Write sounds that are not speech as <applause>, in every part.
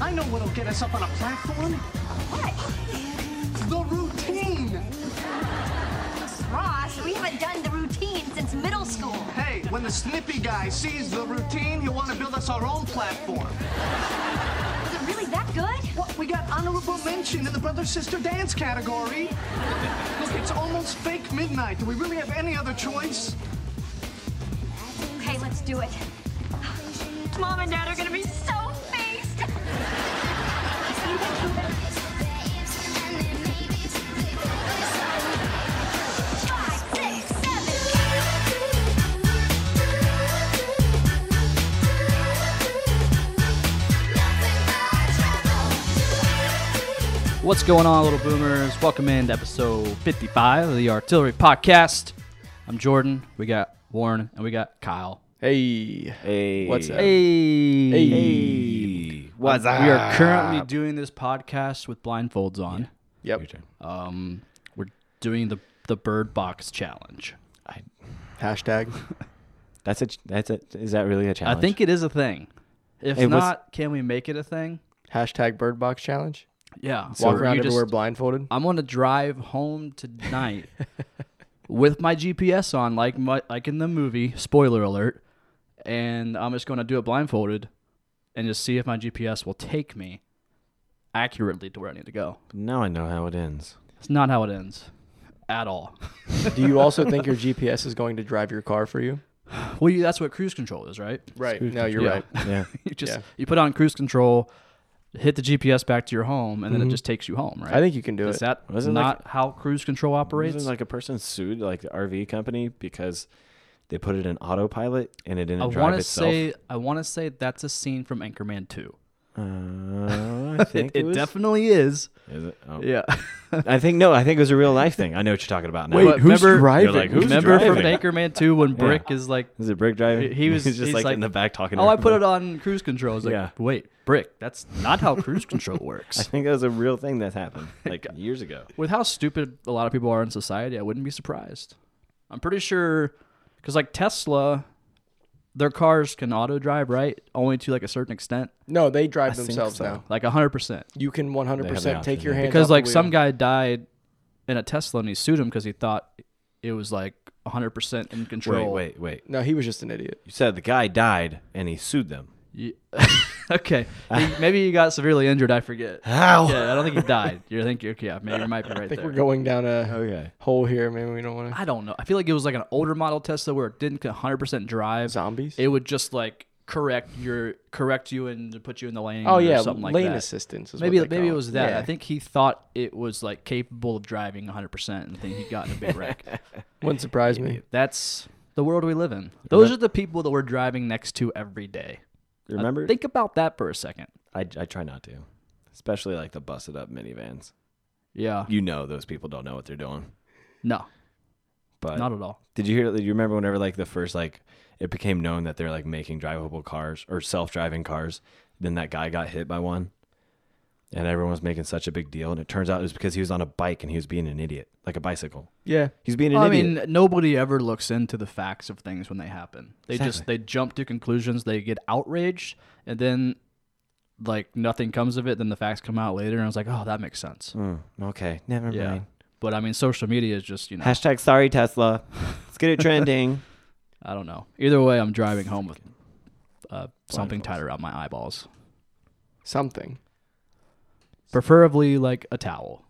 I know what'll get us up on a platform. What? The routine. Ross, we haven't done the routine since middle school. Hey, when the snippy guy sees the routine, he'll want to build us our own platform. Was it really that good? What? We got honorable mention in the brother sister dance category. Look, it's almost fake midnight. Do we really have any other choice? Okay, let's do it. Mom and Dad are gonna be so faced. Five, six, seven. What's going on, little boomers? Welcome in to episode 55 of the Artillery Podcast. I'm Jordan. We got Warren and we got Kyle. Hey. Hey. What's up? Hey. Hey. What's We are currently doing this podcast with blindfolds on. Yep. Um, we're doing the the bird box challenge. Hashtag. That's a. That's a. Is that really a challenge? I think it is a thing. If Hey, what's- not, can we make it a thing? Hashtag bird box challenge. Yeah. Walk So around you everywhere just- <laughs> blindfolded. I'm gonna drive home <laughs> tonight with my GPS on, like my, like in the movie. Spoiler alert! And I'm just gonna do it blindfolded, and just see if my GPS will take me accurately to where I need to go. Now I know how it <laughs> ends. It's not how it ends, at all. <laughs> Do you also think your GPS is going to drive your car for you? well, you, that's what cruise control is, right? <laughs> Right. No, you're Yeah. right. Yeah. You just Yeah. you put on cruise control, hit the GPS back to your home, and then it just takes you home, right? Mm-hmm. I think you can do is it. that Wasn't not like- how cruise control operates? Isn't like a person sued like the RV company because they put it in autopilot and it didn't I drive want to itself. <laughs> say I want to say that's a scene from Anchorman Two. Uh, <laughs> I It, think it, it was- definitely is. Is it? Oh. Yeah. I think no. I think it was a real life thing. I know what you're talking about now. Wait, But who's remember- driving? You're like, who's Remember from driving? Anchorman Two when Brick <laughs> is like, Is it Brick driving? he <laughs> was He's just he's like, in the back talking. to Oh, I put it everybody. on cruise control. I was like, Yeah. wait, Brick, that's not how <laughs> cruise control I works. think that was a real thing that <laughs> happened like years ago. With how stupid a lot of people are in society, I wouldn't be surprised. I'm pretty sure, because like Tesla, their cars can auto drive, right? Only to like a certain extent, No, they drive think themselves so. now. like 100 percent. You can 100% option, take your yeah. hands off Because the like some wheel. guy died in a Tesla and he sued him because he thought it was like 100 percent in Wait, control. wait, wait. No, he was just an idiot. You said the guy died and he sued them. You- <laughs> okay. He- maybe he got severely injured. I forget. <laughs> How? Yeah, I don't think he died. You think? you're- Yeah, maybe you might be right I think there. Oh, we're going down a Okay. hole here. Maybe we don't want to. I don't know. I feel like it was like an older model Tesla where it didn't 100 percent drive. Zombies? It would just like correct your correct you and put you in the lane. Oh, or yeah. something like lane that. assistance. Is Maybe what they maybe it call was that. Yeah. I think he thought it was like capable of driving 100 percent and then he got in a big <laughs> wreck. Wouldn't surprise me. That's the world we live in. Those are the people that we're driving next to every day. Uh, Remember? think about that for a second. I, I try not to, especially like the busted up minivans. Yeah. You know those people don't know what they're doing. No, But not at all. did you hear? Do you remember whenever like the first like it became known that they're like making drivable cars or self driving cars? Then that guy got hit by one, and everyone was making such a big deal. And it turns out it was because he was on a bike and he was being an idiot, like a bicycle. Yeah. He's being an Well, I idiot. mean, nobody ever looks into the facts of things when they happen. They just Exactly. they jump to conclusions, they get outraged, and then like nothing comes of it. Then the facts come out later, and I was like, oh, that makes sense. Hmm, okay, never Yeah. mind. But I mean, social media is just you know, Hashtag sorry Tesla. Let's <laughs> get it trending. I don't know. Either way, I'm driving home with uh, something tied around my eyeballs, Something. preferably like a towel.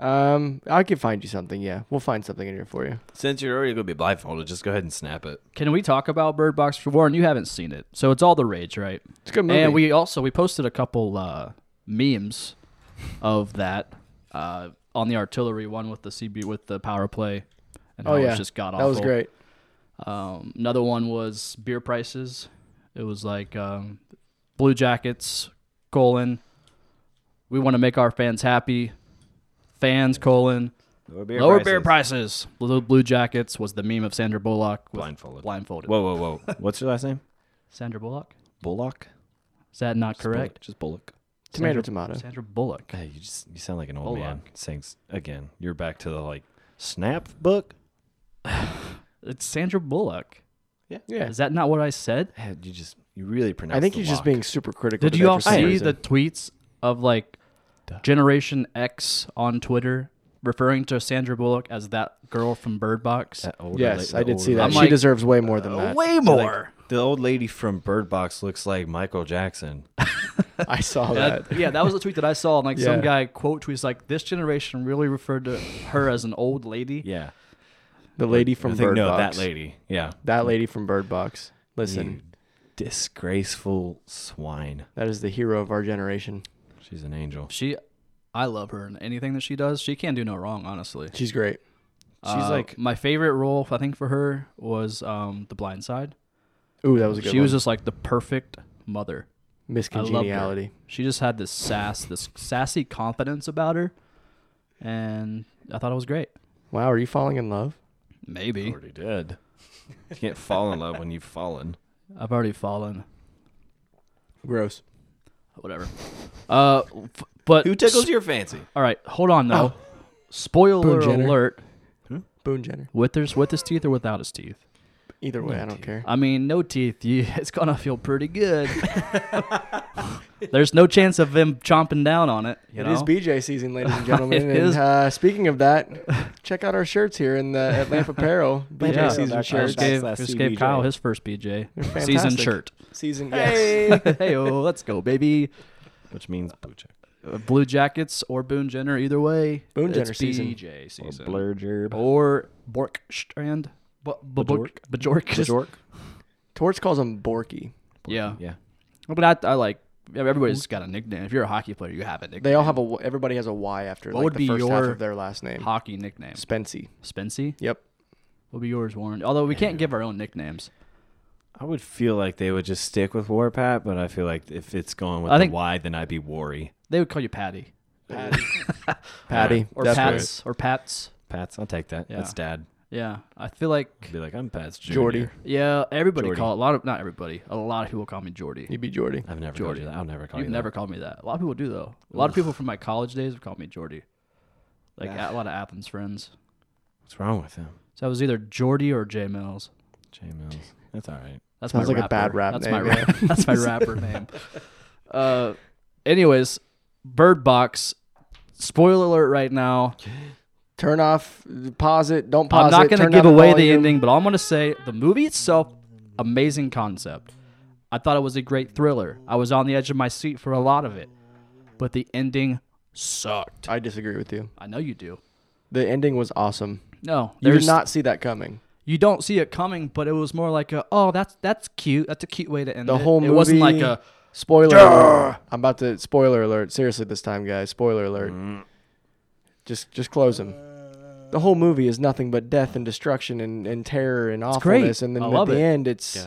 Um, I could find you something. Yeah. We'll find something in here for you. Since you're already gonna be blindfolded, just go ahead and snap it. Can we talk about Bird Box for Warren? You haven't seen it, so it's all the rage, right? It's a good movie. And we also we posted a couple uh, memes of that uh, on the artillery one with the CB with the power play, and how oh, yeah. it's just got That was great. Um, another one was beer prices. It was like um, Blue Jackets colon. We want to make our fans happy. Fans colon Lower beer lower beer prices. Blue, Blue Jackets was the meme of Sandra Bullock with Blindfolded. Blindfolded. Whoa, whoa, whoa. What's your last name? Sandra Bullock. Bullock. Is that not correct? Just Bullock. Tomato, tomato. Sandra Bullock. Hey, you just you sound like an old Bullock. man saying s- again. You're back to the like snap book. It's Sandra Bullock. Yeah. Is that not what I said? Hey, you just You really pronounce. I think the he's lock. just being super critical. Did to you that all for some see reason. the tweets of like Generation X on Twitter referring to Sandra Bullock as that girl from Bird Box? Uh, That older Yes, la- I the did older see that. lady. she like, uh, deserves way more than that. Way They're like, more. the old lady from Bird Box looks like Michael Jackson. I saw that. That- Uh, yeah, that was a tweet that I saw. And like some Yeah. guy quote tweets like, "This generation really referred to her as an old lady." <laughs> Yeah, The lady from I think, Bird no, Box. that lady. Yeah, That lady from Bird Box. Listen, You disgraceful swine. that is the hero of our generation. She's an angel. She's She, I love her and anything that she does, she can do no wrong. Honestly, She's great. Uh, like my favorite role. I think for her was um, The Blind Side. Ooh, that was a good She was one. just like the perfect mother. Miss I loved Congeniality. her. She just had this sass, this sassy confidence about her, and I thought it was great. Wow, are you falling in love? Maybe already dead. <laughs> You can't fall in love when you've fallen. I've already fallen. Gross. Whatever. Uh, f- but Who tickles your fancy? All right, hold on though. Spoiler Oh. Boone Jenner. alert: Boone Jenner. with his with his teeth or without his teeth. Either way, I don't care. Oh, I mean, no teeth, <laughs> you, it's gonna feel pretty good. <laughs> There's no chance of him chomping down on it. You It know? is BJ season, ladies <laughs> and gentlemen. It and is. Uh, speaking <laughs> of that, check out our shirts here in the at Lamp Apparel. BJ Yeah. season That's I shirts. just gave, Backslash just gave CBJ. Kyle his first BJ They're season fantastic. <laughs> shirt. Season. Yes. hey, oh, let's go, baby. Which means blue check. Uh, Blue Jackets or Boone Jenner, either way. Boone it's Jenner season. BJ season. Blur gerb. Oh, Or Borkstrand. B- b- Bajork. Bajork. Torts calls him Borky. <laughs> Yeah. Yeah. But I, I like, yeah, everybody's got a nickname. If you're a hockey player, you have a nickname. They all have a. w- Everybody has a Y after. like, would the be first half your of their last name? hockey nickname. Spency. Spency? Yep. What would be yours, Warren? Although we can't give our own nicknames. I would feel like they would just stick with Warpat, but I feel like if it's going with I the think- Y, then I'd be Worry. They would call you Patty. Patty. Patty. Or That's right. Pats. Or Pats. Pats, I'll take that. Yeah. That's Dad. Yeah. I feel like, Be like, I'm Pats Jr. Jordy. yeah, everybody Jordy. call a lot of, not everybody, a lot of people call me Jordy. You'd be Jordy. I've never Jordy. called you that. I'll never call You've you never that. called me that. A lot of people do though. A lot of people from my college days have called me Jordy. Like a lot of Athens friends. What's wrong with him? So I was either Jordy or J Mills. J Mills. That's all right. That's Sounds my like a bad rapper. rap That's name, my yeah. rap. <laughs> That's <laughs> my rapper name. Uh, anyways, Bird Box. Spoiler alert! Right now, Turn off. Pause it. Don't pause I'm not it. going to turn give down away the volume. ending, but all I'm going to say the movie itself, amazing concept. I thought it was a great thriller. I was on the edge of my seat for a lot of it, but the ending sucked. I disagree with you. I know you do. The ending was awesome. No, You there's did not see that coming. you don't see it coming, but it was more like a oh that's that's cute. That's a cute way to end The it. whole movie. It wasn't like a spoiler. alert. I'm about to spoiler alert. Seriously, this time, guys. Spoiler alert. Mm. Just just close them. The whole movie is nothing but death and destruction and, and terror and great. awfulness. And then I at love the it. end, it's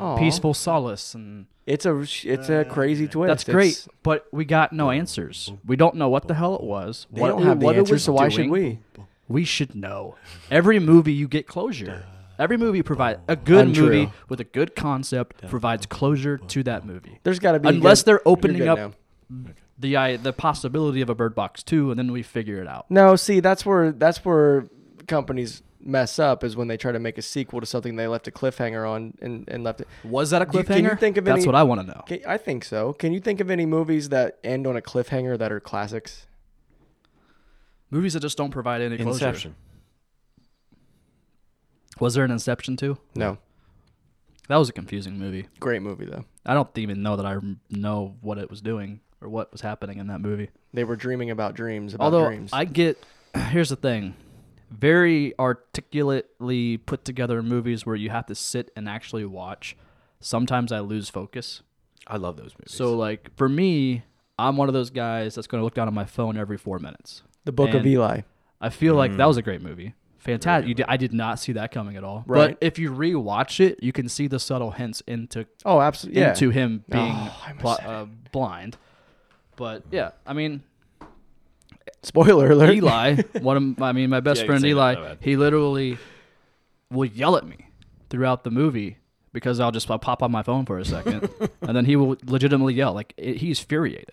aw, peaceful solace and It's a it's a crazy twist. that's It's- great. But we got no answers. We don't know what the hell it was. They what don't it- have the what it answers, was so why should doing. we? We should know. Every movie you get closure. Every movie provides a good Untrue. movie with a good concept provides closure to that movie. There's got to be a Unless good- they're you're opening good up now. the I, the possibility of a Bird Box two, and then we figure it out. No, see, that's where that's where companies mess up is when they try to make a sequel to something they left a cliffhanger on and, and left it. Was that a Do you- cliffhanger? can you think of That's any- what I want to know. Can, I think so. Can you think of any movies that end on a cliffhanger that are classics? Movies that just don't provide any closure. Inception. Was there an Inception too? No, That was a confusing movie. great movie though. I don't even know that I rem- know what it was doing or what was happening in that movie. They were dreaming about dreams about Although dreams. I get, <clears throat> here's the thing, very articulately put together movies where you have to sit and actually watch. Sometimes I lose focus. I love those movies. So like for me, I'm one of those guys that's going to look down at my phone every four minutes. the Book of and- Eli. I feel like that was a great movie. Fantastic. You did, I did not see that coming at all. Right. But if you rewatch it, you can see the subtle hints into Oh, absolutely. Yeah. into him being Oh, I must pl- say. uh, blind. But yeah, I <laughs> mean Spoiler alert. Eli, one of my, I mean my best Yeah, you friend say that, my Eli, bad. he literally will yell at me throughout the movie because I'll just I'll pop on my phone for a <laughs> second, and then he will legitimately yell like it, he's furiated. <laughs>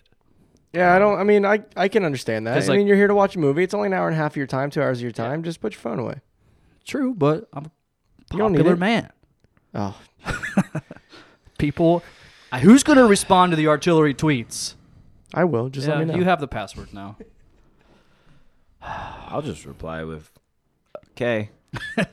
Yeah, I don't. I mean, I I can understand that. 'Cause, I like- mean, you're here to watch a movie. It's only an hour and a half of your time, two hours of your time. Just put your phone away. True, but I'm a You don't need Oh, popular it. man. Oh, people. I- Who's going to respond to the artillery tweets? I will. Just Yeah, let me know. you have the password now. I'll just reply with, okay.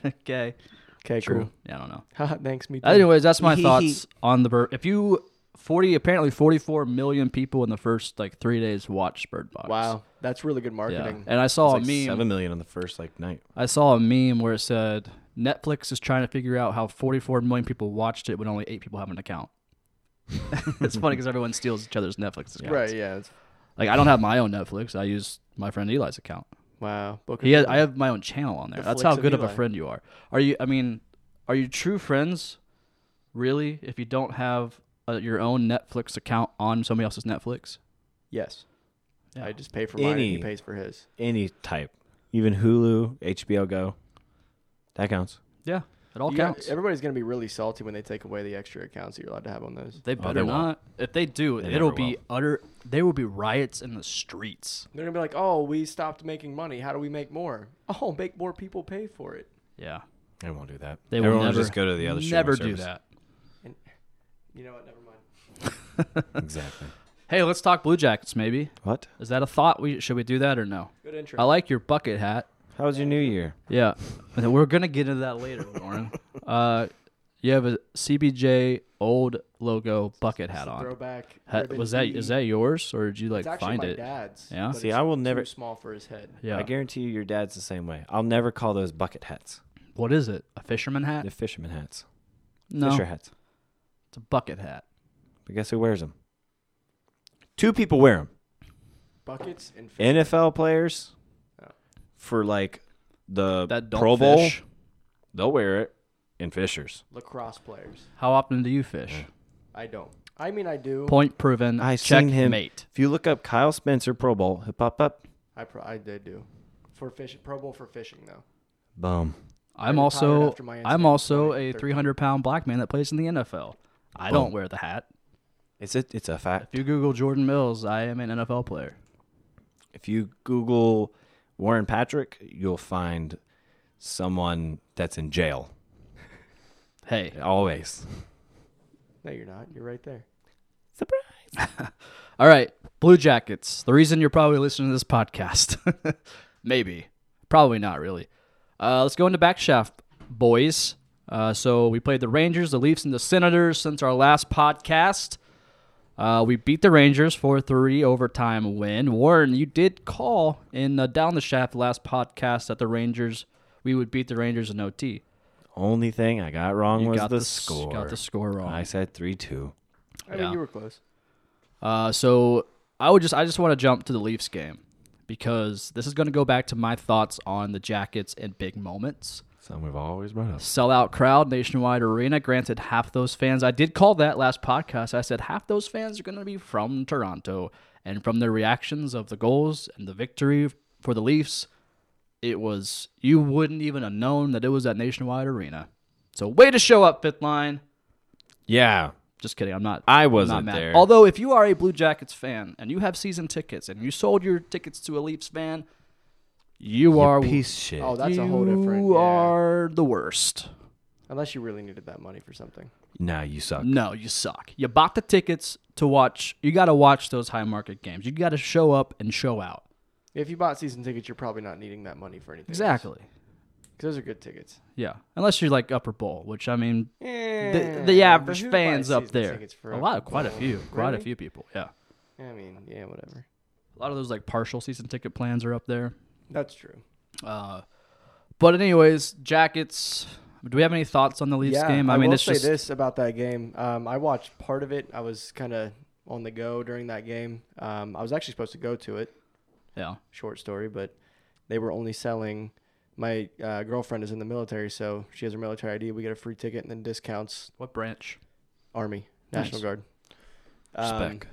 Okay. <laughs> okay, True. cool. <laughs> Yeah, I don't know. Haha, Thanks, me too. Anyways, that's my Hee hee thoughts on the bird. If you forty, apparently forty-four million people in the first like three days watched Bird Box. Wow, that's really good Yeah. marketing. And I saw It's a meme. like seven million on the first like night. I saw a meme where it said Netflix is trying to figure out how 44 million people watched it when only eight people have an account. <laughs> it's funny because everyone steals each other's Netflix accounts. Right? Yeah. It's, Like I don't have my own Netflix. I use my friend Eli's account. wow. Booker He has, T. I have my own channel on there. The That's flicks how of good of, a Eli. friend you are. Are you? I mean, are you true friends? Really? If you don't have uh your own Netflix account on somebody else's Netflix? Yes. Yeah. I just pay for mine. and Any- he pays for his. Any type, even Hulu, HBO Go, that counts. Yeah, it all You got- counts. everybody's gonna be really salty when they take away the extra accounts that you're allowed to have on those. Oh, they better they won't. not. If they do, They it'll never be utter. There will be riots in the streets. They're gonna be like, "Oh, we stopped making money. How do we make more? <laughs> Oh, make more people pay for it." Yeah. They won't do that. They Everyone will never, just go to the other. streaming Never do service. that. You know what? Never mind. Exactly. Hey, let's talk Blue Jackets. Maybe What? is that a thought? We should we do that or no? Good intro. I like your bucket hat. How was your New Year? Yeah, And we're gonna get into that later, <laughs> Warren. uh, you have a CBJ old logo bucket hat on. Throwback. Ha- ribbon was that is tee. that yours or did you like It's actually find my it? dad's. Yeah? but See, it's I will too never- small for his head. Yeah. I guarantee you, your dad's the same way. I'll never call those bucket hats. What is it? A fisherman hat? They're fisherman hats. no, Fisher hats. it's a bucket hat. But guess who wears them? Two people wear them. Buckets and fish. NFL players Oh. for like the That don't Pro Bowl, fish. they'll wear it. And fishers. lacrosse players. How often do you fish? I don't. I mean, I do. Point proven. I seen him. checkmate. If you look up Kyle Spencer Pro Bowl, hip pop up, I pro- I did do. For fish, Pro Bowl for fishing though. boom. I'm retired also after my incident I'm in also a 2013. 300 pound black man that plays in the NFL. I don't wear the hat. It's a it's a fact. If you Google Jordan Mills, I am an NFL player. If you Google Warren Patrick, you'll find someone that's in jail Hey, always. No, you're not. You're right there. all right, Blue Jackets. The reason you're probably listening to this podcast, <laughs> maybe, probably not really. Uh, let's go into backshaft, boys. Uh, so we played the Rangers, the Leafs, and the Senators since our last podcast. Uh, we beat the Rangers for three overtime win. Warren, you did call in uh, down the shaft last podcast that the Rangers we would beat the Rangers in OT. Only thing I got wrong You was got the, the s- score. got the score wrong. I said three two. I Yeah. mean, you were close. Uh, so I would just I just want to jump to the Leafs game because this is going to go back to my thoughts on the Jackets and big moments. Something we've always brought up. Sellout crowd, nationwide arena. Granted, half those fans. I did call that last podcast. I said half those fans are going to be from Toronto, and from their reactions of the goals and the victory for the Leafs, it was you wouldn't even have known that it was at Nationwide Arena. So way to show up, fifth line. Yeah. Just kidding. I'm not. I I'm wasn't mad. there. Although, if you are a Blue Jackets fan and you have season tickets and you sold your tickets to a Leafs fan, you, are piece of shit. Oh, that's a whole different. You yeah. are the worst. Unless you really needed that money for something. nah, you suck. No, you suck. You bought the tickets to watch. You got to watch those high market games. You got to show up and show out. If you bought season tickets, you're probably not needing that money for anything. Exactly. Because those are good tickets. Yeah. Unless you're like upper bowl, which I mean, Yeah, the, the but average who fans buys up season there, tickets for a lot, upper quite a bowl? few, quite a Really? few people. Yeah. I mean, yeah, whatever. A lot of those like partial season ticket plans are up there. That's true. Uh, but anyways, Jackets. Do we have any thoughts on the Leafs yeah, game? I, mean, will it's say just this about that game. Um, I watched part of it. I was kind of on the go during that game. Um, I was actually supposed to go to it. yeah, Short story, but they were only selling. My uh, girlfriend is in the military, so she has her military ID. We get a free ticket and then discounts. what branch? Army, Nice. National Guard. Um, Respect.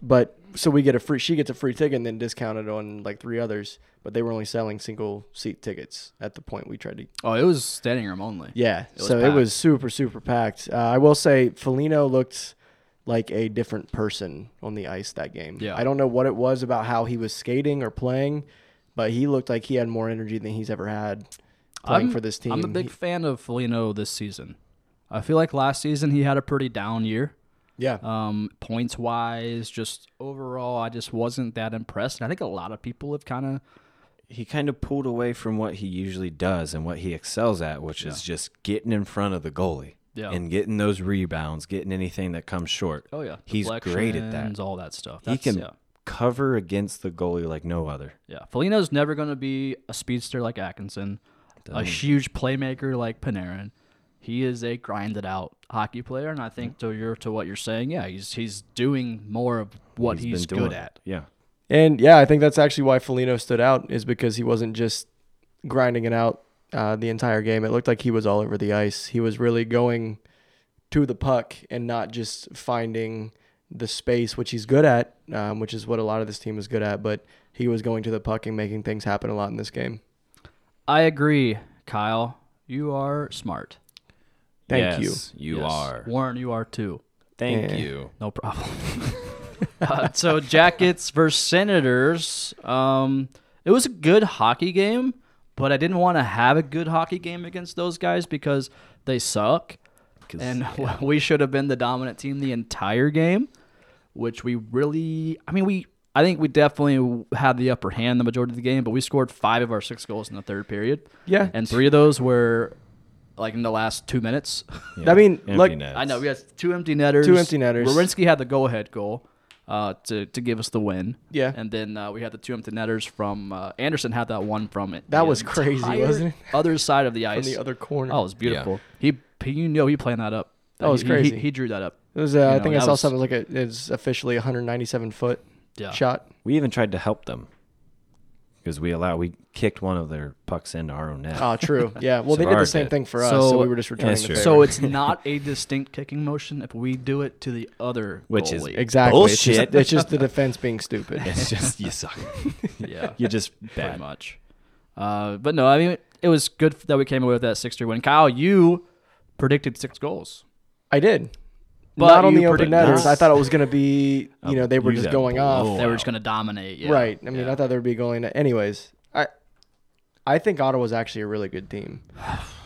but so we get a free. She gets a free ticket and then discounted on like three others. But they were only selling single seat tickets at the point we tried to Oh, it was standing room only. yeah, was so it packed. was super super packed. Uh, I will say, Felino looked like a different person on the ice that game. Yeah. I don't know what it was about how he was skating or playing, but he looked like he had more energy than he's ever had playing I'm- for this team. I'm a big He- fan of Foligno this season. I feel like last season he had a pretty down year. Yeah. Um, points wise, just overall, I just wasn't that impressed. And I think a lot of people have kind of he kind of pulled away from what he usually does and what he excels at, which is just getting in front of the goalie Yeah. and getting those rebounds, getting anything that comes short. oh yeah, he's great at that. deflections, all that stuff. He That's, can yeah, cover against the goalie like no other. yeah. Felino's never going to be a speedster like Atkinson, a huge playmaker like Panarin. He is a grinded out hockey player, and I think to your to what you're saying, yeah, he's he's doing more of what he's, been doing good it. at. Yeah, And yeah, I think that's actually why Felino stood out is because he wasn't just grinding it out uh, the entire game. It looked like he was all over the ice. He was really going to the puck and not just finding the space, which he's good at, um, which is what a lot of this team is good at. But he was going to the puck and making things happen a lot in this game. I agree, Kyle. You are smart. Thank Yes, You Yes. are. Warren. You are too. Thank Yeah. you. No problem. <laughs> Uh, so Jackets versus Senators. Um, it was a good hockey game, but I didn't want to have a good hockey game against those guys because they suck, 'Cause- and <laughs> we should have been the dominant team the entire game, which we really. I mean, we. I think we definitely had the upper hand the majority of the game, but we scored five of our six goals in the third period. Yeah. and three of those were like in the last two minutes. <laughs> I mean, Empty look- nets. I know we had two empty netters. Two empty netters. Wawrinski had the go ahead goal uh, to to give us the win. Yeah. and then uh, we had the two empty netters from uh, Anderson had that one from it. That the was crazy, entire wasn't it? <laughs> Other side of the you. ice, From the other corner. Oh, it was beautiful. He, he, you know, he planned that up. That was He- he- crazy. He, drew that up. It was, uh, You I know, think I that saw <laughs> was- something like it, it's officially 197 foot Yeah. shot. we even tried to help them because we allowed we kicked one of their pucks into our own net. <laughs> <laughs> Oh, true. Yeah. Well, they did the Savard same did. thing for us, so, So- we were just Yeah, returning that's the true. favor. So it's not a distinct kicking motion if we do it to the other, Which is <laughs> goalie. Exactly. It's just- Bullshit. It's just, the defense being stupid. It's just you suck. yeah, You're just pretty bad. much. Uh, but no, I mean, it was good that we came away with that six three win. Kyle, you predicted six goals. I did. But Not on you the open predicted- netters. I Nice. thought it was going to be, you know, they were You just got going off. blown. they were just going to dominate. Yeah. Right. I mean, I thought they would be going. To, anyways, I I think Ottawa's actually a really good team.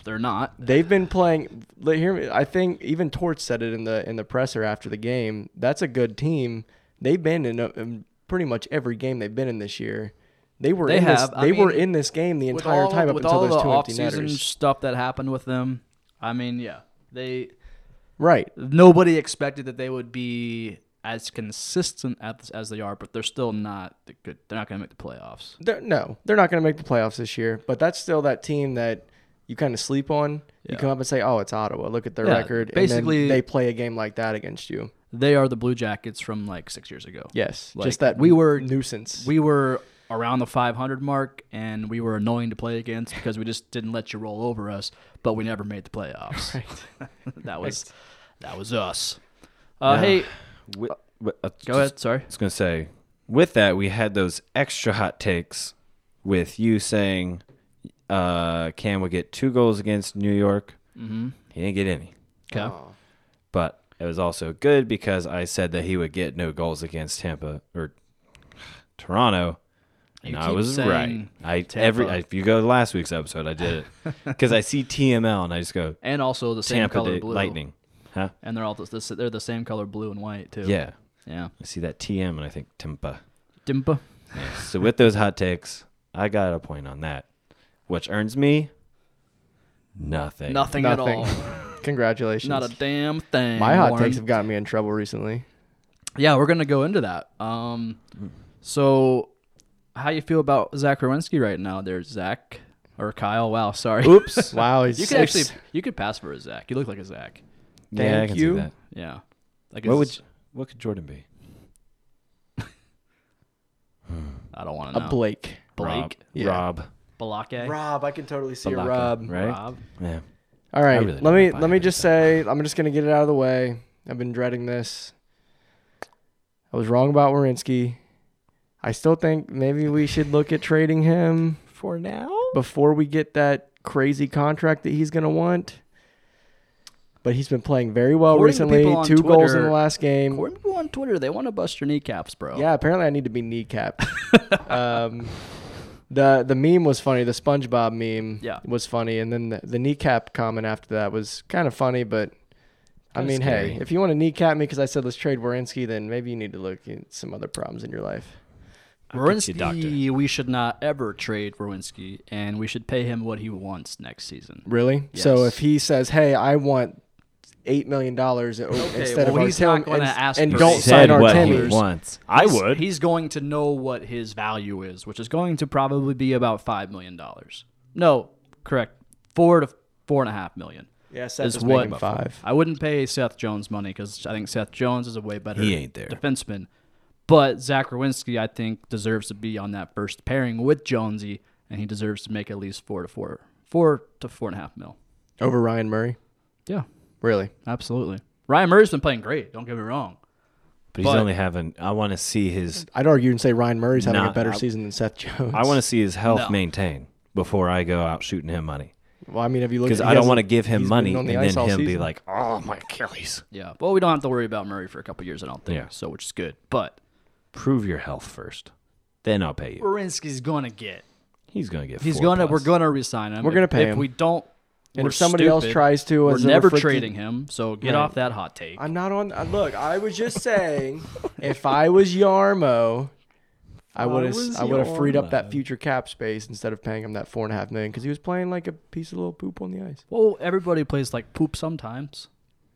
They're not. They've been playing. let- Hear me. I think even Torch said it in the in the presser after the game. That's a good team. They've been in, a, in pretty much every game they've been in this year. They were They in have. This, I they were mean, in this game the entire time up with until all those the two empty off-season netters. stuff that happened with them. I mean, yeah, they Right. nobody expected that they would be as consistent as, as they are, but they're still not the good. They're not going to make the playoffs. They're, no, they're not going to make the playoffs this year. But that's still that team that you kind of sleep on. You come up and say, "Oh, it's Ottawa. Look at their Yeah, record." basically- and then they play a game like that against you. They are the Blue Jackets from like six years ago. Yes, Like, just that we were- nuisance. we were around the 500 mark, and we were annoying to play <laughs> against because we just didn't let you roll over us. But we never made the playoffs. <laughs> that was that was us. Uh, Hey, Wi- wi- uh, go just- ahead. Sorry. I was gonna say, with that, we had those extra hot takes with you saying, uh, "Can we get two goals against New York?" Mm-hmm. He didn't get any, Okay. but it was also good because I said that he would get no goals against Tampa or Toronto, and You I keep was saying right. I every Tampa. if you go to last week's episode, I did it <laughs> because I see TML and I just go and also the same Tampa color Day blue. Lightning, huh? and they're all the, the, they're the same color blue and white too. Yeah, yeah. I see that TM and I think Tampa. Dimpa. So with those hot takes, I got a point on that, which earns me nothing. Nothing, at <laughs> Nothing. all. Congratulations. Not a damn thing. My hot Warren. takes have gotten me in <laughs> trouble recently. Yeah, we're gonna go into that. Um, so how you feel about Zach Rowinski right now? There, Zach or Kyle? Wow, sorry. Oops. wow. He's You could actually you could pass for a Zach. You look like a Zach. Yeah, I can Thank see you. that. Yeah. Like What a- would what could Jordan be? I don't want a to know. Blake. Blake. Yeah. Rob. Balake. Rob, I can totally see Balaka, Rob. Right? Rob. Yeah. All right. really let don't me buy let me it, just say I'm just gonna get it out of the way. I've been dreading this. I was wrong about Warinsky. I still think maybe we should look at trading him For now? before we get that crazy contract that he's gonna want. But he's been playing very well According to recently. people on Two goals in Twitter- the last game. According to people on Oh. Twitter, they want to bust your kneecaps, bro. Yeah, apparently I need to be kneecapped. <laughs> um, The the meme was funny. The SpongeBob meme Yeah. was funny, and then the, the kneecap comment after that was kind of funny. But I Kinda mean, scary. hey, if you want to kneecap me because I said let's trade Warinsky, then maybe you need to look at some other problems in your life. get you, doctor. Rowinski, we should not ever trade Rowinski, and we should pay him what he wants next season. Really? So Yes. if he says, "Hey, I want eight million dollars instead well, of he's our not 10, gonna and, ask and for don't eight. sign said our what he tenders, wants. I He's- would. He's going to know what his value is, which is going to probably be about five million dollars. No, correct, four to four and a half million. Yeah, Seth is was what making five. I wouldn't pay Seth Jones money because I think Seth Jones is a way better He ain't there. defenseman. But Zach Rowinski, I think, deserves to be on that first pairing with Jonesy, and he deserves to make at least four to four, four to four and a half mil. over Ryan Murray. Yeah, Really? absolutely. Ryan Murray's been playing great. Don't get me wrong. but he's but- only having. I want to see his. I'd argue and say Ryan Murray's having Nah, a better I- season than Seth Jones. I want to see his health No. maintained before I go out shooting him money. Well, I mean, have you looked? Because at- I he don't hasn't- want to give him he's been money on and the then ice all him be season. like, "Oh my Achilles, Yeah, well, we don't have to worry about Murray for a couple years, I don't think. Yeah. So, which is good. But prove your health first, then I'll pay you." Wierenski's gonna get. He's gonna get. He's four gonna. plus. We're gonna resign him. We're gonna If- pay If him. we don't, And we're if somebody else stupid. tries to, we're as a never restricted- trading him. So get Right. off that hot take. I'm not on. uh, Look, I was just saying, if I was Yarmo, I would have was I would have freed up that Yarmo. future cap space instead of paying him that four and a half million because he was playing like a piece of little poop on the ice, well, everybody plays like poop sometimes.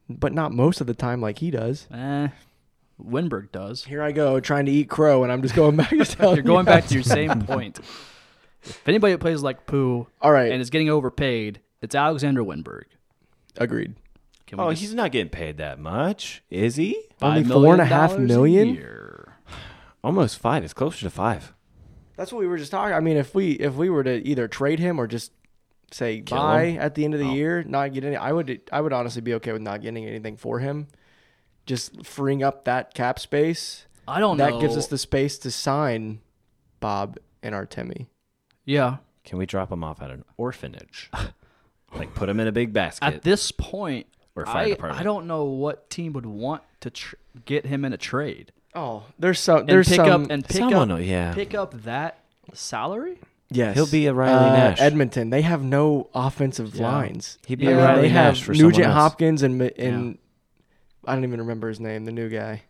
but not most of the time like he does. Eh, Winberg <laughs> does. Here I go trying to eat crow, and I'm just going back to telling <laughs> You're going you back guys. to your <laughs> same point. If anybody plays like poo, All right. and is getting overpaid, it's Alexander Winberg. Agreed. Can Oh, just- he's not getting paid that much, is he? five Only four and a million half dollars million? year. Almost five. It's closer to five. That's what we were just talking. I mean, if we if we were to either trade him or just say Kill buy him? Oh. at the end of the year, not get any, I would I would honestly be okay with not getting anything for him, just freeing up that cap space. I Oh, don't that know. gives us the space to sign Bob and Artemi. yeah. Can we drop him off at an orphanage? like put him in a big At basket. this point, Or fire I, department. I don't know what team would want to tr- get him in a trade. Oh, there's some. And There's pick some. up and pick someone, up, will- yeah. pick up that salary. yes, Uh, He'll be a Riley Nash. Edmonton. They have no offensive lines. He'd be Yeah. a Yeah, Riley they have Nash for someone Nugent else. Hopkins and Mi- and I don't even remember his name. The new guy.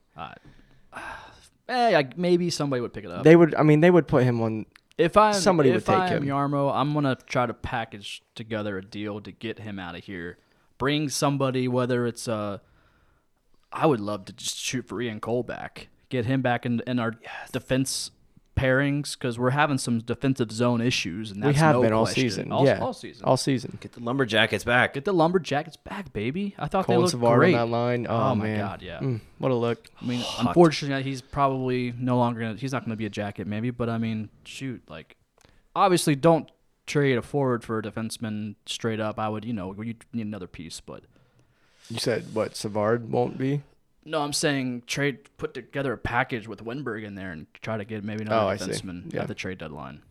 Eh, I, maybe somebody would pick it up. They would. I mean, they would put him on. if I'm somebody if would take I'm him. Yarmo, I'm gonna try to package together a deal to get him out of here. Bring somebody, whether it's uh, I would love to just shoot for Ian Cole back, get him back in in our defense pairings because we're having some defensive zone issues, and that's we have no been all question. season. All, yeah, all season. All season. Get the lumberjackets back. Get the lumberjackets back, baby. I thought Cole and they Savard looked great. on that line. Oh, my man. God, yeah. Mm, what a look. I mean, unfortunately, he's probably no longer gonna. He's not gonna be a jacket, maybe. But I mean, shoot, like, obviously, don't trade a forward for a defenseman straight up. I would, you know, you need another piece, but You said what? Savard won't be. no, I'm saying trade, put together a package with Winberg in there and try to get maybe Oh, another I see. defenseman Yeah. at the trade deadline.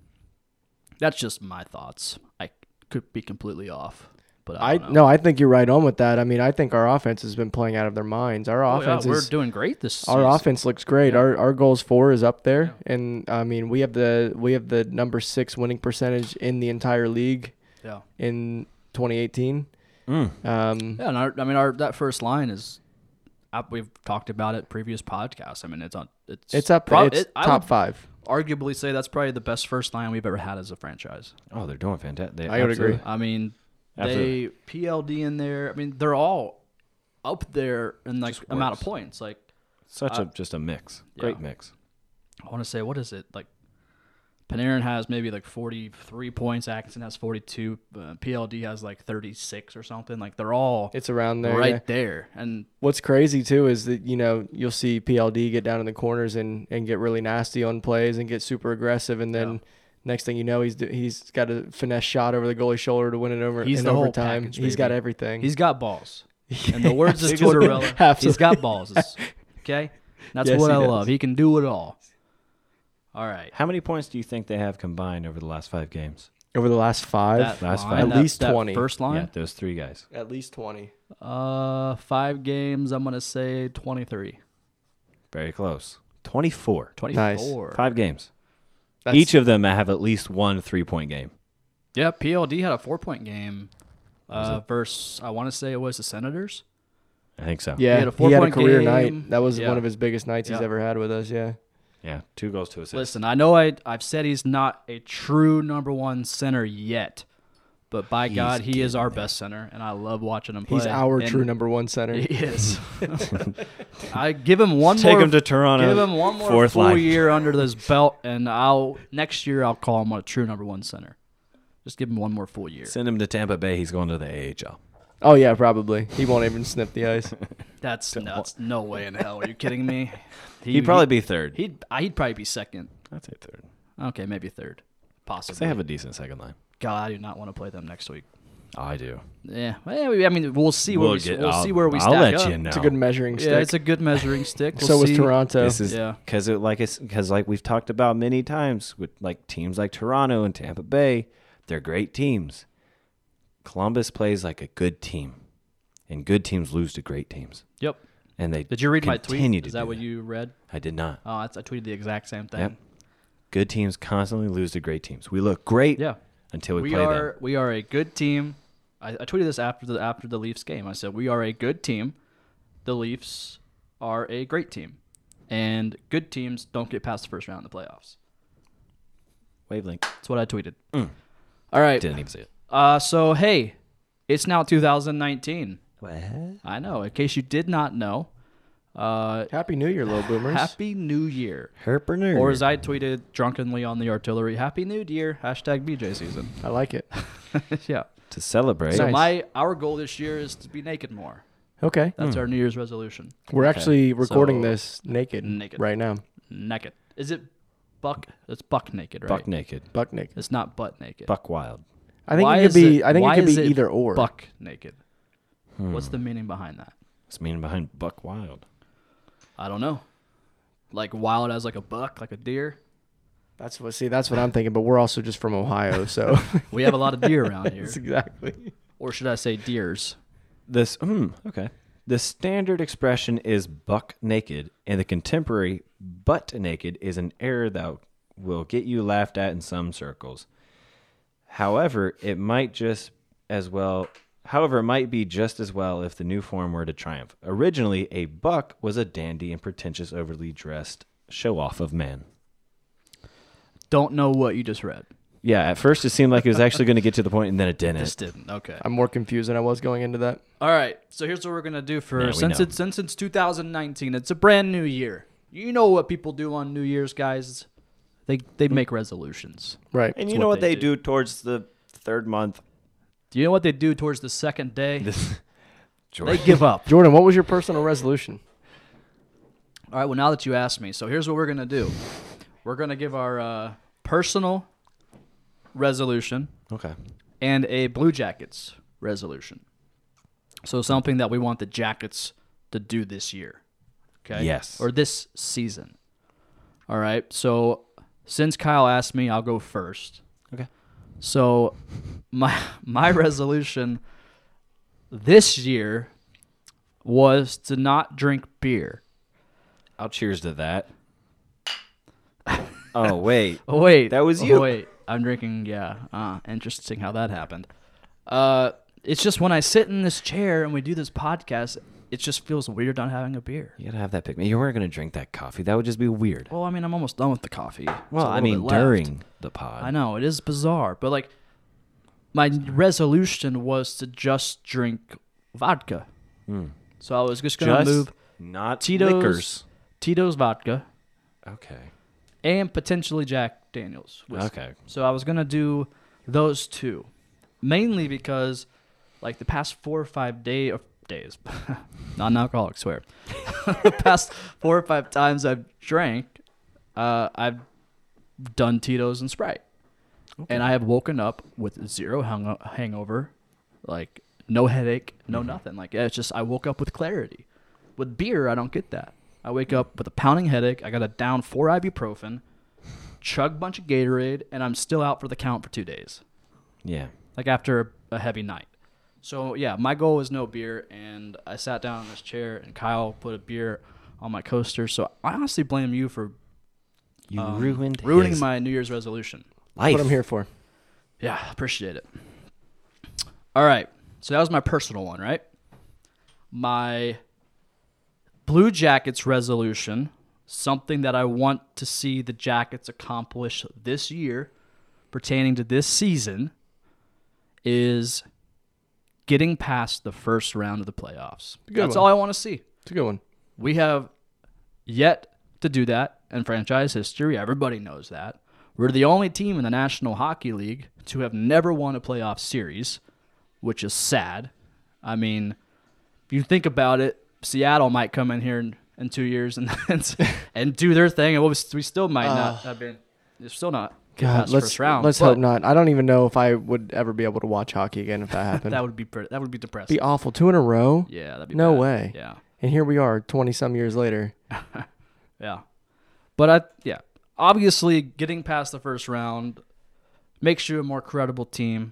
That's just my thoughts. I could be completely off, but I, I don't know. no. I think you're right on with that. I mean, I think our offense has been playing out of their minds. Our Oh, yeah, offense we're is. doing great this Our season. offense looks great. Our our goals four is up there, and I mean we have the we have the number six winning percentage in the entire league Yeah. in 2018. Mm. Um, Yeah, and our, I mean, our that first line is. I- We've talked about it previous podcasts. I mean, it's on. It's it's up. prob- it's it- I top would five. Arguably, say that's probably the best first line we've ever had as a franchise. Oh, they're doing fantastic. They I would absolutely- agree. I mean, Absolutely. they PLD in there. I mean, they're all up there in like amount of works. points. Like Such Uh, a just a mix. Great mix. I want to say, what is it like? Panarin has maybe like forty three points. Atkinson has forty two. Uh, PLD has like thirty six or something. Like they're all It's around there. right yeah. there. And What's crazy too is that you know you'll see PLD get down in the corners and and get really nasty on plays and get super aggressive, and then next thing you know he's he's got a finesse shot over the goalie shoulder to win it over He's in the whole overtime. package, he's got baby. everything. He's got balls. And the <laughs> words is Absolutely. Tortorella. Absolutely. He's got balls. It's- Okay? That's Yes, what he I does. love. He can do it all. All right. How many points do you think they have combined over the last five games? <laughs> over the last five, That Last line, five. that- At least that 20. First Yeah, line. those three guys. at least twenty. Uh five games, I'm gonna say 23. Very close. Twenty-four. 24. Five games. That's- Each of them have at least one three point game. Yeah, PLD had a four point game uh, versus, I want to say it was the Senators. I think so. Yeah, had a he had a four-point career game. night. That was Yeah. one of his biggest nights he's Yeah. ever had with us. Yeah, Yeah. Two goals, two assists. Listen, I know I, I've said he's not a true number one center yet, but by God, he is our best center, and I love watching him play. he's our And true number <laughs> one center. He is. I give him one Take more. him to Toronto, Give him one more fourth full line. year under this belt, and I'll next year I'll call him a true number one center. Just give him one more full year. Send him to Tampa Bay. He's going to the AHL. Oh yeah, probably. He won't even sniff the ice. That's nuts. No way in hell. Are you kidding me? <laughs> He, He'd probably be third. He'd I- he'd probably be second. I'd say third. Okay, maybe third. Possibly. They have a decent second line. God, I do not want to play them next week. I do. Yeah. Well, we- I mean, we'll see where we we'll I'll- see where we I'll stack let up. you know. It's a good measuring stick. Yeah, it's a good measuring <laughs> stick. We'll so was see. Toronto. This is Yeah. because like it's because like we've talked about many times with like teams like Toronto and Tampa Bay, they're great teams. Columbus plays like a good team, and good teams lose to great teams, Yep. and they Did you read my continue tweet? to Is that do what you read? I did not. Oh, that's, I tweeted the exact same thing. Yep. Good teams constantly lose to great teams. We look great Yeah. until we, We play are them. we are a good team. I, I tweeted this after the after the Leafs game. I said we are a good team. The Leafs are a great team, and good teams don't get past the first round of the playoffs. Wavelength That's what I tweeted. All right. didn't even see it. Uh, so hey, it's now 2019. I know. In case you did not know, uh, Happy New <sighs> Year, little boomers. Happy New Year. Herpreneur. Or as I tweeted drunkenly on the artillery, Happy New Year, hashtag BJ season. <laughs> I like it. <laughs> yeah. to celebrate. So Nice. my our goal this year is to be naked more. Okay, Hmm. That's our New Year's resolution. we're actually recording So- this naked, Naked. right now, Naked. Is it buck? It's buck naked, right? buck naked, buck naked. It's not butt naked. buck wild. I think Why it could is be. I think why it could is be either or. Hmm. Buck naked. What's the meaning behind that? What's the meaning behind buck wild? I don't know. Like wild as like a buck, like a deer. That's what. See, that's what I'm thinking. But we're also just <laughs> from Ohio, so <laughs> We have a lot of deer around here, That's exactly. or should I say deers? This hmm, okay. The standard expression is buck naked, and the contemporary butt naked is an error that will get you laughed at in some circles. However, it might just as well however, it might be just as well if the new form were to triumph. Originally, a buck was a dandy and pretentious, overly dressed show off of man. Don't know what you just read. Yeah, at first it seemed like it was actually going to get to the point, and then it didn't. Just didn't. Okay. I'm more confused than I was going into that. All right. So here's what we're gonna do for we since know. it's since it's 2019. It's a brand new year. You know what people do on New Year's, guys? They they Hmm. make resolutions. Right. and It's you know what what they they, do towards the third month? Do you know what they do towards the second day? Jordan. they give <laughs> up. Jordan, what was your personal resolution? All right. Well, now that you asked me, so here's what we're gonna do. We're gonna give our uh, personal resolution Okay. and a Blue Jackets resolution. So something that we want the Jackets to do this year. Okay. Yes. Or this season. All right. So since Kyle asked me, I'll go first. Okay. So my <laughs> my resolution this year was to not drink beer. I'll cheers to that. <laughs> oh wait, Oh wait, That was Oh, you. wait, I'm drinking. Yeah, uh, interesting how that happened. Uh, it's just when I sit in this chair and we do this podcast, it just feels weird not having a beer. you gotta have that pick me. You weren't gonna drink that coffee. That would just be weird. Well, I mean, I'm almost done with the coffee. There's a Well, I little mean bit left. during the pod. I know it is bizarre, but like, my resolution was to just drink vodka. So I was just gonna Hmm. Just move not Tito's, liquors. Tito's vodka, Okay. and potentially Jack Daniels. Whiskey. Okay. So I was gonna do those two, mainly because, like, the past four or five day of days, <laughs> non-alcoholic swear, <laughs> the past four or five times I've drank, uh, I've done Tito's and Sprite, and I have woken up with zero hung- hangover, like no headache, no nothing. Like it's just I woke up with clarity. With beer, I don't get that. I wake up with a pounding headache. I got to down four ibuprofen chug a bunch of Gatorade, and I'm still out for the count for two days, Yeah. like after a heavy night. So yeah, my goal was no beer, and I sat down on this chair, and Kyle put a beer on my coaster. So I honestly blame you for You um, ruined ruining his my New Year's resolution. life. What I'm here for. Yeah, appreciate it. All right. So that was my personal one, right? My Blue Jackets resolution, something that I want to see the Jackets accomplish this year pertaining to this season is getting past the first round of the playoffs. Good That's one. all I want to see. It's a good one. We have yet to do that in franchise history. Everybody knows that. We're the only team in the National Hockey League to have never won a playoff series, which is sad. I mean, if you think about it, Seattle might come in here in, in two years and <laughs> and, and do their thing, and we'll, we still might not have been. It's still not. get past Uh, God, the let's first round, let's but hope not. I don't even know if I would ever be able to watch hockey again <laughs> if that happened. That that would would be pretty, that would be depressing. be awful. Two in a row. yeah, that'd be No bad. way. Yeah. And here we are, twenty some years later. Yeah. But I yeah, obviously getting past the first round makes you a more credible team.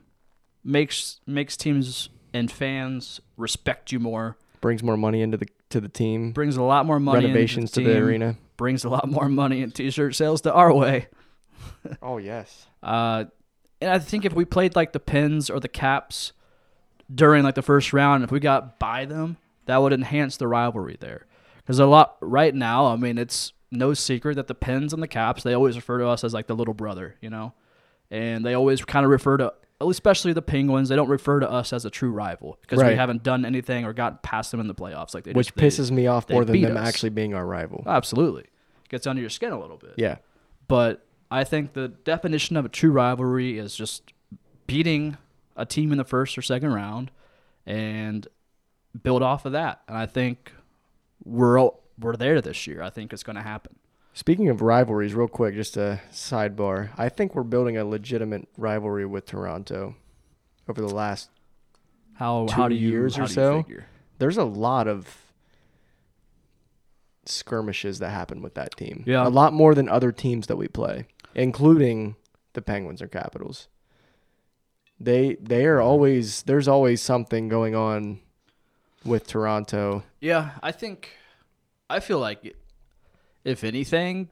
Makes makes teams and fans respect you more. Brings more money into the to the team. Brings a lot more money Renovations into to the the team, arena. Brings a lot more money in t-shirt sales to our way. Oh yes. Uh, and I think if we played like the Pens or the Caps during like the first round, if we got by them, that would enhance the rivalry there. Because a lot right now, I mean, it's no secret that the Pens and the Caps they always refer to us as like the little brother, you know, and they always kind of refer to, especially the Penguins, they don't refer to us as a true rival because we Right. haven't done anything or gotten past them in the playoffs, like they Which just- pisses they- me off they more than beat them us. Uh, actually being our rival. absolutely gets under your skin a little bit yeah. but I think the definition of a true rivalry is just beating a team in the first or second round and build off of that. And I think we're all- we're there this year. I think it's going to happen. Speaking of rivalries, real quick, just a sidebar. I think we're building a legitimate rivalry with Toronto over the last. How Two how do you years how or do you so? figure? There's a lot of skirmishes that happen with that team. Yeah. A lot more than other teams that we play, including the Penguins or Capitals. They they are always there's always something going on with Toronto. Yeah, I think I feel like if anything,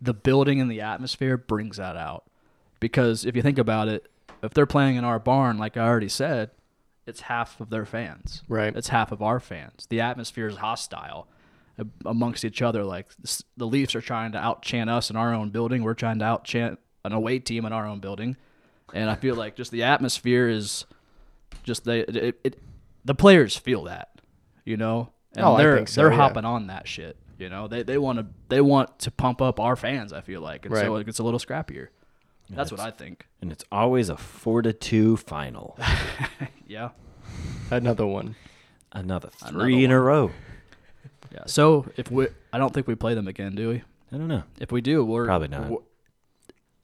the building and the atmosphere brings that out. Because if you think about it, if they're playing in our barn, like I already said, it's half of their fans. Right. It's half of our fans. The atmosphere is hostile a- amongst each other. Like s- the Leafs are trying to out chant us in our own building. We're trying to out chant an away team in our own building. And I feel like just the atmosphere is just they it, it the players feel that you know and Oh, I they're think so, they're yeah. hopping on that shit you know they they want to they want to pump up our fans I feel like and so Right. it gets a little scrappier that's what I think and it's always a four to two final. <laughs> yeah Another one. Another three Another in a row. yeah so if we I don't think we play them again do we I don't know. if we do we're Probably not. we're,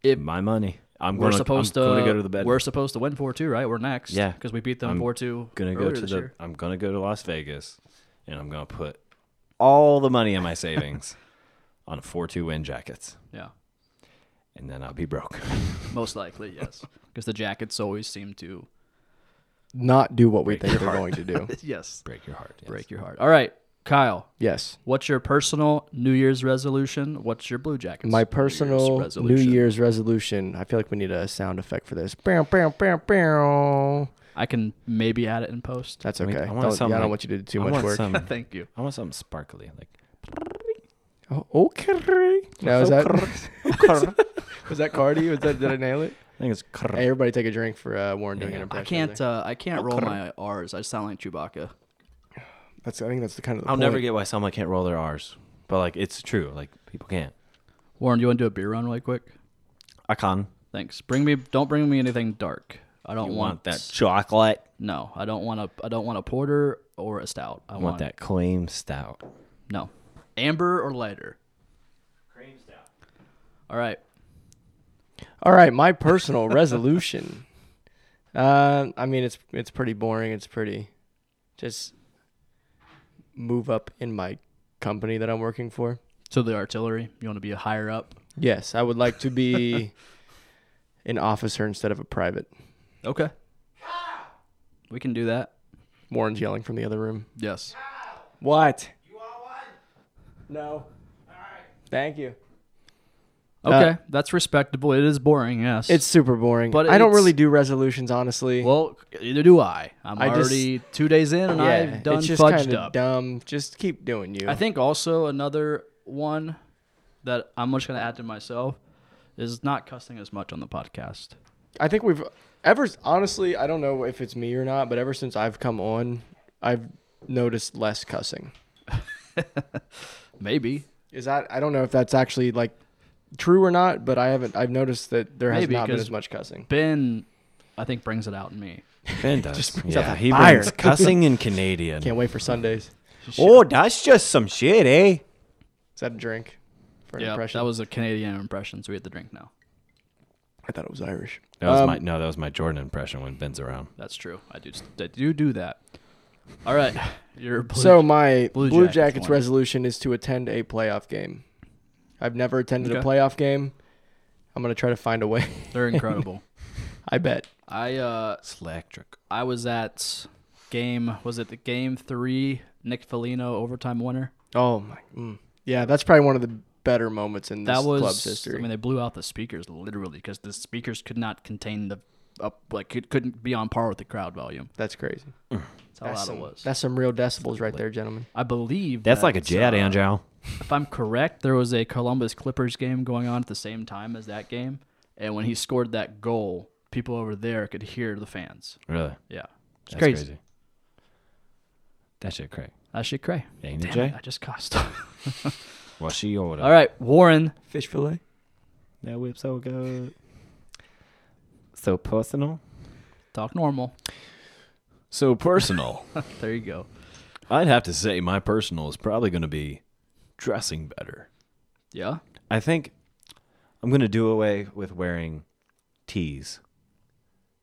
if My money. I'm we're gonna, supposed I'm to, gonna go to the bed. we're supposed to win four two right we're next Yeah. because we beat them I'm four two Oh, gonna go to this the. year. I'm gonna go to Las Vegas, and I'm gonna <laughs> put all the money in my savings on four two win jackets, yeah and then I'll be <laughs> broke. most likely yes because the Jackets always seem <laughs> to Not do what we think they're going to do. <laughs> yes Break your heart. yes. break your heart all right Kyle Yes. What's your personal New Year's resolution? What's your Blue Jackets? New My Year's personal New resolution? Year's resolution. I feel like we need a sound effect for this. Bow, bow, bow, bow. I can maybe add it in post. <laughs> That's I mean, okay. I I, want don't, something yeah, I don't like- want you to do too I much want work. some- Thank you. I want something sparkly, like <laughs> Oh, okay. Now is that <laughs> was that Cardi? Was that did I nail it? I think it's. Hey, everybody, take a drink for uh, Warren doing Yeah. an I impression. can't. there. Uh, I can't roll my R's. I sound like Chewbacca. that's. I think that's the kind of. The uh, I'll never point. get why someone can't roll their R's, but like it's true. Like people can't. Warren, you want to do a beer run really quick? I can. Thanks. Bring me. Don't bring me anything dark. I don't You want, want that chocolate? No, I don't want a. I don't want a porter or a stout. I I want that claim <laughs> stout. No, amber or lighter. Cream stout. All right. All right, my <laughs> personal resolution. Uh, I mean, it's it's pretty boring. It's pretty just move up in my company that I'm working for. So the artillery. You want to be a higher up? Yes, I would like to be an officer instead of a private. Okay. We can do that. Warren's yelling from the other room. Yes. What? You want one? No. All right. Thank you. Okay, that's respectable. It is boring, yes. Uh, It's super boring. But But I don't it's- really do resolutions, honestly. well, either do I. I'm I just- already two days in, and I've done it's just fudged kinda up. dumb. Just keep doing you. I think also another one that I'm just gonna add to myself is not cussing as much on the podcast. I think we've ever honestly, I don't know if it's me or not, but ever since I've come on, I've noticed less cussing. Maybe, Is that I don't know if that's actually like true or not, but I haven't I've noticed that there has Maybe, not been 'cause- as much cussing. Ben, I think brings it out in me. Ben does. brings out yeah, the he fire. brings cussing <laughs> in Canadian. Can't wait for Sundays. oh, that's just some shit, eh? Is that a drink? For an Yeah, impression? that was a Canadian impression, so we had to drink now. I thought it was Irish. That was Um, my no. That was my Jordan impression when Ben's around. That's true. I do. I do do that. All right, <laughs> you're blue. so my Blue Blue, Jackets Jackets, won. resolution is to attend a playoff game. I've never attended Okay. a playoff game. I'm gonna try to find a way. <laughs> <laughs> they're incredible. I bet. I uh, It's electric. I was at game. Was it the game three? Nick Felino overtime winner. Oh my. Mm. Yeah, that's probably one of the better moments in this That was club's history. I mean, they blew out the speakers literally because the speakers could not contain the up like it couldn't be on par with the crowd volume. that's crazy. That's how That's loud some, it was. that's some real decibels right there, gentlemen. I believe That's like a that, jet, uh, Angel. If I'm correct, there was a Columbus Clippers game going on at the same time as that game, and when he scored that goal, people over there could hear the fans. Really? Yeah, it's That's crazy. That shit, crazy. That shit, cray. Ain't it, Damn Jay? it, I just <laughs> cussed. All Well, she ordered. right, Warren. Fish fillet. That whip so good. So personal. Talk normal. So personal. <laughs> There you go. I'd have to say my personal is probably going to be dressing better. Yeah. I think I'm going to do away with wearing tees.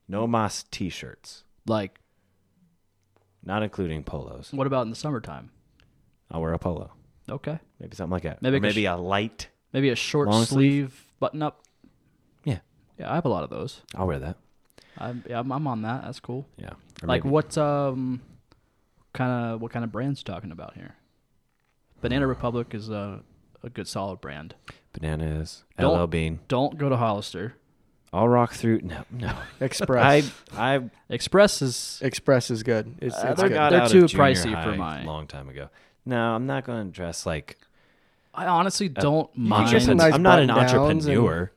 No mas t-shirts, Like, not including polos. what about in the summertime? I'll wear a polo. Okay. Maybe something like that. Maybe Maybe, I could maybe a light. Maybe a short Long sleeve, sleeve? button up. Yeah, Yeah, I have a lot of those. I'll wear that. I'm, yeah, I'm, I'm on that. That's cool. Yeah. Or Like maybe- what um kind of what kind of brands you talking about here? Banana Republic is a a good solid brand. Bananas, Don't- LL Bean. Don't go to Hollister. I'll rock through. No, no. I <laughs> Express. I Express is Express is good. It's, I it's got good. They're out of too junior pricey for high mine. Long time ago. No, I'm not going to dress like. I honestly don't I'm mind. get some not- nice I'm not an button-downs and- entrepreneur.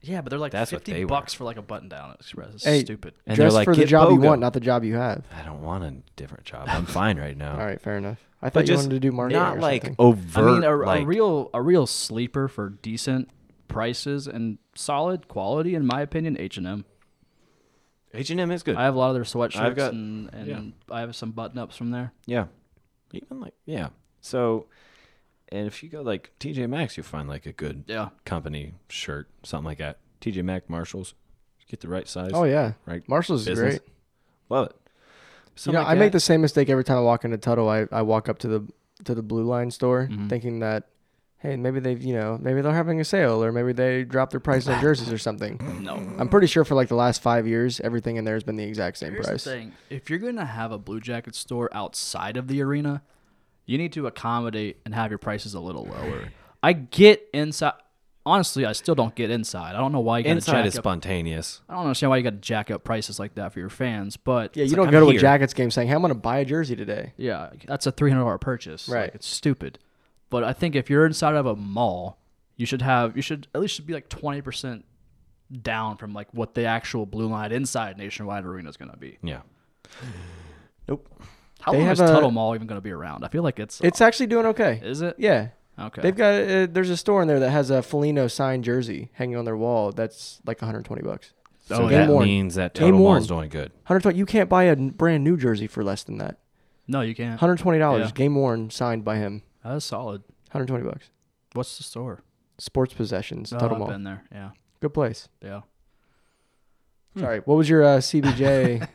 yeah, but they're like That's what fifty they were. bucks for like a button down at Express. It's Hey, stupid. And they're Dress like, for the "Get job you BOGO." want, not the job you have. I don't want a different job. I'm fine right now. Oh. All right, fair enough. I thought you wanted to do marketing. Not or like something. overt. I mean, a, a like, real a real sleeper for decent prices and solid quality, in my opinion. H and M. H and M is good. I have a lot of their sweatshirts I've got- and, and I have some button ups from there. yeah, even like yeah. So, and if you go like TJ Maxx, you'll find like a good Yeah. company shirt, something like that. TJ Maxx, Marshalls, get the right size. oh yeah, right. Marshalls is business. great. Love it. You Something know, like I make that. the same mistake every time I walk into Tuttle. I, I walk up to the to the Blue Line store, thinking that, hey, maybe they've you know maybe they're having a sale or maybe they dropped their price on jerseys or something. No. I'm pretty sure for like the last five years, everything in there has been the exact same Here's price. the thing: if you're gonna have a Blue Jacket store outside of the arena, you need to accommodate and have your prices a little lower. I get inside. Honestly, I still don't get inside. I don't know why you gotta inside jack is up. spontaneous. I don't understand why you got to jack up prices like that for your fans. But Yeah, you like, don't I'm go to here. a Jackets game saying, hey, I'm going to buy a jersey today. Yeah, that's a three hundred dollar purchase. Like, Right. it's stupid. But I think if you're inside of a mall, you should have you should at least should be like twenty percent down from like what the actual blue line inside nationwide arena is going to be. Yeah. Nope. How They long is have a- Tuttle Mall even going to be around? I feel like it's It's actually doing okay. is it? Yeah. Okay. They've got uh, there's a store in there that has a Felino signed jersey hanging on their wall. That's like 120 bucks. So Oh, that game worn. means that Game Total Mall's worn. doing good. 120. You can't buy a n- brand new jersey for less than that. no, you can't. 120 dollars Yeah. game worn signed by him. That's solid. 120 bucks. What's the store? Sports possessions. Oh, Total I've mall. been there. Yeah, Good place. yeah. Hmm. Sorry. What was your uh, <laughs> CBJ?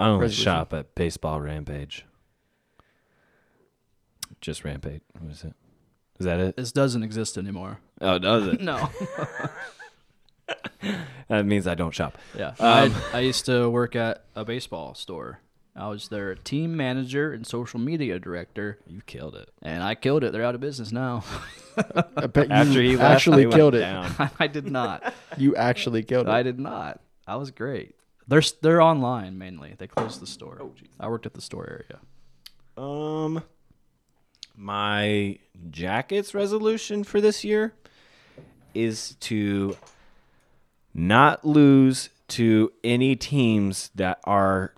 I only Resolution. shop at Baseball Rampage. Just Rampage. What is it? Is that it? This doesn't exist anymore. Oh, does it? <laughs> No. that means I don't shop. Um, yeah. I I used to work at a baseball store I was their team manager and social media director, You killed it. and I killed it. They're out of business now. <laughs> I bet After you he left, actually they went killed it. down. I did not. <laughs> You actually killed it. I did not. I was great. They're s- they're online mainly. They closed the store. Oh, I worked at the store area. Um, my jackets resolution for this year is to not lose to any teams that are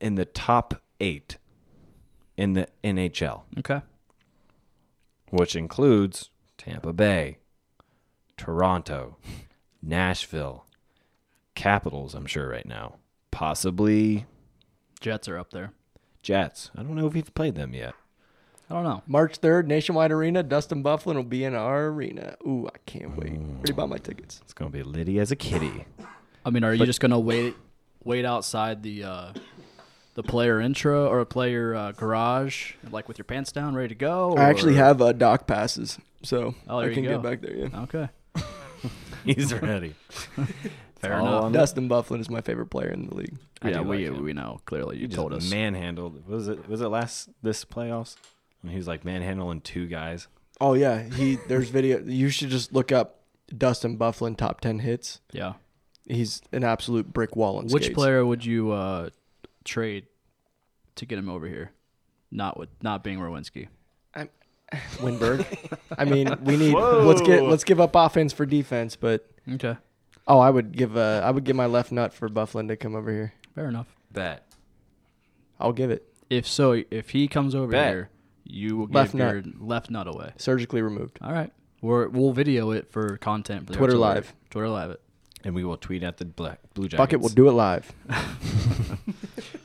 in the top eight in the NHL, Okay. which includes Tampa Bay, Toronto, Nashville, Capitals. I'm sure right now, possibly Jets are up there. Jets. I don't know if we've played them yet. I don't know. March 3rd, Nationwide Arena. Dustin Bufflin will be in our arena. Ooh, I can't wait. Already bought my tickets. It's gonna be Liddy as a kitty. I mean, are you just gonna wait wait outside the uh, the player intro or a player uh, garage, like with your pants down, ready to go? I actually or- have uh, dock passes, so Oh, there I you can go. get back there. Yeah. Okay. He's ready. Fair enough. Dustin Bufflin is my favorite player in the league. I yeah, do we like him. we know clearly. You, He told us. manhandled. what Was it was it last this playoffs? And he was like manhandling two guys. Oh yeah, he there's video. You should just look up Dustin Bufflin top 10 hits. Yeah. He's an absolute brick wall on Which skates. player would you uh, trade to get him over here? Not with not being Rowinski. Winberg. I mean, we need let's get let's give up offense for defense, but Okay. oh, I would give uh, I would give my left nut for Bufflin to come over here. Fair enough. Bet. I'll give it If so, if he comes over Bet. here, you will Left give nut. your left nut away. surgically removed. All right. We're, we'll video it for content. For the Twitter episode. Live. Twitter live it. And we will tweet at the black blue jackets. Bucket will do it live.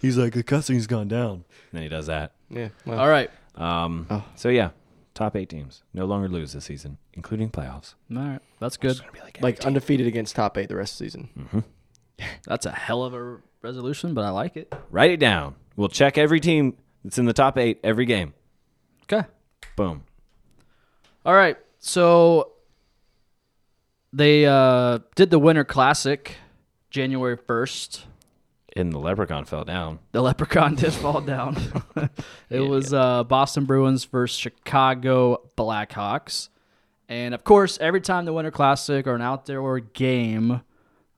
He's like the cussing's gone down. And then he does that. Yeah. Well, All right. Um. Oh. So yeah, top eight teams no longer lose this season, including playoffs. All right. Hmm. That's good. It's gonna be like, like undefeated against top eight the rest of the season. That's a hell of a resolution, but I like it. write it down. We'll check every team that's in the top eight every game. Okay. Boom. All right. So they uh, did the Winter Classic January 1st. And the leprechaun fell down. The Leprechaun <laughs> did fall down. it was uh, Boston Bruins versus Chicago Blackhawks. And of course, every time the Winter Classic or an outdoor game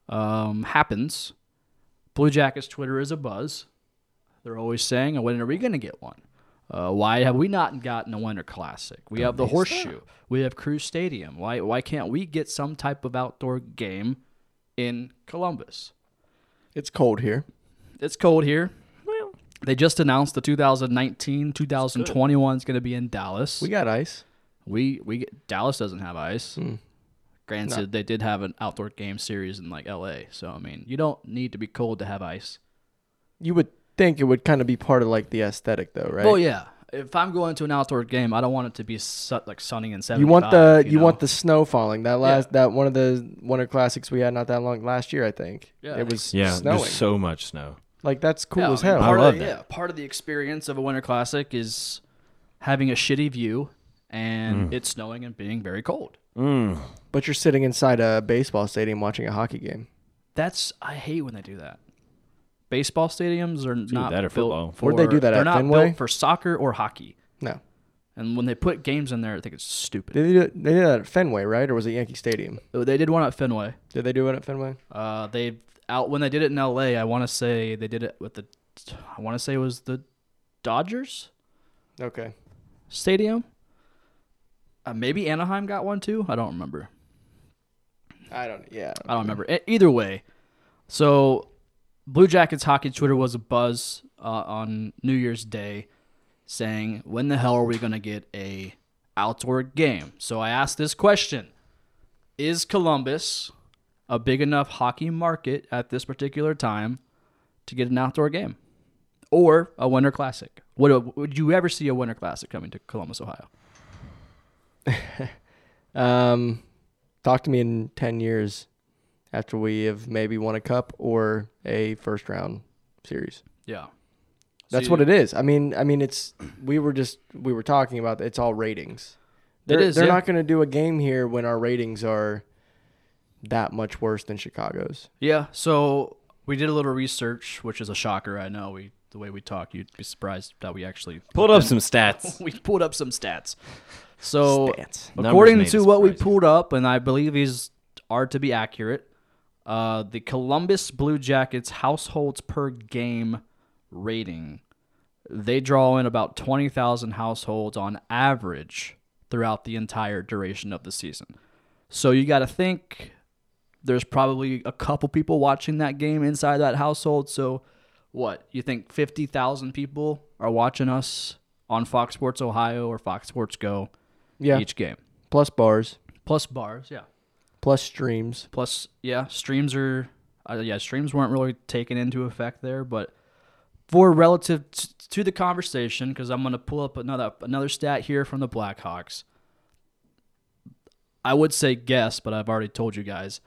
um, happens, Blue Jackets Twitter is a buzz. They're always saying, "When are we going to get one? Uh, why have we not gotten a Winter Classic? We have the Horseshoe. We have Crew Stadium. Why why can't we get some type of outdoor game in Columbus? It's cold here. It's cold here. They just announced the 2019 2021 is going to be in Dallas. We got Hmm. ice. We we Dallas doesn't have ice. Granted, they did have an outdoor game series in like L.A. So I mean, you don't need to be cold to have ice. You would think it would kind of be part of like the aesthetic though, right? Well, yeah. If I'm going to an outdoor game, I don't want it to be su- like sunny and 75. You want the you, know? want the snow falling. That last that one of the winter classics we had not that long last year, I think. Yeah, it like- was Yeah. snowing. There's so much snow. like that's cool Yeah, as I mean, hell. Part I love of, that. Yeah, part of the experience of a winter classic is having a shitty view Hmm. and it's snowing and being very cold. But you're sitting inside a baseball stadium watching a hockey game. That's I hate when they do that. Baseball stadiums are not that or built football. for. Where'd they do that They're at, not Fenway? built for soccer or hockey. No, And when they put games in there, I think it's stupid. Oh, did they do it, they did that at Fenway, right? Or was it Yankee Stadium? They did one at Fenway. Did they do it at Fenway? Uh, they out when they did it in L.A. I want to say they did it with the. I want to say it was the Dodgers Okay, Stadium. Uh, maybe Anaheim got one too. I don't remember. I don't. Yeah, I don't remember. E- Either way, so Blue Jackets hockey Twitter was a buzz uh, on New Year's Day, saying, "When the hell are we gonna get a outdoor game?" So I asked this question: Is Columbus a big enough hockey market at this particular time to get an outdoor game or a Winter Classic? Would would you ever see a Winter Classic coming to Columbus, Ohio? Um, talk to me in ten years after we have maybe won a cup or a first round series. Yeah, That's So what you- it is. I mean, I mean, it's we were just we were talking about it's all ratings. They're, is, They're yeah. not going to do a game here when our ratings are that much worse than Chicago's. Yeah, so we did a little research, which is a shocker. I know we the way we talk, you'd be surprised that we actually <laughs> Pulled up some stats. we pulled up some stats. So, Stats. according Numbers made to us what we surprising. pulled up, and I believe these are to be accurate, uh, the Columbus Blue Jackets households per game rating, they draw in about 20,000 households on average throughout the entire duration of the season. So, you got to think there's probably a couple people watching that game inside that household. So, what you think 50,000 people are watching us on Fox Sports Ohio or Fox Sports Go Yeah. each game? Plus bars, Plus bars, yeah. plus streams. Plus, yeah, streams are, uh, yeah, streams weren't really taken into effect there, but for relative t- to the conversation, because I'm gonna pull up another another stat here from the Blackhawks. I would say guess, but I've already told you guys.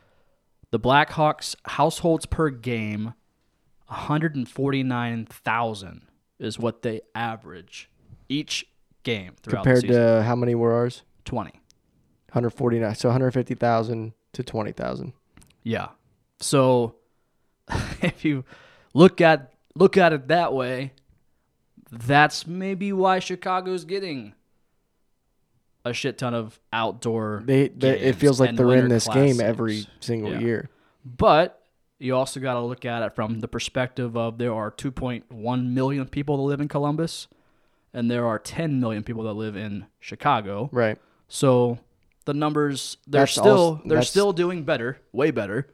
The Blackhawks households per game, 149,000 is what they average each game throughout Compared the season. to how many were ours? 20. 149. So 150,000 to 20,000. Yeah. So <laughs> if you look at look at it that way, that's maybe why Chicago's getting a shit ton of outdoor. They, they it games feels like and they're in winter this classics. game every single Yeah. year. But you also got to look at it from the perspective of there are 2.1 million people that live in Columbus, and there are 10 million people that live in Chicago. Right. So the numbers they're That's still also- they're that's- still doing better, way better.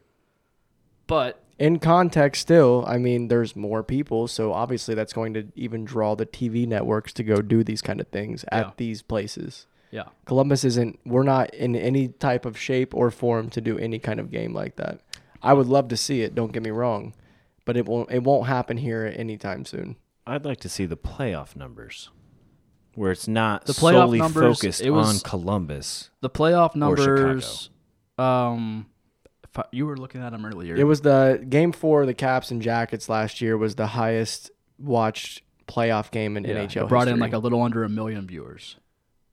But In context still, I mean there's more people, so obviously that's going to even draw the TV networks to go do these kind of things at Yeah. these places. yeah, Columbus isn't we're not in any type of shape or form to do any kind of game like that. I would love to see it, don't get me wrong, but it won't it won't happen here anytime soon. I'd like to see the playoff numbers, where it's not The playoff solely numbers, focused it was- on Columbus. the playoff Chicago. numbers. Um, if I- you were looking at them earlier. It was the game 4 the Caps and Jackets last year was the highest watched playoff game in Yeah, NHL. it brought in history. like a little under a million viewers.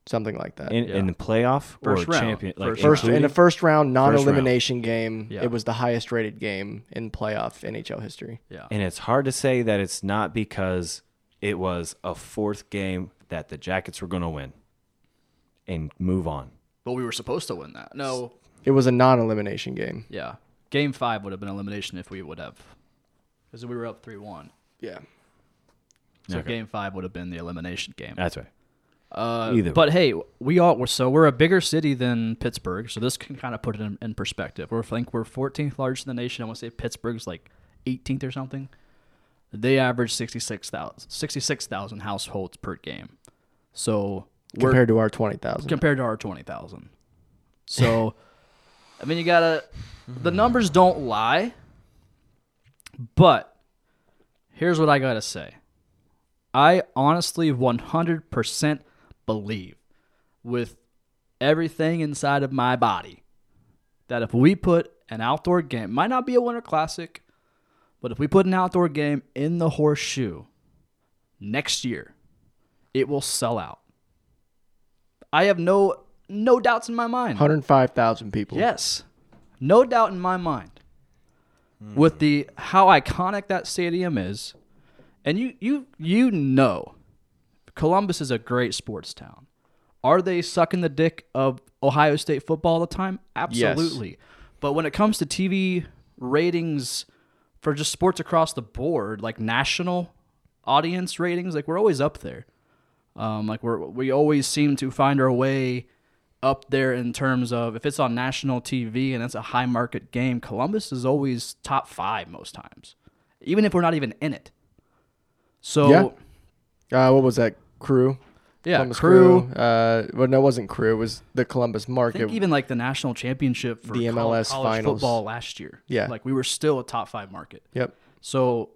something like that. In, in the playoff First or round. champion, like First- First in including- the first round non-elimination game, Yeah. it was the highest rated game in playoff NHL history. Yeah, And it's hard to say that it's not because it was a fourth game that the Jackets were going to win and move on. but we were supposed to win that. No, It was a non-elimination game. yeah, game five would have been elimination if we would have, because we were up three one. Yeah. So Okay. game five would have been the elimination game. That's right. Uh, Either but hey, we all we're, so we're a bigger city than Pittsburgh, so this can kind of put it in, in perspective. We're I think we're 14th largest in the nation. I want to say Pittsburgh's like 18th or something. They average 66,000 66,000 households per game. So we're Compared to our 20,000. compared to our 20,000. So, I mean, you gotta, the numbers don't lie, but here's what I gotta say. I honestly 100% believe with everything inside of my body that if we put an outdoor game, might not be a winter classic, but if we put an outdoor game in the horseshoe next year, it will sell out. I have no no doubts in my mind. 105,000 people. Yes. No doubt in my mind. With the how iconic that stadium is, and you you you know Columbus is a great sports town. Are they sucking the dick of Ohio State football all the time? Absolutely. But when it comes to TV ratings for just sports across the board, like national audience ratings, like we're always up there. Um, like we're we always seem to find our way up there in terms of if it's on national TV and it's a high market game, Columbus is always top five most times, even if we're not even in it. So Yeah. Uh, what was that? Crew? Yeah, Columbus Crew. Uh, well, no, it wasn't Crew. It was the Columbus I think market. even like the national championship for The col- MLS college finals. football last year. Yeah. like we were still a top five market. yep. So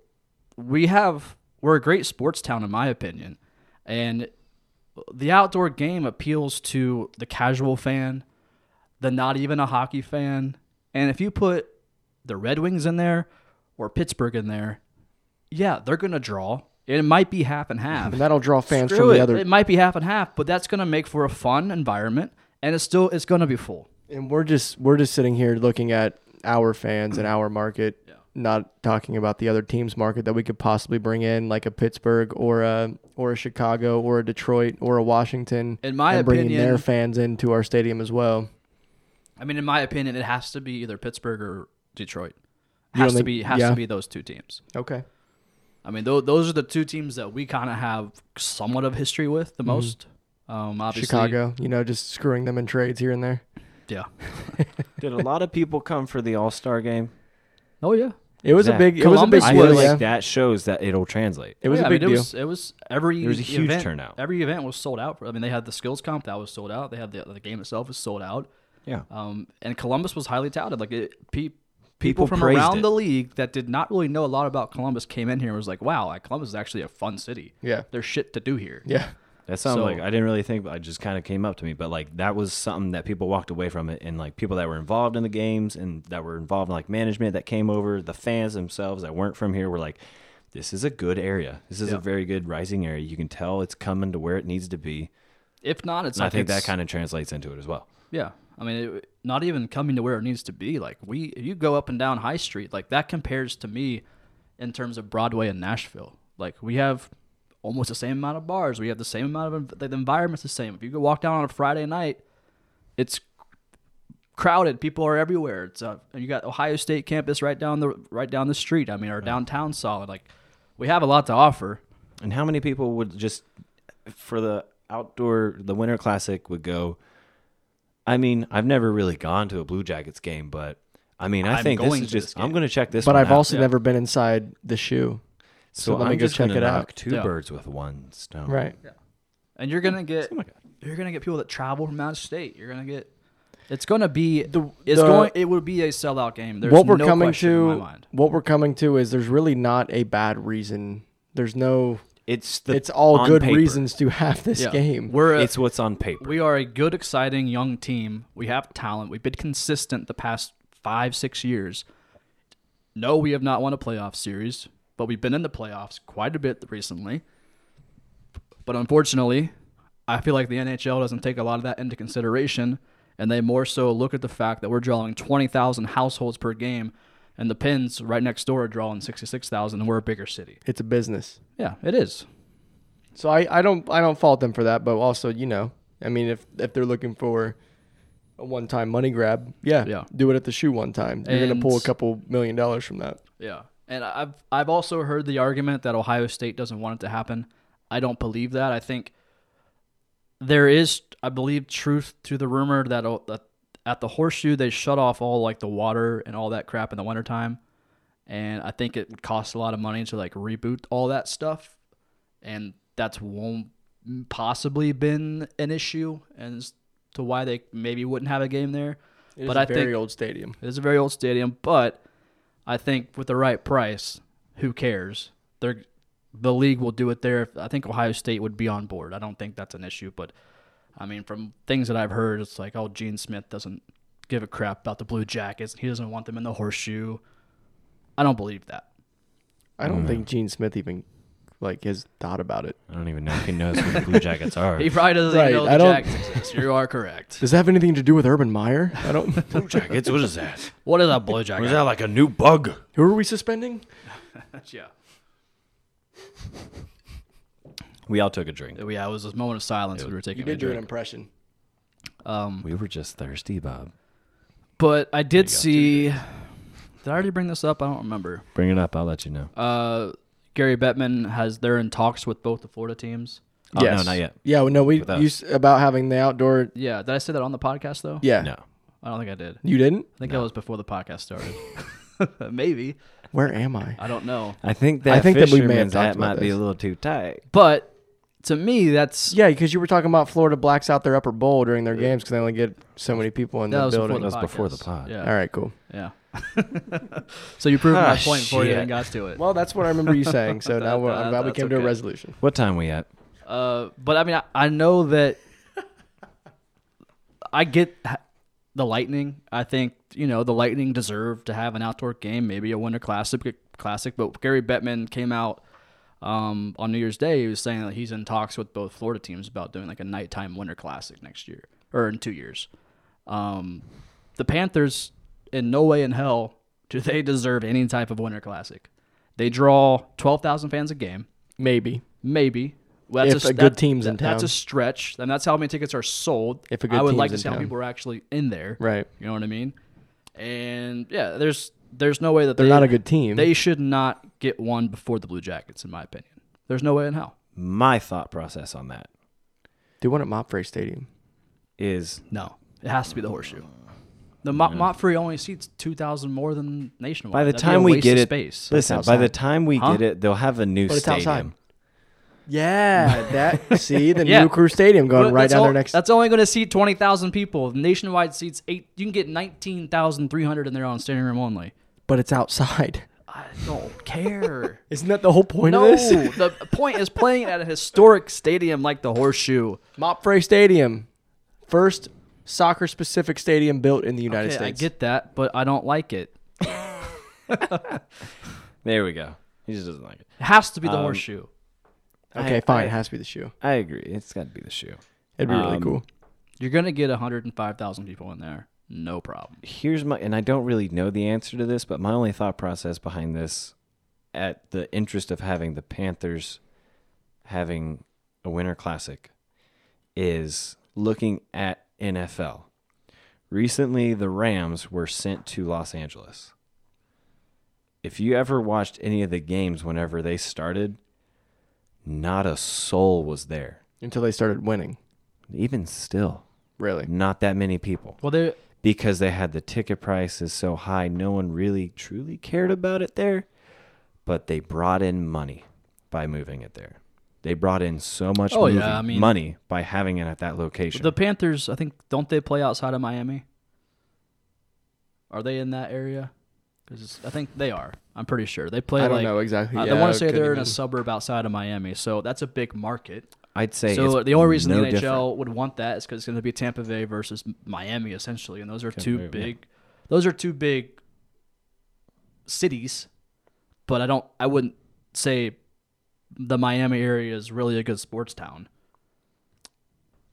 we have we're a great sports town in my opinion. And the outdoor game appeals to the casual fan, the not even a hockey fan. And if you put the Red Wings in there or Pittsburgh in there, yeah, they're going to draw. It might be half and half. And that'll draw fans Screw from it. the other It might be half and half, but that's going to make for a fun environment and it's still it's going to be full. and we're just we're just sitting here looking at our fans and our market not talking about the other teams market that we could possibly bring in, like a Pittsburgh or a or a Chicago or a Detroit or a Washington. In my and bringing opinion- their fans into our stadium as well. I mean, in my opinion, it has to be either Pittsburgh or Detroit. You don't Has to think- be has yeah. to be those two teams. Okay. I mean, tho- those are the two teams that we kind of have somewhat of history with the most. Um, obviously, Mm-hmm. Chicago, you know, just screwing them in trades here and there. Yeah. Did a lot of people come for the All Star game? Oh yeah. It was Yeah. a big it was a big Columbus I deal. feel was- yeah. like that shows that it'll translate. It was Yeah, a big I mean, deal. It was, it was every There was a huge event- turnout. Every event was sold out. I mean, they had the skills comp that was sold out. They had the, the game itself was sold out. Yeah. Um, and Columbus was highly touted. Like it, pe- People people from praised around it. the league that did not really know a lot about Columbus came in here and was like, "Wow, like, Columbus is actually a fun city. Yeah. there's shit to do here." yeah. That sounds So- like I didn't really think, but it just kind of came up to me. But like that was something that people walked away from it, and like people that were involved in the games and that were involved in like management that came over, the fans themselves that weren't from here were like, "This is a good area. This is a Yeah. very good rising area. You can tell it's coming to where it needs to be." If not, it's And I like think that it's- kind of translates into it as well. Yeah, I mean, it, not even coming to where it needs to be. Like we, if you go up and down High Street, like that compares to me in terms of Broadway and Nashville. Like we have almost the same amount of bars. We have the same amount of the environment's the same. If you go walk down on a Friday night, it's crowded. People are everywhere. It's uh, and you got Ohio State campus right down the right down the street. I mean, our downtown solid. Like we have a lot to offer. And how many people would just for the outdoor the winter classic would go? I mean, I've never really gone to a Blue Jackets game, but I mean, I I'm think this going is to just this I'm going to check this. But one I've out. also never been inside the shoe. So, So let I'm me go just check gonna it knock out. Two Yeah. birds with one stone. Right. And you're gonna get Oh my God. you're gonna get people that travel from out of state. You're gonna get it's gonna be it's the- going it would be a sellout game. There's what we're no coming question to in my mind. what we're coming to is there's really not a bad reason. There's no It's the it's all on good paper. reasons to have this Yeah. game. We're a, It's what's on paper. we are a good, exciting young team. We have talent. We've been consistent the past five, six years. No, we have not won a playoff series, but we've been in the playoffs quite a bit recently. But unfortunately, I feel like the NHL doesn't take a lot of that into consideration, and they more so look at the fact that we're drawing 20,000 households per game, and the Pins right next door are drawing 66,000, and we're a bigger city. it's a business. Yeah, it is. So I, I don't I don't fault them for that, but also, you know, I mean if if they're looking for a one time money grab, yeah, Yeah. do it at the shoe one time. You're gonna And- pull a couple million dollars from that. Yeah, and I've I've also heard the argument that Ohio State doesn't want it to happen. I don't believe that. I think there is, I believe, truth to the rumor that, oh, that at the horseshoe they shut off all like the water and all that crap in the wintertime. and I think it would cost a lot of money to like reboot all that stuff, and that's one possibly been an issue and as to why they maybe wouldn't have a game there. It's but a I very think old stadium. it's a very old stadium, but I think with the right price, who cares? They're, the league will do it there. I think Ohio State would be on board. I don't think that's an issue, but I mean, from things that I've heard, it's like, oh, Gene Smith doesn't give a crap about the Blue Jackets. and He doesn't want them in the horseshoe. I don't believe that. <laughs> I don't think Gene Smith even like has thought about it. I don't even know if he knows who the Blue Jackets <laughs> are. He probably doesn't Right, even know I the don't- Jackets exist. You are correct. <laughs> Does that have anything to do with Urban Meyer? I don't Blue Jackets. What is <laughs> that? What is a Blue Is that Jacket? like a new bug? Who are we suspending? yeah. We all took a drink. Yeah, it was a moment of silence we were taking You did a do an drink. impression. We were just thirsty, Bob. But I did see. Did I already bring this up? I don't remember. Bring it up. I'll let you know. Uh, Gary Bettman has they're in talks with both the Florida teams. Oh, no, not yet. Yeah, well, no, we With us. you s about having the outdoor. Yeah, did I say that on the podcast though? Yeah, No. I don't think I did. I you didn't. think that was before the podcast started. <laughs> <laughs> Maybe Where am I? I don't know, I think that I think think that we may have fisherman's talked hat about might be this. a little too tight. but to me that's Yeah, because you were talking about Florida blacks out their upper bowl during their games because they only get so many people in that was the before building. the, That was before the podcast. pod. Yeah, All right, cool. yeah. <laughs> so you proved Ah, my point before you shit. even got to it. Well, that's what I remember you <laughs> saying. So now we're, I'm that- glad we that's came to a okay. resolution. What time we at? Uh, but I mean, I, I know that I get ha- the Lightning. I think you know the Lightning deserve to have an outdoor game, maybe a Winter Classic. uh, Classic, but Gary Bettman came out um, on New Year's Day. He was saying that he's in talks with both Florida teams about doing like a nighttime Winter Classic next year or in two years. Um, the Panthers, in no way in hell, Do they deserve any type of Winter Classic? They draw 12,000 fans a game, Maybe. maybe. Well, that's If a s- good team's in That's a town. stretch, and that's how many tickets are sold. If a good I would team's like to in see how town. people are actually in there. Right. You know what I mean? And yeah, there's there's no way that They're they- not a good team. They should not get one before the Blue Jackets, in my opinion. There's no way in hell. My thought process on that They won at Mopfrey Stadium. is No, it has to be the horseshoe. The Mo- Montfree only seats two thousand more than nationwide. by the That'd be a time we waste get of it, space. listen. By outside. the time we Huh? get it, they'll have a new But it's outside. stadium. Yeah, <laughs> that see the Yeah. new Crew Stadium going But right that's down all- there next. That's only going to seat twenty thousand people. Nationwide seats eight. You can get nineteen thousand three hundred in there on standing room only. but it's outside. I don't <laughs> care. <laughs> Isn't that the whole point no, of this? <laughs> the point is playing at a historic stadium like the Horseshoe. Mopfrey Stadium, first soccer-specific stadium built in the United Okay, I States. get that, but I don't like it. There we go. He just doesn't like it. It has to be the Horseshoe. okay, I- fine. I- it has to be the shoe. I agree. It's got to be the shoe. It'd be really Um, cool. You're going to get one hundred and five thousand people in there. No problem. here's my and I don't really know the answer to this, but my only thought process behind this at the interest of having the Panthers having a winter classic is looking at NFL. Recently the Rams were sent to Los Angeles. If you ever watched any of the games whenever they started, not a soul was there. Until they started winning, Even still, really. Mm. not that many people Well, they because they had the ticket prices so high, no one really truly cared about it there. But they brought in money by moving it there. They brought in so much Oh, yeah, movie- I mean- money by having it at that location. The Panthers, I think, don't they play outside of Miami? Are they in that area? Because I think they are. I'm pretty sure they play. I don't like, know exactly. I Yeah, want I to say couldn't they're in a even- suburb outside of Miami, so that's a big market. I'd say so it's the only reason no the NHL different. would want that is because it's going to be Tampa Bay versus Miami, essentially, and those are two Bay, yeah. big. Those are two big cities, but I don't. I wouldn't say the Miami area is really a good sports town.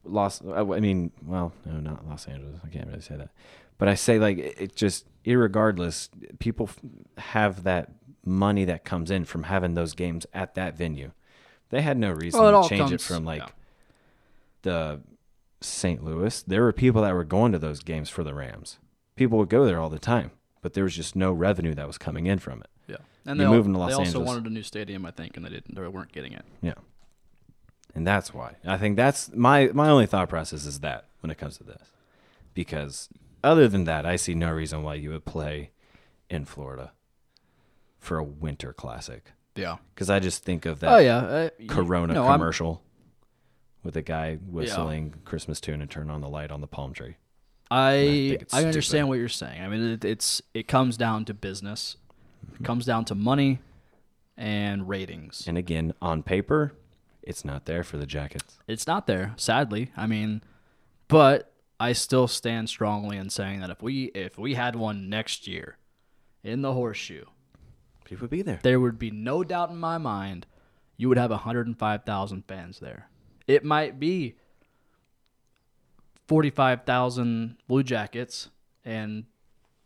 Los. uh, I I mean, well, no, not Los Angeles. I can't really say that, but I say like it it just, irregardless, people f- have that money that comes in from having those games at that venue. They had no reason Well, it all to change it comes- from like yeah. the St. Louis. There were people that were going to those games for the Rams. People would go there all the time, but there was just no revenue that was coming in from it. Yeah, and You they, al- move 'em to Los they also Angeles. wanted a new stadium, I think, and they didn't. They weren't getting it. Yeah. And that's why. I think that's my my only thought process is that when it comes to this. Because other than that, I see no reason why you would play in Florida for a winter classic. Yeah. Cuz I just think of that Oh yeah. Uh, y- Corona no, I'm- commercial with a guy whistling Christmas tune and turn on the light on the palm tree. I think it's I understand stupid. what you're saying. I mean, it, it's it comes down to business, Mm-hmm. it comes down to money, and ratings. And again, on paper, it's not there for the Jackets. It's not there, sadly. I mean, but I still stand strongly in saying that if we if we had one next year, in the horseshoe, People be there. there would be no doubt in my mind you would have 105,000 fans there. It might be 45,000 Blue Jackets and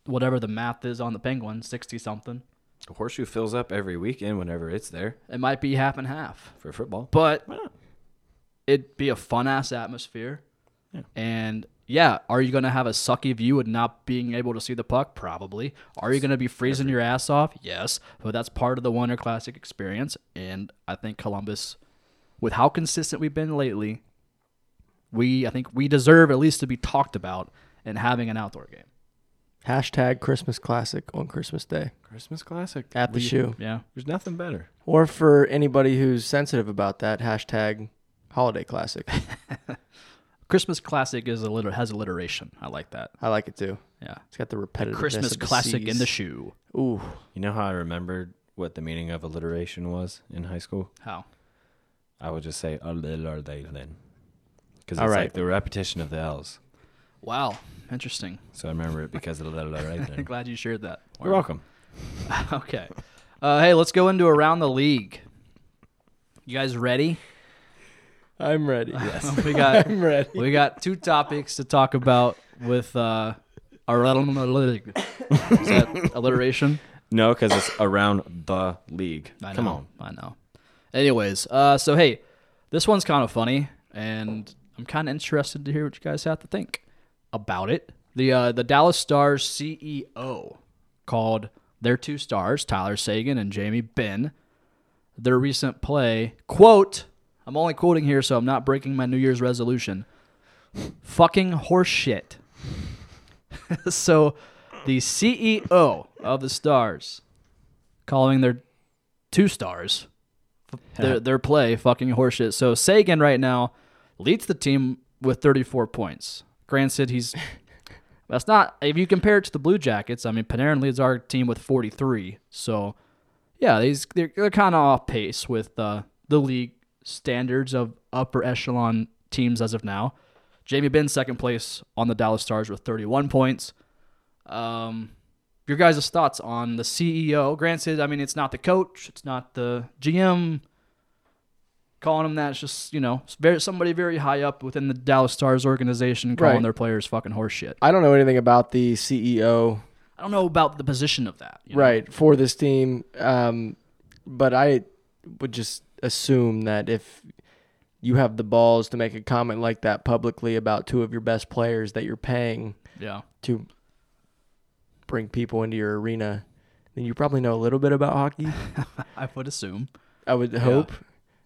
whatever the math is on the Penguins, 60 something. The horseshoe fills up every weekend whenever it's there It might be half and half. for football. But Why not? it'd be a fun ass atmosphere. And yeah, are you going to have a sucky view and not being able to see the puck? Probably. Are you going to be freezing your ass off? Yes. But that's part of the Winter Classic experience. And I think Columbus, with how consistent we've been lately, we I think we deserve at least to be talked about and having an outdoor game. Hashtag Christmas Classic on Christmas Day Christmas classic. at the shoe, Yeah. There's nothing better. or for anybody who's sensitive about that, hashtag Holiday Classic. Christmas Classic is a little has alliteration. I like that. I like it too. Yeah. It's got the repetitive Christmas Classic in the shoe. Ooh, You know how I remembered what the meaning of alliteration was in high school? How? I would just say alliteration. Because it's All like right. the repetition of the L's. Wow. Interesting. So I remember it because of alliteration. <laughs> Glad you shared that. You're welcome. <laughs> Okay. Uh, hey, let's go into around the league. You guys ready? I'm <laughs> ready. Yes, We got I'm ready. we got two topics to talk about with uh, Arrelmelig. Is that alliteration? No, because it's around the league. I Come on. know, I know. Anyways, uh, so hey, this one's kind of funny, and I'm kind of interested to hear what you guys have to think about it. The uh, the Dallas Stars CEO called their two stars, Tyler Sagan and Jamie Benn, their recent play quote. I'm only quoting here, so I'm not breaking my New Year's resolution. Fucking horseshit. <laughs> so, the CEO of the Stars calling their two stars. Their, their play fucking horseshit. So Sagan right now leads the team with 34 points. Granted, he's that's not if you compare it to the Blue Jackets. I mean, Panarin leads our team with 43. So yeah, these they're, they're kind of off pace with uh, the league standards of upper echelon teams as of now. Jamie Benn second place on the Dallas Stars with 31 points. Um, your guys' thoughts on the CEO. Granted, I mean it's not the coach, it's not the GM. Calling him that, it's just you know it's very, somebody very high up within the Dallas Stars organization calling Right. their players fucking horseshit. I don't know anything about the CEO I don't know about the position of that. you know? right for this team, um, but I would just assume that if you have the balls to make a comment like that publicly about two of your best players that you're paying Yeah. to bring people into your arena, then you probably know a little bit about hockey. I would assume. I would hope.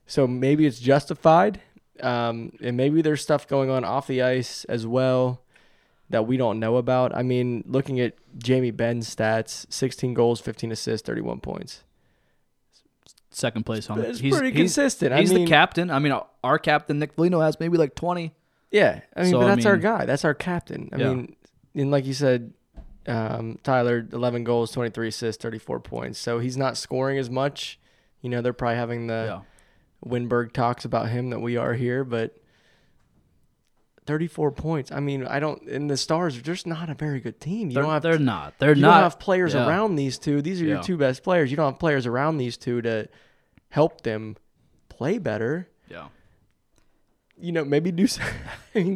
So maybe it's justified, um, and maybe there's stuff going on off the ice as well that we don't know about. I mean, looking at Jamie Ben's stats: 16 goals, 15 assists, 31 points. Second place on It's pretty consistent. I He's mean- the captain. I mean, our captain Nick Foligno has maybe like twenty. Yeah, I mean, So, but I that's our mean- guy. That's our captain. I Yeah. mean, and like you said, um, Tyler, 11 goals, 23 assists, 34 points. So he's not scoring as much. You know, they're probably having the. yeah. Winberg talks about him that we are here, but 34 points. I mean, I don't, and the Stars are just not a very good team. You They're, don't have, they're you not. They're not. don't have players yeah. around these two. These are Yeah. your two best players. You don't have players around these two to help them play better. Yeah. You know, maybe do <laughs> some,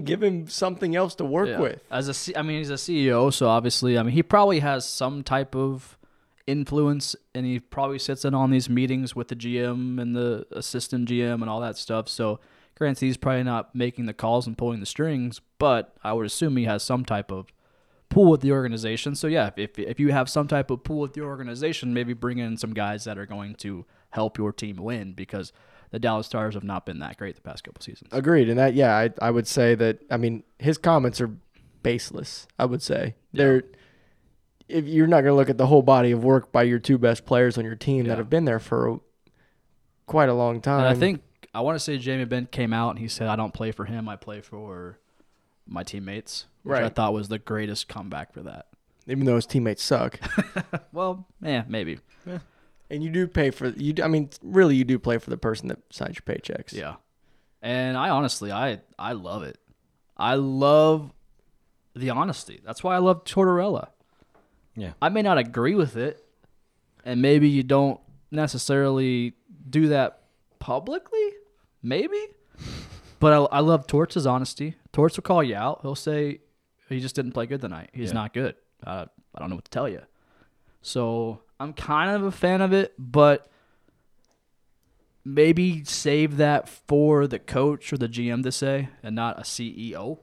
give him something else to work Yeah. with. As a, C- I mean, he's a CEO, so obviously, I mean, he probably has some type of influence, and he probably sits in on these meetings with the GM and the assistant GM and all that stuff. So, granted, he's probably not making the calls and pulling the strings, but I would assume he has some type of pool with the organization. So, yeah, if if you have some type of pool with your organization, maybe bring in some guys that are going to help your team win because the Dallas Stars have not been that great the past couple seasons. Agreed. And that, yeah, I, I would say that, I mean, his comments are baseless, I would say. They're, if you're not going to look at the whole body of work by your two best players on your team Yeah. that have been there for a, quite a long time. And I think I want to say Jamie Benn came out and he said, "I don't play for him. I play for my teammates," which I Right. thought was the greatest comeback for that. even though his <laughs> teammates suck, Well, yeah, maybe. and you do pay for you. do- I mean, really, you do play for the person that signs your paychecks. Yeah. And I honestly, I I love it. I love the honesty. That's why I love Tortorella. Yeah. I may not agree with it, and maybe you don't necessarily do that publicly. Maybe, but I, I love Torts' honesty. Torts will call you out. He'll say he just didn't play good tonight. He's not good. Uh, I don't know what to tell you. So I'm kind of a fan of it, but maybe save that for the coach or the GM to say, and not a E CEO.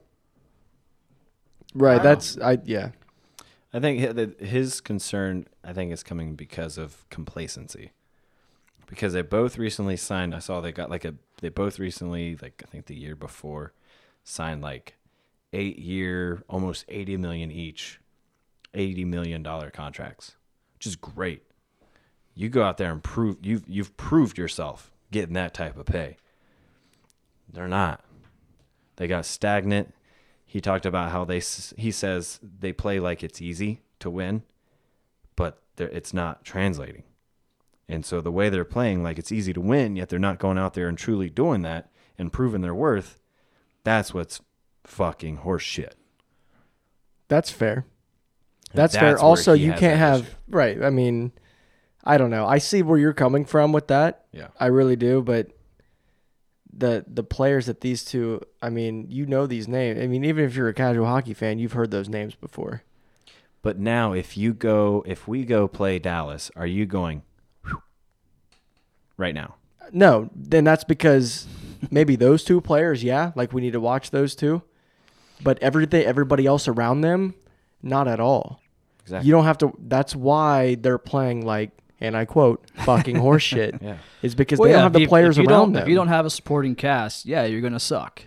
right. that's I. Yeah, I think hi- that his concern, I think, is coming because of complacency. Because they both recently signed. I saw they got like a. They both recently, like I think the year before, signed like eight year, almost eighty million each, eighty million dollar contracts, which is great. You go out there and prove you've you've proved yourself getting that type of pay. They're not. They got stagnant. He talked about how they s- he says they play like it's easy to win, but they're- it's not translating. And so the way they're playing like it's easy to win, yet they're not going out there and truly doing that and proving their worth. That's what's fucking horseshit. that's fair. And That's, fair. where Also, he you has can't that have issue. right. I mean, I don't know. I see where you're coming from with that. Yeah. I really do, but the the players that these two, I mean, you know these names. I mean, even if you're a casual hockey fan, you've heard those names before. But now, if you go, if we go play Dallas, are you going whew, right now? No, then <laughs> that's because maybe those two players, yeah, like we need to watch those two. But everything everybody else around them, not at all. Exactly. You don't have to that's why they're playing like and I quote, fucking <laughs> horseshit. Yeah. Is because Well, they yeah, don't have if the you- players if you around don't- them. If you don't have a supporting cast, yeah, you're gonna suck.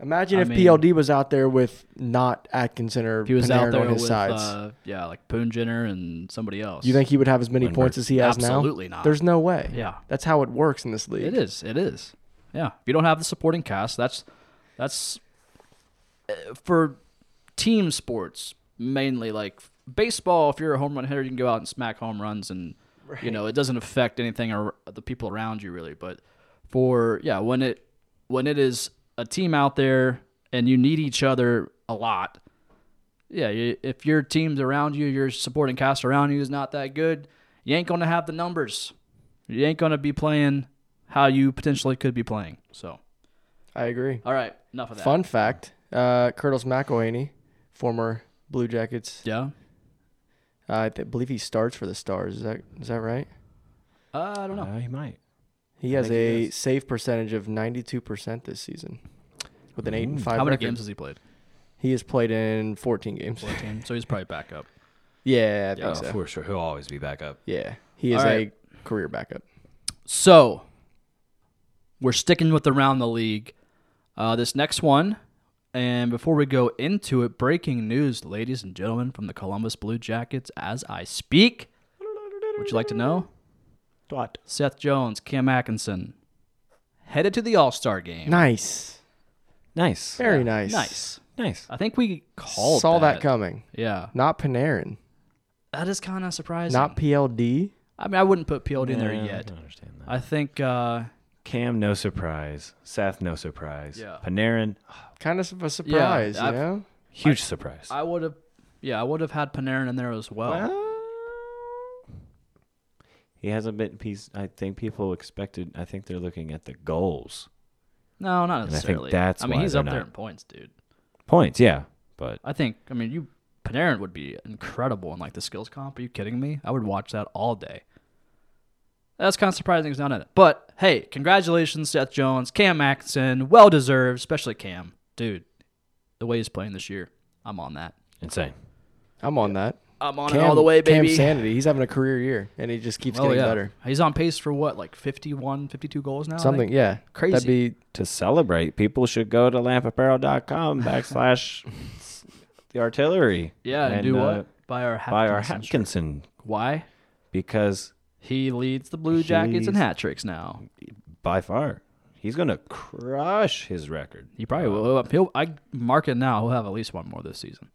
Imagine I if mean- PLD was out there with not Atkinson or If he was Panarin out there on his with, sides. uh, yeah, like Poonjinner and somebody else. you think he would have as many Lindbergh. points as he has now? Absolutely not. There's no way. Yeah. That's how it works in this league. it is? It is. Yeah. If you don't have the supporting cast, that's that's uh, for team sports mainly. Like baseball, if you're a home run hitter, you can go out and smack home runs, and you know it doesn't affect anything or the people around you really. But for yeah, when it when it is a team out there and you need each other a lot, yeah, you, if your team's around you, your supporting cast around you is not that good, you ain't going to have the numbers. You ain't going to be playing how you potentially could be playing. So, I agree. all right, enough of that. Fun fact, uh, Curtis McElhaney, former Blue Jackets. Yeah. Uh, I th- believe he starts for the Stars. Is that is that right? Uh, I don't know. Uh, he might. He has think a he save percentage of 92% this season with an 8 and 5 How many record. games has he played? He has played in 14 games. 14. So he's probably back up. <laughs> Yeah, I think Oh, so. for sure. He'll always be back up. Yeah. He is All right. a career backup. So, we're sticking with around the league. Uh, this next one, and before we go into it, breaking news, ladies and gentlemen, from the Columbus Blue Jackets as I speak. Would you like to know? What? Seth Jones, Cam Atkinson, headed to the All Star game. Nice. Nice. Very nice. Nice. Nice. I think we called Saw that. coming. Yeah, Not Panarin. that is kind of surprising. Not PLD. I mean, I wouldn't put PLD in there Yeah, yet. I understand that. I think. Uh, Cam, no surprise. Seth, no surprise. Yeah. Panarin, Kind of a surprise, you I've- know? huge surprise. I would have. Yeah, I would have had Panarin in there as well. he hasn't been. He's. I think people expected. I think they're looking at the goals, No, not think necessarily. that's I mean, why he's they're up there not- in points, dude. points. Yeah, but I think. I mean, you Panarin would be incredible in like the skills comp. Are you kidding me? I would watch that all day. That's kind of surprising he's not in it. But hey, congratulations, Seth Jones, Cam Atkinson, well deserved, especially Cam, dude. The way he's playing this year, I'm on that. insane. I'm on that. I'm on it all the way, baby. Cam Sanity. He's having a career year, and he just keeps Oh, getting yeah. better. He's on pace for what, like 51, 52 goals now? I Something, think? yeah. That'd Crazy. be To celebrate, people should go to <laughs> lampapparel.com backslash the artillery. Yeah, and, do uh, what? Buy our hat. Buy our hat. Hatkinson Why? because He leads the Blue Jackets in leads- hat tricks now. by far he's gonna crush his record. He probably will. He'll, I mark it now. He'll have at least one more this season.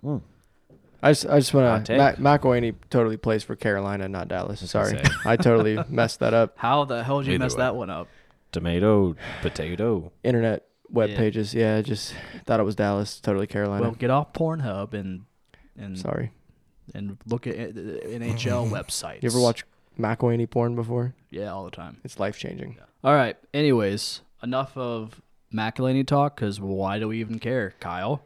I just, I just want Hot to. take. Ma- McElhaney totally plays for Carolina, not Dallas. Sorry, say. <laughs> I totally messed that up. How the hell did you Either mess way. that one up? Tomato, potato. Internet web Yeah. pages. Yeah, I just thought it was Dallas. Totally Carolina. Well, get off Pornhub and and Sorry. and look at uh, the <laughs> NHL websites. You ever watch McElhaney porn before? Yeah, all the time. It's life changing. All right. Anyways, enough of McElhaney talk. Because why do we even care, Kyle?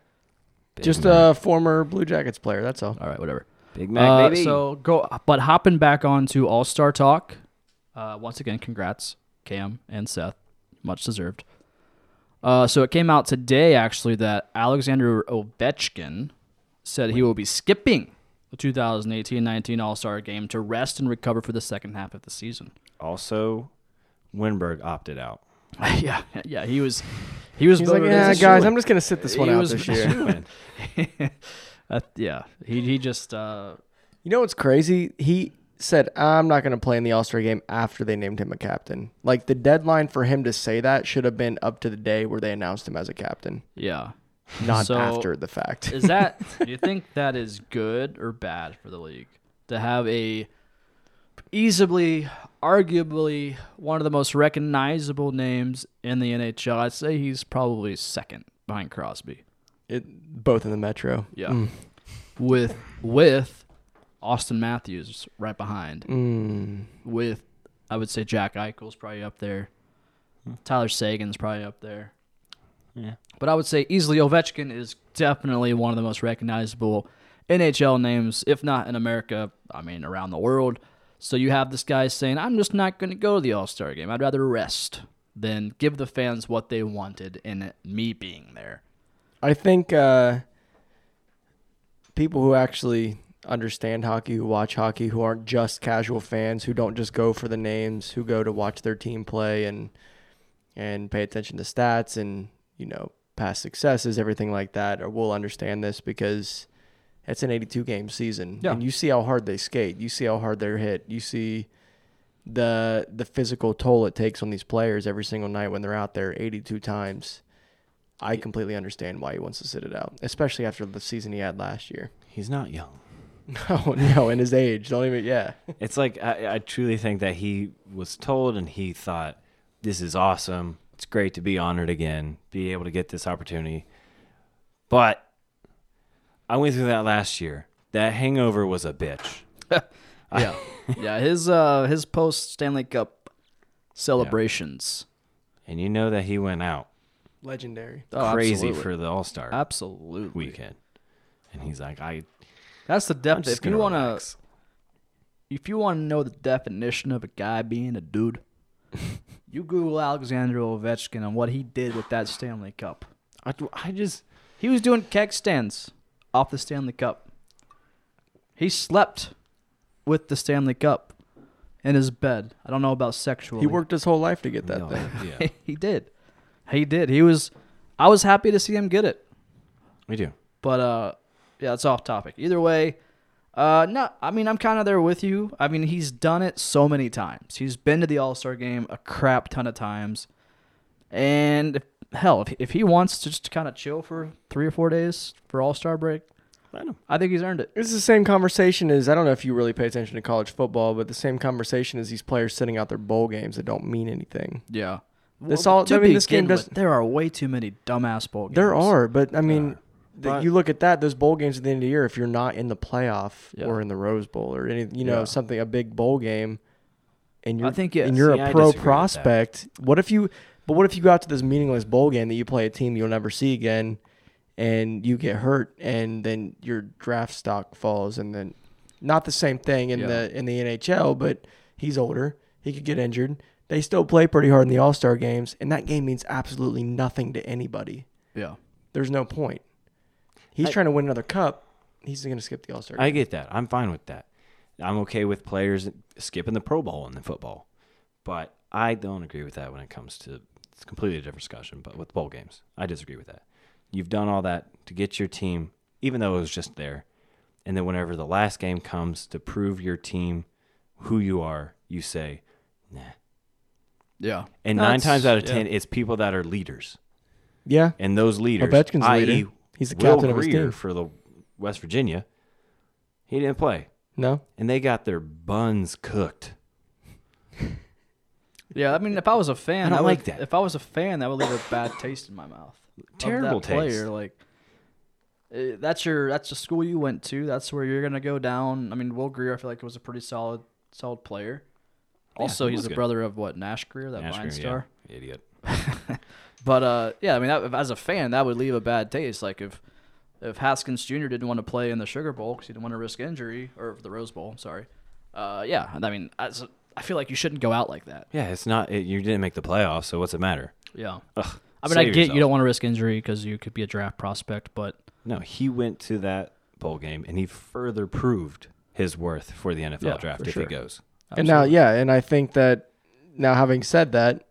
Just a former Blue Jackets player. That's all. All right, whatever. Big Mac, Uh, E. baby. So go, but hopping back on to All Star Talk. Uh, once again, congrats, Cam and Seth, much deserved. Uh, so it came out today actually that Alexander Ovechkin said he will be skipping the 2018-19 All Star game to rest and recover for the second half of the <laughs> season. also, Winberg opted out. yeah, <laughs> yeah, he was, he was. He's like, voted yeah, as a guys, shoo-in." I'm just gonna sit this one He out was- this year. <laughs> Uh, yeah, he he just uh, you know what's crazy? He said, "I'm not gonna play in the All Star game." After they named him a captain, like the deadline for him to say that should have been up to the day where they announced him as a captain, yeah. not So- after the <laughs> fact. Is that do you think that is good or bad for the league to have a easily, arguably one of the most recognizable names in the NHL? I'd say he's probably second behind Crosby. It, both in the Metro. Yeah, with with Austin Matthews right behind. With I would say Jack Eichel's probably up there. Tyler Sagan's probably up there. Yeah. But I would say easily Ovechkin is definitely one of the most recognizable NHL names, if not in America, I mean around the world. So you have this guy saying, "I'm just not going to go to the All Star game. I'd rather rest than give the fans what they wanted in me being there." I think uh, people who actually understand hockey, who watch hockey, who aren't just casual fans, who don't just go for the names, who go to watch their team play and and pay attention to stats and you know past successes, everything like that, or will understand this because it's an 82 game season, Yeah. and you see how hard they skate, you see how hard they're hit, you see the the physical toll it takes on these players every single night when they're out there 82 times. I completely understand why he wants to sit it out, especially after the season he had last year. <laughs> He's not young. No, no, and his age. Don't even. Yeah, It's like I, I truly think that he was told and he thought, "This is awesome. It's great to be honored again, be able to get this opportunity." But I went through that last year. That hangover was a bitch. Yeah, yeah. His uh, his post Stanley Cup celebrations. And you know that he went out legendary. Oh, crazy absolutely. for the All Star absolutely weekend. And he's like, I That's the I'm depth. just If you gonna want to, relax. if you want to know the definition of a guy being a dude, you Google Alexander Ovechkin and what he did with that Stanley Cup. I, I just He was doing keg stands off the Stanley Cup. He slept with the Stanley Cup in his bed. I don't know about sexually. He worked his whole life to get that no <laughs> thing. idea. <laughs> he did. He did. He was. I was happy to see him get it. we <laughs> do. But uh, yeah, it's off topic. Either way, uh, no, I mean I'm kind of there with you. I mean he's done it so many times. He's been to the All Star game a crap ton of times, and if, hell, if, if he wants to just kind of chill for three or four days for All Star break, I know. I think he's earned it. It's the same conversation as I don't know if you really pay attention to college football, but the same conversation as these players sitting out their bowl games that don't mean anything. Yeah. This all- I mean, this game doesn't- There are way too many dumbass bowl games. There are, but I mean, th- But- you look at that. Those bowl games at the end of the year, if you're not in the playoff Yeah. or in the Rose Bowl or any, you know, Yeah. something a big bowl game, and you're think, yes. and you're See, a I pro disagree with that. prospect. What if you? But what if you go out to this meaningless bowl game that you play a team you'll never see again, and you get hurt, and then your draft stock falls, and then not the same thing in Yeah. the in the NHL, but he's older. He could get injured. They still play pretty hard in the All Star games, and that game means absolutely nothing to anybody Yeah. there's no point. He's trying to win another cup. He's going to skip the All Star. I get that. I'm fine with that. I'm okay with players skipping the Pro Bowl in the football, but I don't agree with that when it comes to it's completely a different discussion. But with bowl games, I disagree with that. You've done all that to get your team, even though it was just there, and then whenever the last game comes to prove your team who you are, you say, "Nah." Yeah. And No, nine it's- times out of yeah. ten, it's people that are leaders, Yeah, and those leaders, Ovechkin's Oh, a i.e., leader. He's the Will captain of his Greer team. for the West Virginia. He didn't play no. and they got their buns cooked. Yeah, I mean, if I was a fan, I don't would- like that. If I was a fan, that would leave a bad taste in my mouth. Of Terrible that taste. Player, like eh, that's your that's the school you went to. That's where you're gonna go down. I mean, Will Greer, I feel like was a pretty solid solid player. Also, he he's was the good. brother of what Nash Greer, that Nash Lion Green, star. yeah, idiot. But uh, yeah, I mean, that, as a fan, that would leave a bad taste. Like if if Haskins Jr. didn't want to play in the Sugar Bowl because he didn't want to risk injury, or the Rose Bowl, sorry. Uh, yeah, I mean, as a, I feel like you shouldn't go out like that. Yeah, it's not. It, you didn't make the playoffs, so what's it matter? Yeah. Ugh, I mean, I save get yourself. you don't want to risk injury because you could be a draft prospect, but No, he went to that bowl game and he further proved his worth for the NFL Yeah, draft for if sure. he goes. And now, yeah, and I think that now, having said that,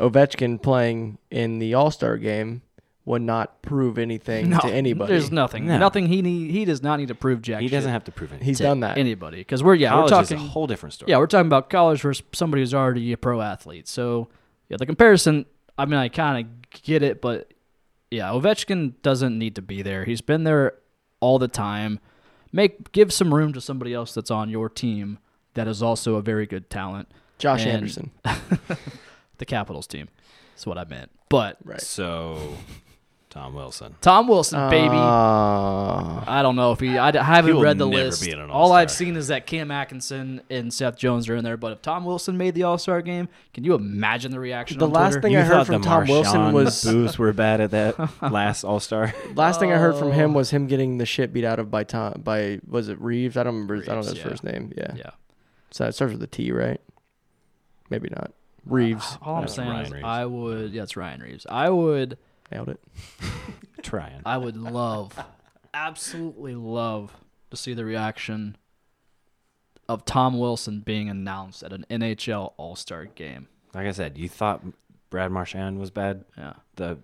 Ovechkin playing in the All Star game would not prove anything to anybody. there's nothing, No. nothing he need, he does not need to prove jack. He doesn't shit have to prove anything. He's done that. to anybody because we're yeah College we're talking is a whole different story. yeah we're talking about college versus somebody who's already a pro athlete. So yeah, the comparison. I mean, I kind of get it, but yeah, Ovechkin doesn't need to be there. He's been there all the time. Make give some room to somebody else that's on your team that is also a very good talent. Josh And- <laughs> Anderson. The Capitals team. That's what I meant. But Right. So, Tom Wilson. Tom Wilson, baby. Uh, I don't know if he. I, d- I haven't He will read the never list. be an All All-Star. I've seen is that Cam Atkinson and Seth Jones are in there. But if Tom Wilson made the All Star game, can you imagine the reaction? The on last Twitter? thing I heard from Tom Wilson was- <laughs> Booths were bad at <laughs> that last All Star. last thing I heard from Oh. him was him getting the shit beat out of by Tom by was it Reeves? I don't remember. I don't know his Reeves, yeah. first name. Yeah. Yeah. So it starts with a T, right? Maybe not. Reeves All I'm That's saying Ryan is, Reeves. I would. Yeah, it's Ryan Reeves. I would. nailed it. Trying. I would love, absolutely love to see the reaction of Tom Wilson being announced at an NHL All Star game. Like I said, you thought Brad Marchand was bad. Yeah. The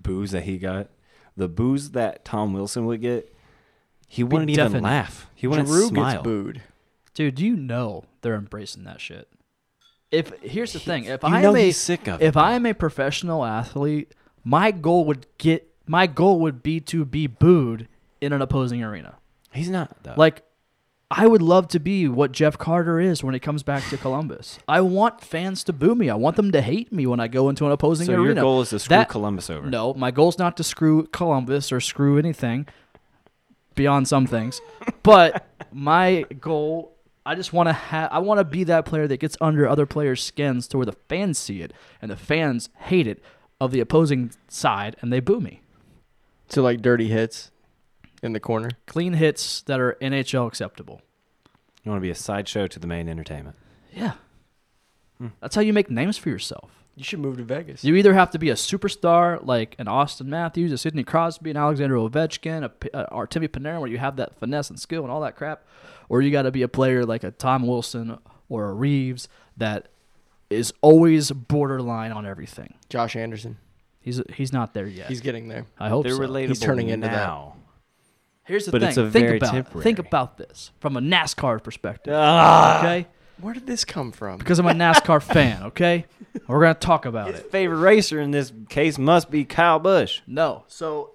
booze that he got, the booze that Tom Wilson would get, he wouldn't even deafened. laugh. He wouldn't Drew smile. gets booed. Dude, do you know they're embracing that shit? If here's the thing, if you I know am a he's sick of it, if I am a professional athlete, my goal would get my goal would be to be booed in an opposing arena. He's not though. Like I would love to be what Jeff Carter is when it comes back to Columbus. I want fans to boo me. I want them to hate me when I go into an opposing so arena. your goal is to screw That- Columbus over. No, my goal's not to screw Columbus or screw anything beyond some things. But my goal, I just want to have, I want to be that player that gets under other players' skins to where the fans see it and the fans hate it of the opposing side and they boo me. So like dirty hits in the corner. Clean hits that are NHL acceptable. You want to be a sideshow to the main entertainment. Yeah. That's how you make names for yourself. You should move to Vegas. You either have to be a superstar like an Austin Matthews, a Sidney Crosby, an Alexander Ovechkin, a, P- a, or Timmy Panera, where you have that finesse and skill and all that crap, or you got to be a player like a Tom Wilson or a Reeves that is always borderline on everything. Josh Anderson. He's he's not there yet. He's getting there. I hope They're so. relatable. He's turning into that. now. Here's the but thing. it's a think very about temporary- Ah. think about this from a NASCAR perspective. okay, Where did this come from? because I'm a NASCAR <laughs> fan. Okay, we're gonna talk about it. Favorite racer in this case must be Kyle Busch. No. So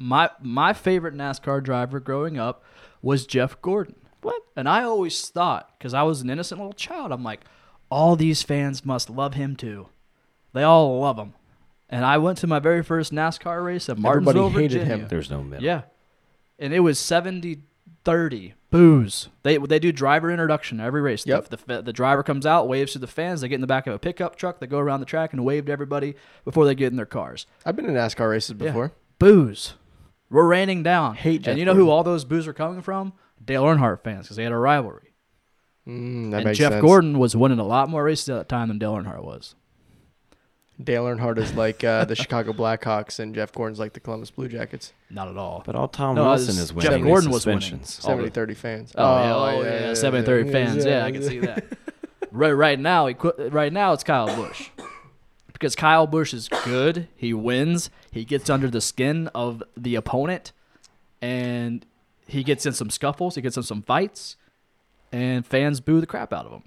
my my favorite NASCAR driver growing up was Jeff Gordon. What? And I always thought cuz I was an innocent little child, I'm like all these fans must love him too. They all love him. And I went to my very first NASCAR race at Martinsville, Everybody hated Virginia. him. There's no middle. Yeah. And it was 70 30 booze. They they do driver introduction every race. Yep. The, the, the driver comes out, waves to the fans. They get in the back of a pickup truck. They go around the track and wave to everybody before they get in their cars. I've been in NASCAR races before. Booze. We're raining down. Hate Jeff and you know who Gordon. all those boos are coming from? Dale Earnhardt fans because they had a rivalry. Mm, that and makes Jeff sense. Gordon was winning a lot more races at that time than Dale Earnhardt was. Dale Earnhardt is like uh, <laughs> the Chicago Blackhawks, and Jeff Gordon's like the Columbus Blue Jackets. Not at all. But all Tom No, Wilson it's- is Jeff winning. is Gordon was winning. suspensions. All the- 70 30 fans. Oh, yeah, oh, yeah, yeah, 7 30 fans. Yeah, I can see that. right, right now, he qu- right now it's Kyle Bush. Because Kyle Bush is good, he wins, he gets under the skin of the opponent, and he gets in some scuffles, he gets in some fights, and fans boo the crap out of him.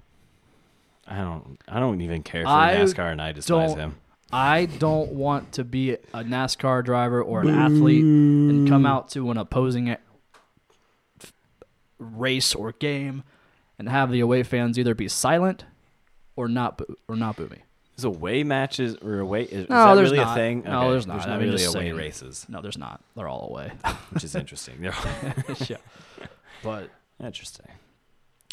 I don't. I don't even care for I NASCAR, and I despise don't- him. I don't want to be a NASCAR driver or an athlete and come out to an opposing a- race or game and have the away fans either be silent or not boo, or not boo me. Is away matches or away? Is, No, is that there's really not. a thing? No, Okay, there's not. There's I not mean, really away just saying. races, No, there's not. They're all <laughs> away. which is interesting. <laughs> They're yeah. But interesting.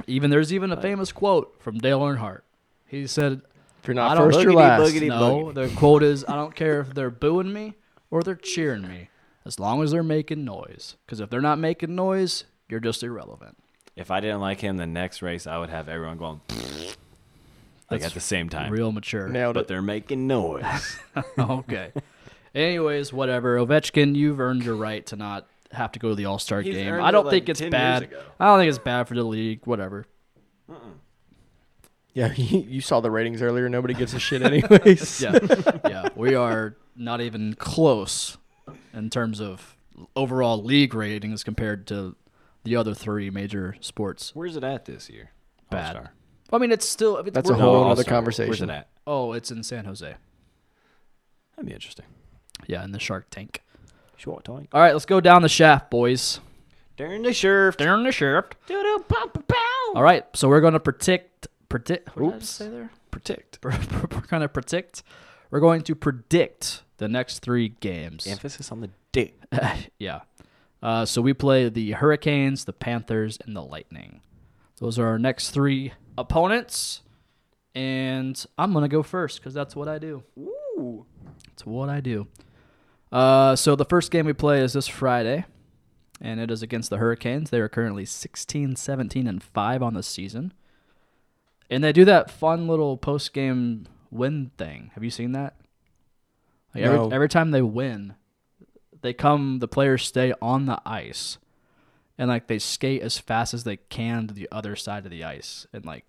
even there's even a famous quote from Dale Earnhardt. He said, If you're I not don't- first, you're Boogity, last. boogity. "No, the quote is I don't care if they're booing me or they're cheering me, as long as they're making noise. Because if they're not making noise, you're just irrelevant." If I didn't like him, the next race I would have everyone going like at the same time. Real mature. Nailed But it. they're making noise. <laughs> okay. Anyways, whatever. Ovechkin, you've earned your right to not have to go to the All Star He's game. earned I it, don't like, think it's 10 years bad. ago. I don't think it's bad for the league. Whatever. Yeah, <laughs> you saw the ratings earlier. Nobody gives a shit, anyways. <laughs> <laughs> Yeah, yeah. We are not even close in terms of overall league ratings compared to the other three major sports. Where's it at this year? Bad. All-Star. I mean, it's still. It's, That's a we're- whole No, other All-Star. Where's conversation. it at? Oh, it's in San Jose. That'd be interesting. Yeah, in the Shark Tank. Short time. All right, let's go down the shaft, boys. During the shift. Down the shaft. All right, so <laughs> we're going to predict. Predict. What did I Oops. say there? Predict. we're going to predict We're going to predict the next three games. Emphasis on the dick. yeah. Uh, so we play the Hurricanes, the Panthers, and the Lightning. Those are our next three opponents. And I'm going to go first because that's what I do. Ooh. That's what I do. Uh, so the first game we play is this Friday, and it is against the Hurricanes. They are currently 16, 17, and 5 on the season. And they do that fun little post game win thing. Have you seen that? Like No. every, every time they win, they come the players stay on the ice and like they skate as fast as they can to the other side of the ice and like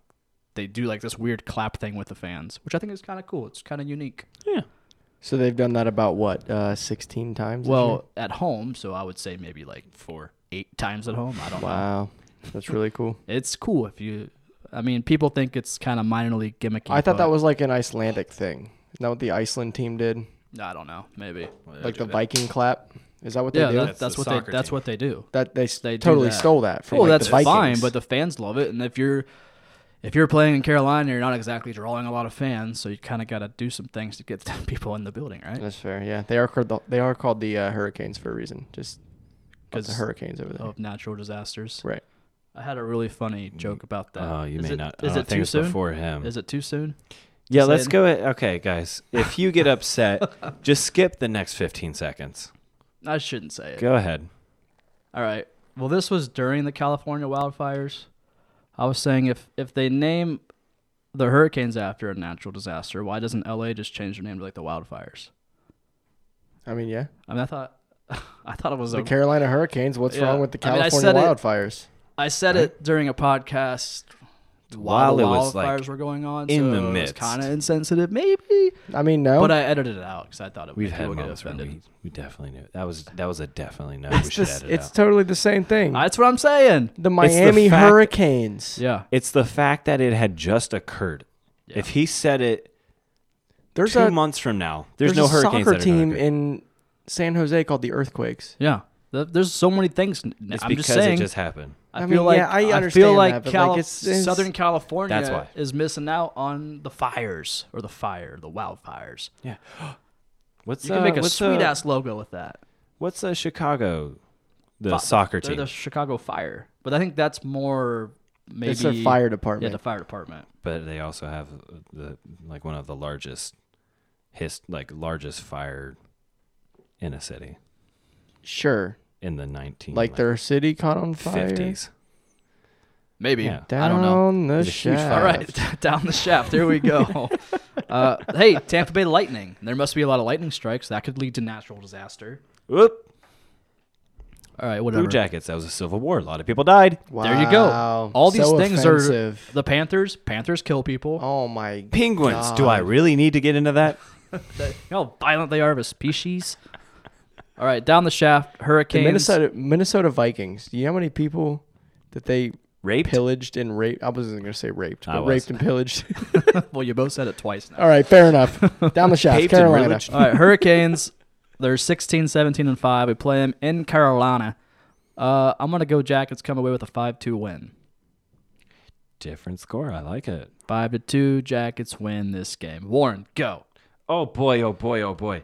they do like this weird clap thing with the fans which i think is kind of cool it's kind of unique So they've done that about what, uh, 16 times? this year? well at home so i would say maybe like four eight times at home i don't know wow, that's <laughs> really cool. it's cool if you i mean people think it's kind of minor league gimmicky I thought but- that was like an Icelandic thing. Isn't that what the Iceland team did? i don't know maybe Like the Viking clap. Is that what yeah they do? that, that's, That's the what they soccer that's team. what they do that they, s- they do totally that. stole that from. Well, like, that's fine, the Vikings. but the fans love it, and if you're if you're playing in Carolina, you're not exactly drawing a lot of fans, so you kind of got to do some things to get <laughs> people in the building, right? that's fair. Yeah, they are called the, they are called the uh, Hurricanes for a reason. Just because the 'Cause hurricanes over there. Of natural disasters. Right. I had a really funny joke about that. Mm. Oh, you Is may it- not. I Is don't it think too it's soon? before him. Is it too soon? yeah, Say let's it. go. Ahead. Okay, guys. If you get <laughs> upset, just skip the next 15 seconds. I shouldn't say it. Go ahead. All right. Well, this was during the California wildfires. I was saying if if they name the hurricanes after a natural disaster, why doesn't LA just change their name to like the wildfires? I mean, yeah, I mean, I thought <laughs> I thought it was the a Carolina Hurricanes. What's Um, Yeah. wrong with the I mean, I California said it- wildfires? I said it during a podcast While while, the it was wildfires like were going on. in so the midst. it was kind of insensitive, maybe. I mean, no. But I edited it out because I thought it would We've make had people get moments where offended. we, we definitely knew that was that was a definitely no. We should edit it's out. totally the same thing. That's what I'm saying. the It's the Miami fact- Hurricanes. Yeah. It's the fact that it had just occurred. Yeah. If he said it There's two a months from now, there's, no a hurricanes. soccer that are gonna team occur. in San Jose called the Earthquakes. Yeah. Th- There's so many things. n- It's I'm because just saying. it just happened. I, I feel mean, like yeah, I feel understand like, that, but, Cal- like, it's- it's- Southern California That's why. is missing out on the fires or the fire, the wildfires. Yeah. <gasps> What's You can uh, make a what's, sweet uh, ass logo with that. What's uh, Chicago? The Fi- soccer they're team. the Chicago Fire, but I think that's more maybe It's their fire Yeah, department. the fire department. but they also have the like one of the largest his like largest fire in a city sure, in the 19 like their city caught on fire. 50s Maybe Yeah. Down I don't know. the It's a huge shaft. fire. All right, <laughs> down the shaft. Here we <laughs> go. uh, hey, Tampa Bay Lightning. There must be a lot of lightning strikes that could lead to natural disaster. whoop All right, whatever. blue jackets that was a civil war a lot of people died Wow. There you go. All these So things offensive. are the Panthers. Panthers kill people. Oh my. penguins do i God. really need to get into that They- how violent they are of a species. All right, down the shaft. The Hurricanes. Minnesota Minnesota Vikings. Do you know how many people that they rape pillaged and raped? I wasn't going to say raped, I but was. raped and pillaged. <laughs> well, you both said it twice now. All right, fair <laughs> enough. Down the shaft, Paved and Carolina. pillaged? All right, Hurricanes. They're 16, 17, and 5. We play them in Carolina. Uh, I'm going to go Jackets come away with a 5 2 win. different score i like it 5 to 2. Jackets win this game. Warren, go. oh boy oh boy oh boy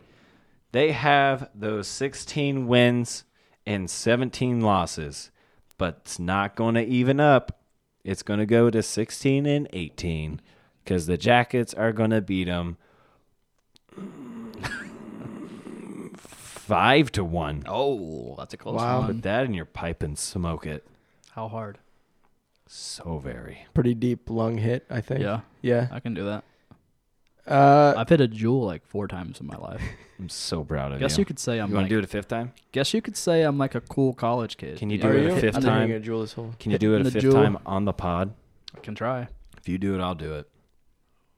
they have those 16 wins and 17 losses but it's not going to even up it's going to go to 16 and 18 because the jackets are going to beat them five to one Oh, that's a close Wow. one. put that in your pipe and smoke it How hard? so very Pretty deep lung hit, I think. Yeah. Yeah. I can do that. Uh, I've hit a jewel like four times in my <laughs> life. i'm so proud of Guess you you could say I'm you want like, to do it a fifth time guess you could say I'm like a cool college kid. Can you know? do are it you? a fifth I'm time? doing a jewel this whole. can you do it Hitting a the fifth jewel. time on the pod I can try. if you do it i'll do it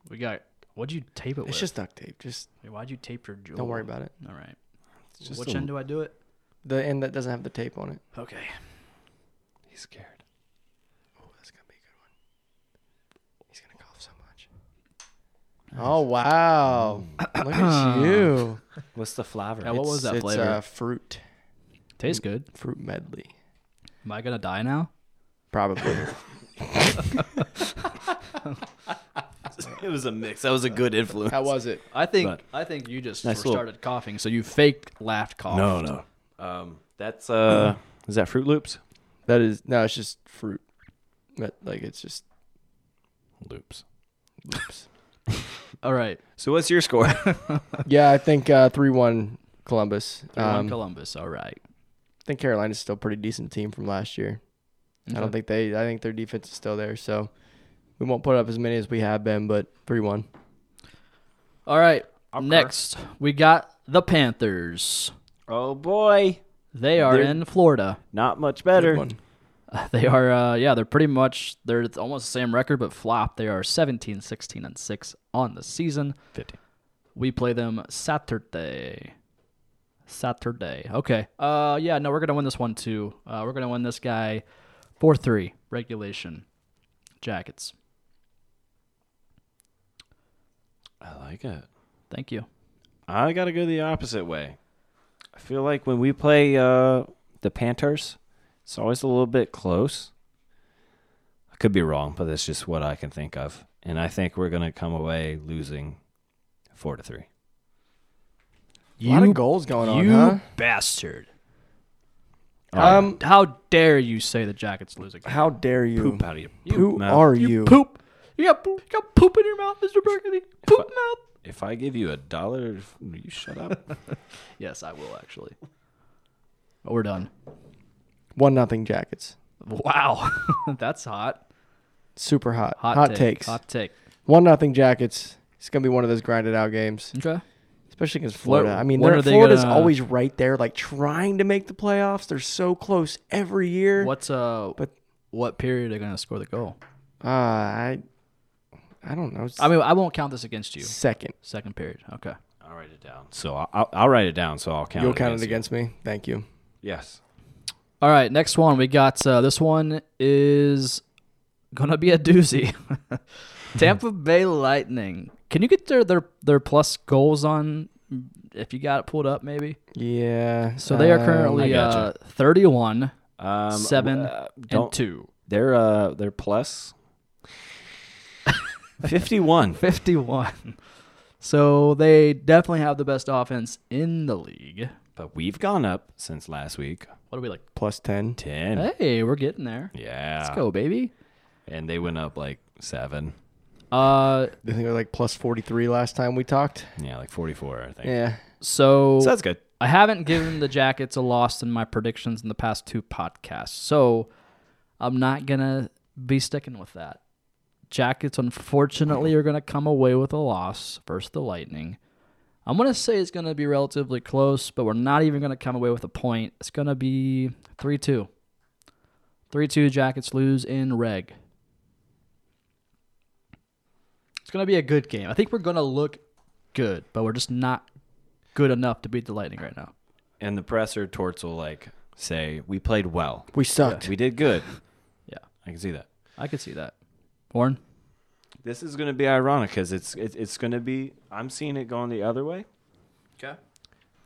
We got what'd you tape it with? It's just duct tape. Just why'd you tape your jewel? don't worry about it. All right. just Which a- end do I do it? The end that doesn't have the tape on it. Okay. he's scared Oh, that's gonna be a good one. He's gonna cough so much. Oh wow! <clears throat> Look at <clears throat> you. what's the flavor Yeah, what was that it's, flavor? Uh, fruit, Tastes good. fruit medley, Am I gonna die <laughs> now? probably. it was a mix. That was a good influence. How was it? I think But- I think you just Nice first little- started coughing, so you faked laughed cough. No, no. Um, that's uh, <clears throat> is that Fruit Loops? That is no, it's just fruit. That like it's just Loops. oops. All right. So what's your score? <laughs> yeah, I think uh, three one Columbus. Um, Um, Columbus. All right. I think Carolina's still a pretty decent team from last year. I don't think they. I think their defense is still there, so we won't put up as many as we have been. But three one. All right. Next, we got the Panthers. oh boy, They are They're- in Florida. not much better. one. They are uh yeah, they're pretty much they're th- almost the same record but flop. They are 17, 16 and 6 on the season. 15. We play them Saturday. Saturday. Okay. Uh yeah, no, we're going to win this one too. Uh we're going to win this guy 4-3 regulation jackets. I like it. Thank you. I gotta go the opposite way. I feel like when we play uh, the Panthers, it's always a little bit close. I could be wrong, but that's just what I can think of. And I think we're gonna come away losing four to three. a lot of goals going on, you huh? bastard. Um, How dare you say the jackets losing? how dare you? Poop out of your Who mouth. are You, you? poop. You got poop, you got poop in your mouth, Mr. Burgundy. Poop mouth. If I give you a dollar, will you shut <laughs> up. Yes, I will actually. But we're done. One nothing jackets. Wow, <laughs> that's hot. Super hot. Hot, take, takes. Hot take. One nothing jackets. It's gonna be one of those grinded out games, Okay. especially against Florida. I mean, what they're- are they Florida's gonna- always right there, like trying to make the playoffs. They're so close every year. What's uh? But- what period are they gonna score the goal? Uh, I, I don't know. I mean, I won't count this against you. second. Second period. Okay. I'll write it down. So I'll, I'll, I'll write it down. So I'll count. You'll count it you. against me. Thank you. Yes. All right. Next one we got. Uh, this one is gonna be a doozy. <laughs> Tampa Bay Lightning. Can you get their their their plus goals on? If you got it pulled up, maybe. Yeah. So they are um, currently gotcha. uh, 31, Um, 7, uh, and don't- 2. They're uh they're <laughs> plus fifty one. 51. So they definitely have the best offense in the league. But we've gone up since last week. What are we like? plus ten. Ten. Hey, we're getting there. Yeah. Let's go, baby. And they went up like seven. Uh, They think they're like plus forty three last time we talked. Yeah, like forty four, I think. Yeah. so So that's good. I haven't given the Jackets a loss in my predictions in the past two podcasts, so I'm not gonna be sticking with that. Jackets, unfortunately, are gonna come away with a loss versus the Lightning. I'm gonna say it's gonna be relatively close, but we're not even gonna come away with a point. It's gonna be three-two. Three-two Jackets lose in reg. It's gonna be a good game. I think we're gonna look good, but we're just not good enough to beat the Lightning right now. And the presser Torts will like say, We played well. We sucked. We did good. Yeah, I can see that. I could see that. Warren, This is going to be ironic because it's it, it's going to be. I'm seeing it going the other way. Okay.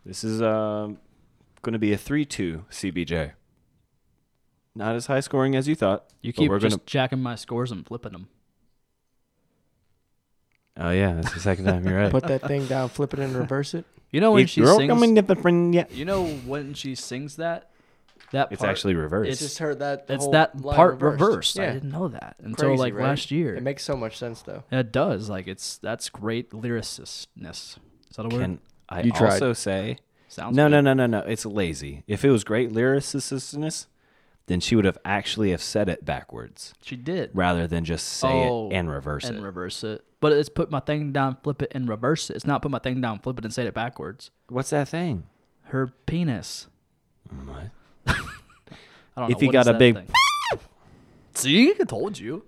This is um going to be a three-two CBJ. Not as high scoring as you thought. you but keep we're just jacking my scores and flipping them. Gonna, oh yeah, that's the second time <laughs> you're right. Put that thing down, flip it and reverse it. You know when she sings. the friend yet. You know when she sings that. That It's part, actually reversed. <laughs> It's- Just heard that. it's whole that line part reversed. reversed. Yeah. I didn't know that until Crazy, like right? last year. It It, makes so much sense though. it does. Like it's that's great lyricistness. Is that a word? Can I You tried. also say? Sounds No, good. no, no, no, no. It's lazy. If it was great lyricistness, then she would have actually have said it backwards She did. rather than just say Oh, it and reverse and it. reverse it. But it's put my thing down, flip it, and reverse it. It's not put my thing down, flip it, and say it backwards. What's that thing? Her penis. <laughs> What? I don't If know. you What got is a that big- thing? See, I told you.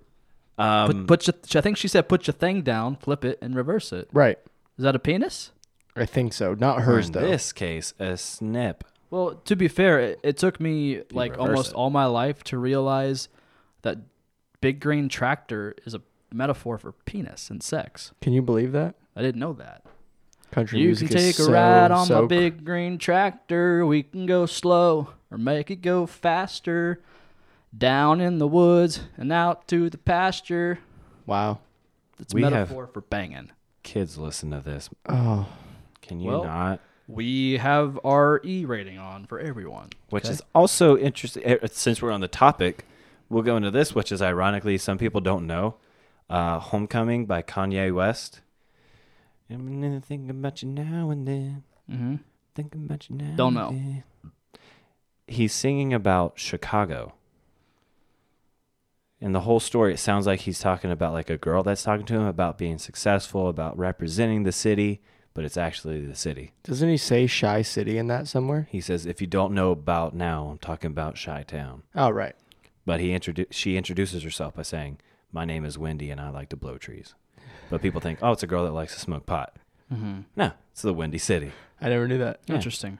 Put, Um, put your, I think she said, put your thing down, flip it, and reverse it. Right. Is that a penis? I think so. Not hers in though. this case, a snip. Well, to be fair, it, it took me like reverse almost it. all my life to realize that big green tractor is a metaphor for penis and sex. Can you believe that? I didn't know that. Country you can music take is a so, ride on so my big green tractor. We can go slow or make it go faster. Down in the woods and out to the pasture. Wow. It's We have- metaphor for banging. Kids, listen to this. Oh, Can you Well- not? We have our E rating on for everyone. Which okay? is also interesting. eh, Since we're on the topic, we'll go into this, which is ironically some people don't know. Uh, Homecoming by Kanye West. I'm gonna think about you now and then. Mhm. Think about you now. Don't and know. then. He's singing about Chicago. And the whole story, it sounds like he's talking about like a girl that's talking to him about being successful, about representing the city, but it's actually the city. doesn't he say Shy City in that somewhere? He says, "If you don't know about now, I'm talking about Chi Town." Oh, right. But he introdu- she introduces herself by saying, "My name is Wendy, and I like to blow trees." But people think, "Oh, it's a girl that likes to smoke pot." No, it's the Windy City. I never knew that. <laughs> interesting.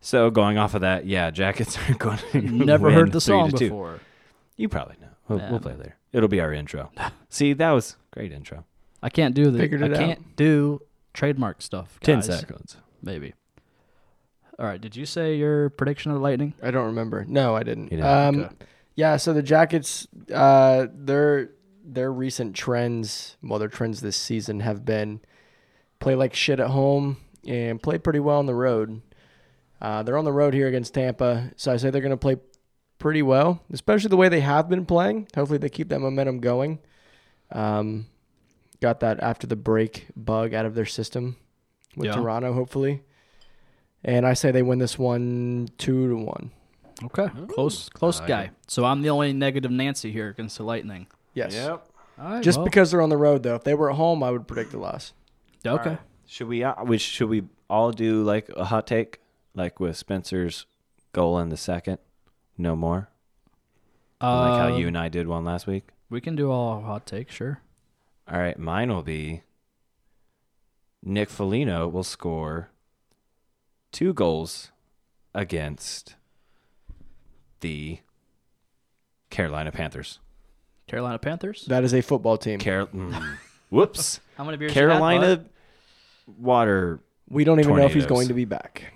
So going off of that, yeah, Jackets <laughs> are going. to Never win heard the three to song two. before. You probably know. We'll, Yeah. we'll play it later. It'll be our intro. <laughs> See, that was great intro. I can't do the. Figured I it out. can't do trademark stuff. Ten guys. seconds. maybe. All right. Did you say your prediction of the Lightning? I don't remember. No, I didn't. You didn't? Um, Okay. Yeah, so the Jackets, uh, their their recent trends, well, their trends this season have been play like shit at home and play pretty well on the road. Uh, they're on the road here against Tampa, so I say they're going to play pretty well, especially the way they have been playing. Hopefully, they keep that momentum going. Um, got that after the break bug out of their system with Yeah. Toronto, hopefully. And I say they win this one two to one. Okay. Close, close guy. So I'm the only negative Nancy here against the Lightning. Yes. All right. Just well, because they're on the road, though. If they were at home, I would predict a loss. Okay. Should we? Uh, we should we all do like a hot take, like with Spencer's goal in the second, no more, like how Uh, you and I did one last week. we can do all hot takes, sure. All right, mine will be. Nick Foligno will score two goals against the Carolina Panthers. Carolina Panthers. That is a football <laughs> team. Carol, mm, whoops, How many beers? you had, bud? Carolina water. We don't even know if he's Tornadoes. going to be back.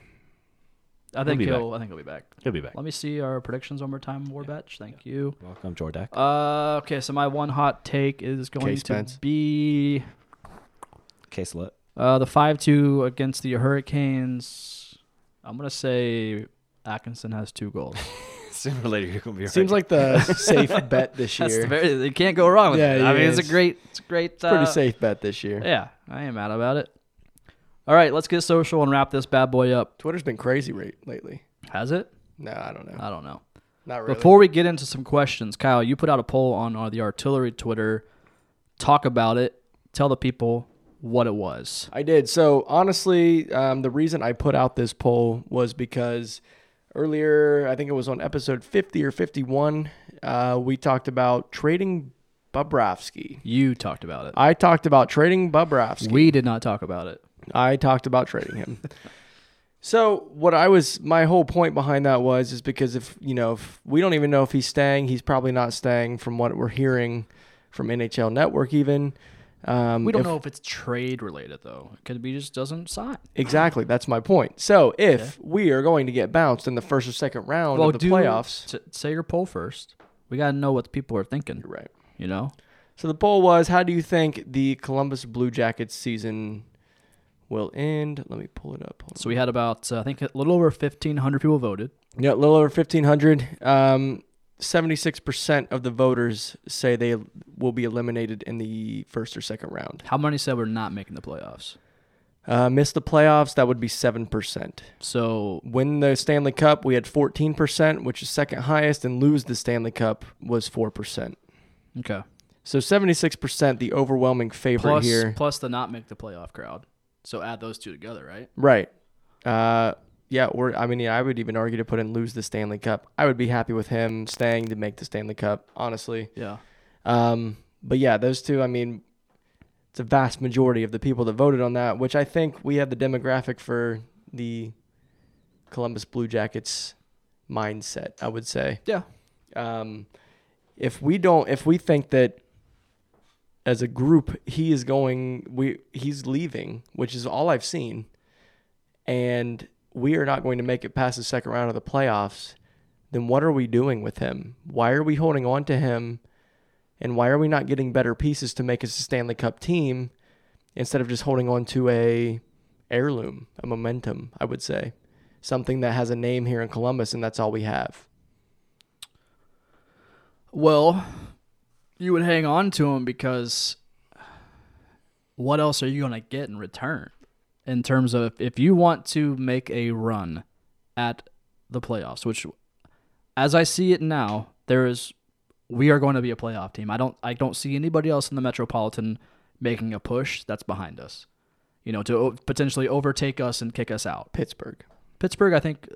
I think He'll be he'll. I think he'll be back. He'll be back. Let me see our predictions one more time, Warbatch. Thank you. Welcome, Jordak. Uh, okay, so my one hot take is going Okay, to Spence. be Case lit. uh, the five two against the Hurricanes. I'm gonna say Atkinson has two goals. Sooner or later, you're gonna be. Right. Seems <laughs> like the safe bet this year. That's the very. You can't go wrong with Yeah, it. I yeah, mean, it's, it's a great. It's a great. Uh, Pretty safe bet this year. Yeah, I ain't mad about it. All right, let's get social and wrap this bad boy up. Twitter's been crazy rate lately. Has it? No, I don't know. I don't know. Not really. Before we get into some questions, Kyle, you put out a poll on uh, the artillery Twitter. Talk about it. Tell the people what it was. I did. So honestly, um, the reason I put out this poll was because earlier, I think it was on episode 50 or 51, uh, we talked about trading Bobrovsky. You talked about it. I talked about trading Bobrovsky. We did not talk about it. I talked about trading him. <laughs> so what I was my whole point behind that was is because if you know if we don't even know if he's staying, he's probably not staying from what we're hearing from NHL Network even. Um, We don't if- know if it's trade related though. It could be just doesn't sign. exactly. That's my point. So if we are going to get bounced in the first or second round of the playoffs, s- say your poll first. We gotta know what people are thinking. you're right. You know, So the poll was: How do you think the Columbus Blue Jackets season will end? Let me pull it up. Hold on. so we had about uh, I think a little over fifteen hundred people voted. Yeah, a little over 1,500. Um, 76% of the voters say they will be eliminated in the first or second round. How many said we're not making the playoffs? Uh, miss the playoffs, that would be 7%. So Win the Stanley Cup, we had 14%, which is second highest, and lose the Stanley Cup was 4%. okay, So 76%, the overwhelming favorite plus here. plus the not make the playoff crowd. So add those two together, right? Right. Uh, yeah, or I mean, yeah, I would even argue to put in lose the Stanley Cup. I would be happy with him staying to make the Stanley Cup, honestly. Yeah. Um, but yeah, those two, I mean, it's a vast majority of the people that voted on that, which I think we have the demographic for the Columbus Blue Jackets mindset, I would say. Yeah. Um, if we don't, if we think that as a group, he is going, we, he's leaving, which is all I've seen. And we are not going to make it past the second round of the playoffs. Then what are we doing with him? Why are we holding on to him? And why are we not getting better pieces to make us a Stanley Cup team instead of just holding on to a heirloom, a momentum, I would say. Something that has a name here in Columbus and that's all we have. Well, you would hang on to him because what else are you going to get in return in terms of if you want to make a run at the playoffs, which as I see it now, there is we are going to be a playoff team. I don't I don't see anybody else in the Metropolitan making a push that's behind us. You know, to o- potentially overtake us and kick us out. Pittsburgh. Pittsburgh, I think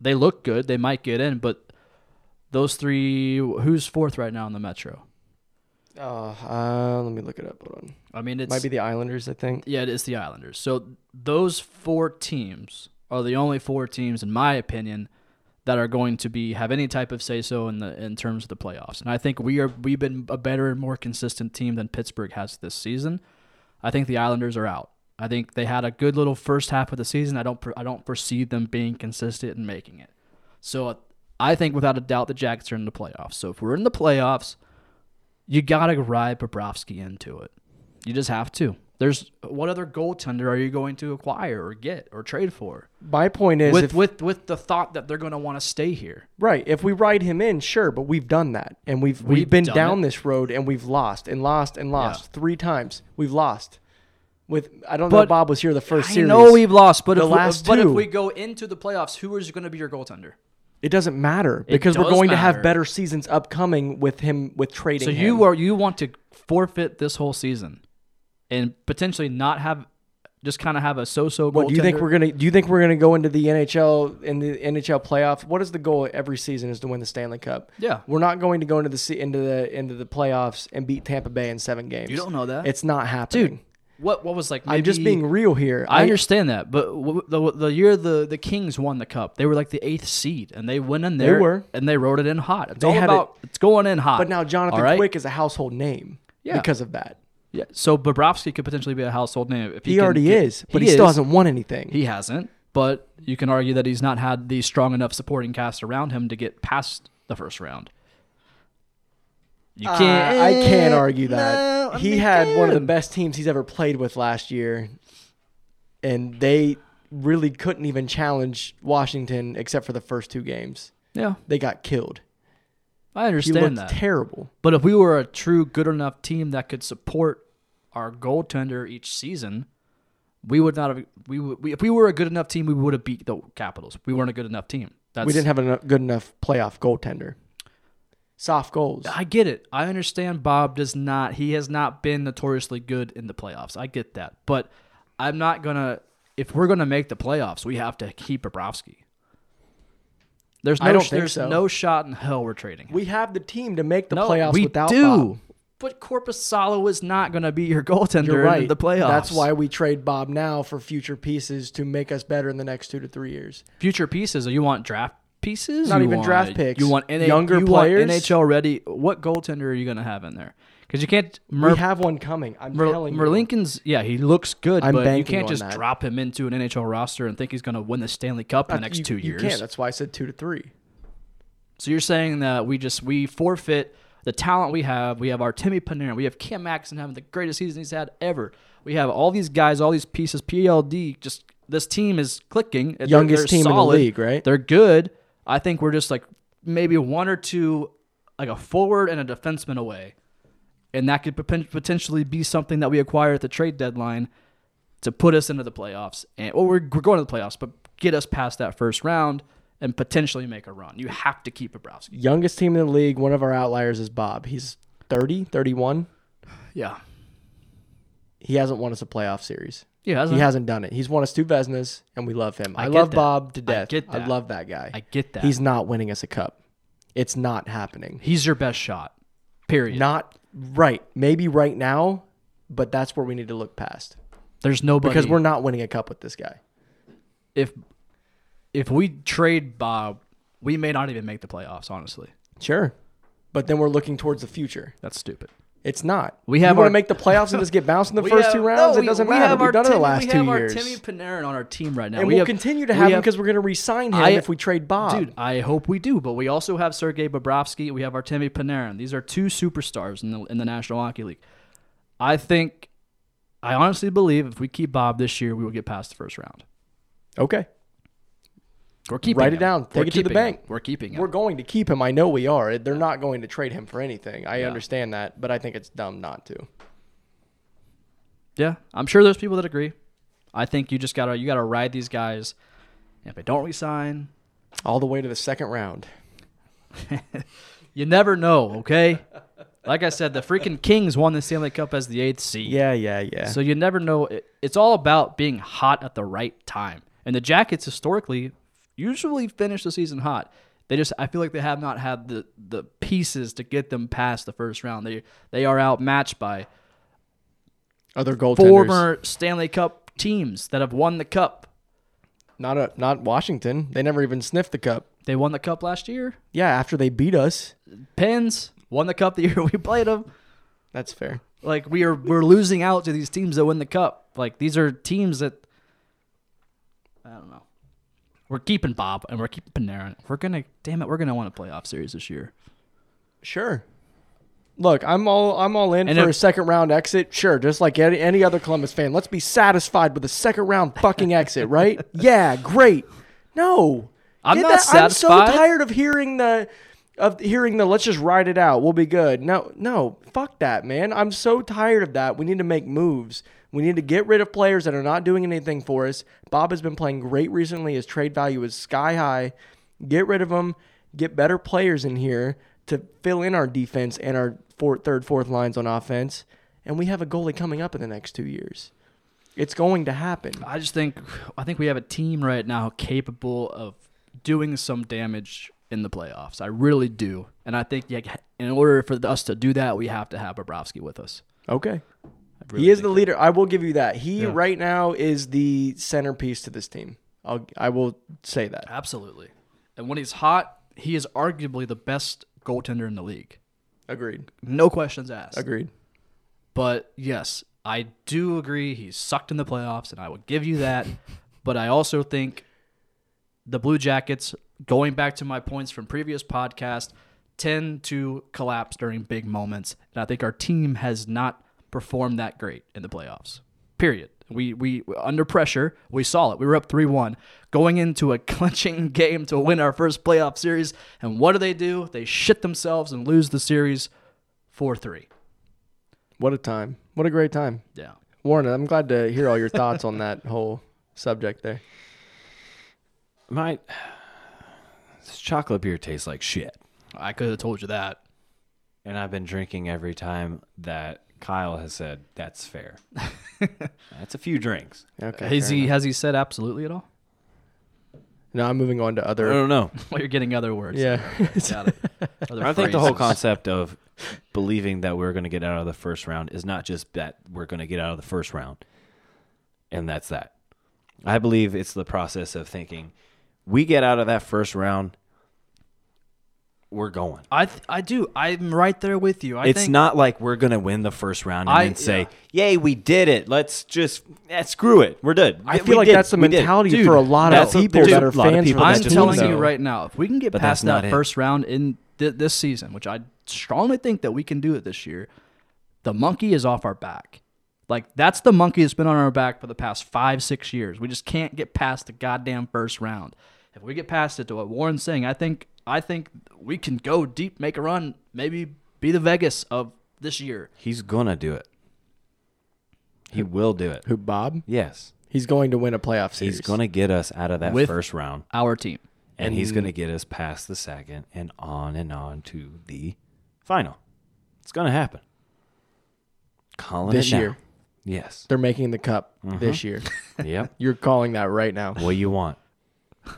they look good. They might get in, but those three, who's fourth right now in the Metro? Oh, uh, let me look it up. Hold on. I mean, it's Might be the Islanders, I think. yeah, it's the Islanders. So those four teams are the only four teams, in my opinion, that are going to be have any type of say so in the in terms of the playoffs. And I think we are we've been a better and more consistent team than Pittsburgh has this season. I think the Islanders are out. I think they had a good little first half of the season. I don't per- I don't foresee them being consistent and making it. So I think without a doubt the Jackets are in the playoffs. So if we're in the playoffs, you gotta ride Bobrovsky into it. You just have to. There's what other goaltender are you going to acquire or get or trade for? My point is With if, with with the thought that they're going to want to stay here. right, if we ride him in, sure, but we've done that. And we've we've, We've been done down it. this road and we've lost and lost and lost three times. We've lost. With I don't know But if Bob was here the first series. I know we've lost, but The if last we, but if two. we go into the playoffs, who is going to be your goaltender? It doesn't matter because we're does going to matter. have better seasons upcoming with him with trading. So him. you are you want to forfeit this whole season and potentially not have just kind of have a so-so What do you think goaltender? we're gonna? Do you think we're gonna go into the NHL in the NHL playoff? What is the goal every season is to win the Stanley Cup. Yeah. we're not going to go into the se- into the into the playoffs and beat Tampa Bay in seven games. You don't know that. it's not happening. dude? What what was like? Maybe, I'm just being real here. I understand that, but w- w- the the year the the Kings won the cup, they were like the eighth seed, and they went in there. were. and they rode it in hot. It's They all had about it's going in hot. But now Jonathan all right? Quick is a household name Yeah. because of that. Yeah, so Bobrovsky could potentially be a household name if he, He, can already get- is, but he, still is. hasn't won anything. He hasn't, but you can argue that he's not had the strong enough supporting cast around him to get past the first round. You Uh, can't. I can't argue that. No, I he mean, had one of the can. best teams he's ever played with last year, and they really couldn't even challenge Washington except for the first two games. Yeah, They got killed. I He looked understand that. terrible. But if we were a true good enough team that could support our goaltender each season, we would not have. We, would, we if we were a good enough team, we would have beat the Capitals. We weren't a good enough team. That's, we didn't have a good enough playoff goaltender. Soft goals. I get it. I understand. Bob does not. He has not been notoriously good in the playoffs. I get that. But I'm not gonna. If we're gonna make the playoffs, we have to keep Bobrovsky. There's no. I don't think there's so. no shot in hell we're trading. him. We have the team to make the no, playoffs we without do. Bob. But Corpus Salo is not going to be your <laughs> goaltender You're right. in the playoffs. That's why we trade Bob now for future pieces to make us better in the next two to three years. future pieces. You want draft pieces? Not You even want- draft picks. You want NA, Younger you want players? NHL ready. What goaltender are you going to have in there? Because you can't. Mer- we have one coming. I'm Mer- telling you. Merlinken's yeah, he looks good, I'm but you banking can't on just that. drop him into an NHL roster and think he's going to win the Stanley Cup in the next You- two years. You can't. That's why I said two to three. So you're saying that we just we forfeit the talent we have. We have our Timmy Panarin. We have Cam Maxon having the greatest season he's had ever. We have all these guys, all these pieces. PLD just this team is clicking. They're- Youngest they're team in the solid. league, right? They're good. I think we're just like maybe one or two, like a forward and a defenseman away, and that could poten- potentially be something that we acquire at the trade deadline to put us into the playoffs. And well, we're, we're going to the playoffs, but get us past that first round and potentially make a run. You have to keep Bobrovsky. youngest team in the league. One of our outliers is Bob. He's 30, 31. Yeah. He hasn't won us a playoff series. Yeah, He hasn't done it. He's won us two Vesnas, and we love him. I, get love that. Bob to I death. I, get that. love that guy. I get that. He's not winning us a cup. It's not happening. He's your best shot. Period. Not right. Maybe right now, but that's where we need to look past There's nobody because we're not winning a cup with this guy. if if we trade Bob, we may not even make the playoffs, honestly. Sure, but then we're looking towards the future. That's stupid. It's not. We have you want our- to make the playoffs and just get bounced in <laughs> the We first have- two rounds. no, it doesn't we, matter. We have We've our done it Tim- the last we two have years, Our Timmy Panarin on our team right now, and we we'll have- continue to we have him have- because we're going to re-sign him I- if we trade Bob. Dude, I hope we do, but we also have Sergei Bobrovsky. We have Artemi Panarin. These are two superstars in the in the National Hockey League. I think, I honestly believe if we keep Bob this year, we will get past the first round. Okay, We're keeping. Write it him. down. We're Take it to the keeping bank. him. We're keeping him. we're going to keep him. I know we are. They're not going to trade him for anything. I understand that, but I think it's dumb not to. yeah, I'm sure there's people that agree. I think you just gotta you gotta ride these guys. And if they don't resign, All the way to the second round. you never know. Okay. Like I said, the freaking Kings won the Stanley Cup as the eighth seed. Yeah, yeah, yeah. So you never know. It- It's all about being hot at the right time. And the Jackets historically usually finish the season hot. They just I feel like they have not had the the pieces to get them past the first round. They they are outmatched by Other goaltenders. former Stanley Cup teams that have won the cup. Not a, not Washington. They never even sniffed the cup. They won the cup last year. Yeah, after they beat us. Pens won the cup the <laughs> year we played them. That's fair. Like we are we're losing out to these teams that win the cup. Like these are teams that I don't know. We're keeping Bob and we're keeping Panarin. We're gonna damn it, we're gonna want a playoff series this year. Sure. Look, I'm all I'm all in And for if- a second round exit. Sure, just like any, any other Columbus fan, let's be satisfied with a second round fucking <laughs> exit, right? yeah, great. No, I'm Get not I'm satisfied. so tired of hearing the of hearing the let's just ride it out. We'll be good. No, no, fuck that, man. I'm so tired of that. We need to make moves. We need to get rid of players that are not doing anything for us. Bob has been playing great recently. His trade value is sky high. Get rid of him. Get better players in here to fill in our defense and our four, third, fourth lines on offense. And we have a goalie coming up in the next two years. It's going to happen. I just think I think we have a team right now capable of doing some damage in the playoffs. I really do. And I think yeah, in order for us to do that, we have to have Bobrovsky with us. Okay. really he is the leader. I will give you that. He right now is the centerpiece to this team. I'll, I will say that. Absolutely. And when he's hot, he is arguably the best goaltender in the league. Agreed. No questions asked. Agreed. But yes, I do agree he sucked in the playoffs, and I will give you that. but I also think the Blue Jackets, going back to my points from previous podcast, tend to collapse during big moments, and I think our team has not performed that great in the playoffs. Period. We we under pressure, we saw it. We were up three one, going into a <laughs> clinching game to win our first playoff series, and what do they do? They shit themselves and lose the series four three. What a time. What a great time. Yeah. Warren, I'm glad to hear all your thoughts <laughs> on that whole subject there. My this chocolate beer tastes like shit. I could have told you that. And I've been drinking every time that Kyle has said that's <laughs> fair. that's a few drinks. Okay. Has fair he enough. has he said absolutely at all? <laughs> Now I'm moving on to I Uh, other. don't know. Well, you're getting other words. <laughs> Yeah. Got it. Other I think the whole phrases. concept of believing that we're going to get out of the first round is not just that we're going to get out of the first round, and that's that. I believe it's the process of thinking we get out of that first round, we're going. I th- I do. I'm right there with you. I it's think, not like we're going to win the first round and I- then say, "Yay, we did it! Let's just eh, screw it. We're good." I We feel like did. that's the We did. mentality Dude, for a lot of that's a- people there's that a are lot of fans. people of that I'm this just team, telling want you to. though. right now, if we can get But past that's not that it. first round in th- this season, which I strongly think that we can do it this year, the monkey is off our back. Like that's the monkey that's been on our back for the past five, six years. We just can't get past the goddamn first round. If we get past it to what Warren's saying, I think I think we can go deep, make a run, maybe be the Vegas of this year. He's going to do it. He will do it. Who, Bob? Yes. He's going to win a playoff series. He's going to get us out of that With- first round, Our team. and, he's going to get us past the second and on and on to the final. It's going to happen. Calling This it now. year. Yes. They're making the cup Uh-huh. this <laughs> year. yep. You're calling that right now. What you want? <laughs>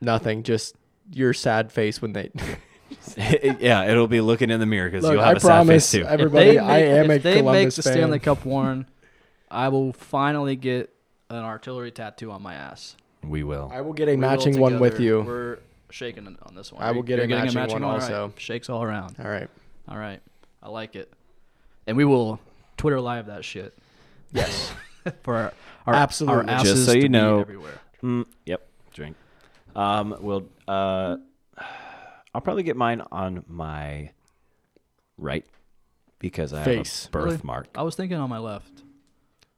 Nothing. Just your sad face <laughs> when they. yeah, it'll be looking in the mirror because Look, you'll have I a sad face promise too. If everybody, they I make- am a if they make Columbus the fan. Stanley Cup, Warren, I will finally get an artillery tattoo on my ass. we will. I will get a We will matching one with together. you. We're shaking it on this one. I will You're get a getting matching one All right. also. Shakes all around. All right. All right, I like it. and we will Twitter live that shit. Yes. <laughs> for our, our Absolutely. our Just asses so you to be know. everywhere. Mm, yep. Drink. Um, we'll. Uh, I'll probably get mine on my right because I Face. have a birthmark. I was thinking on my left.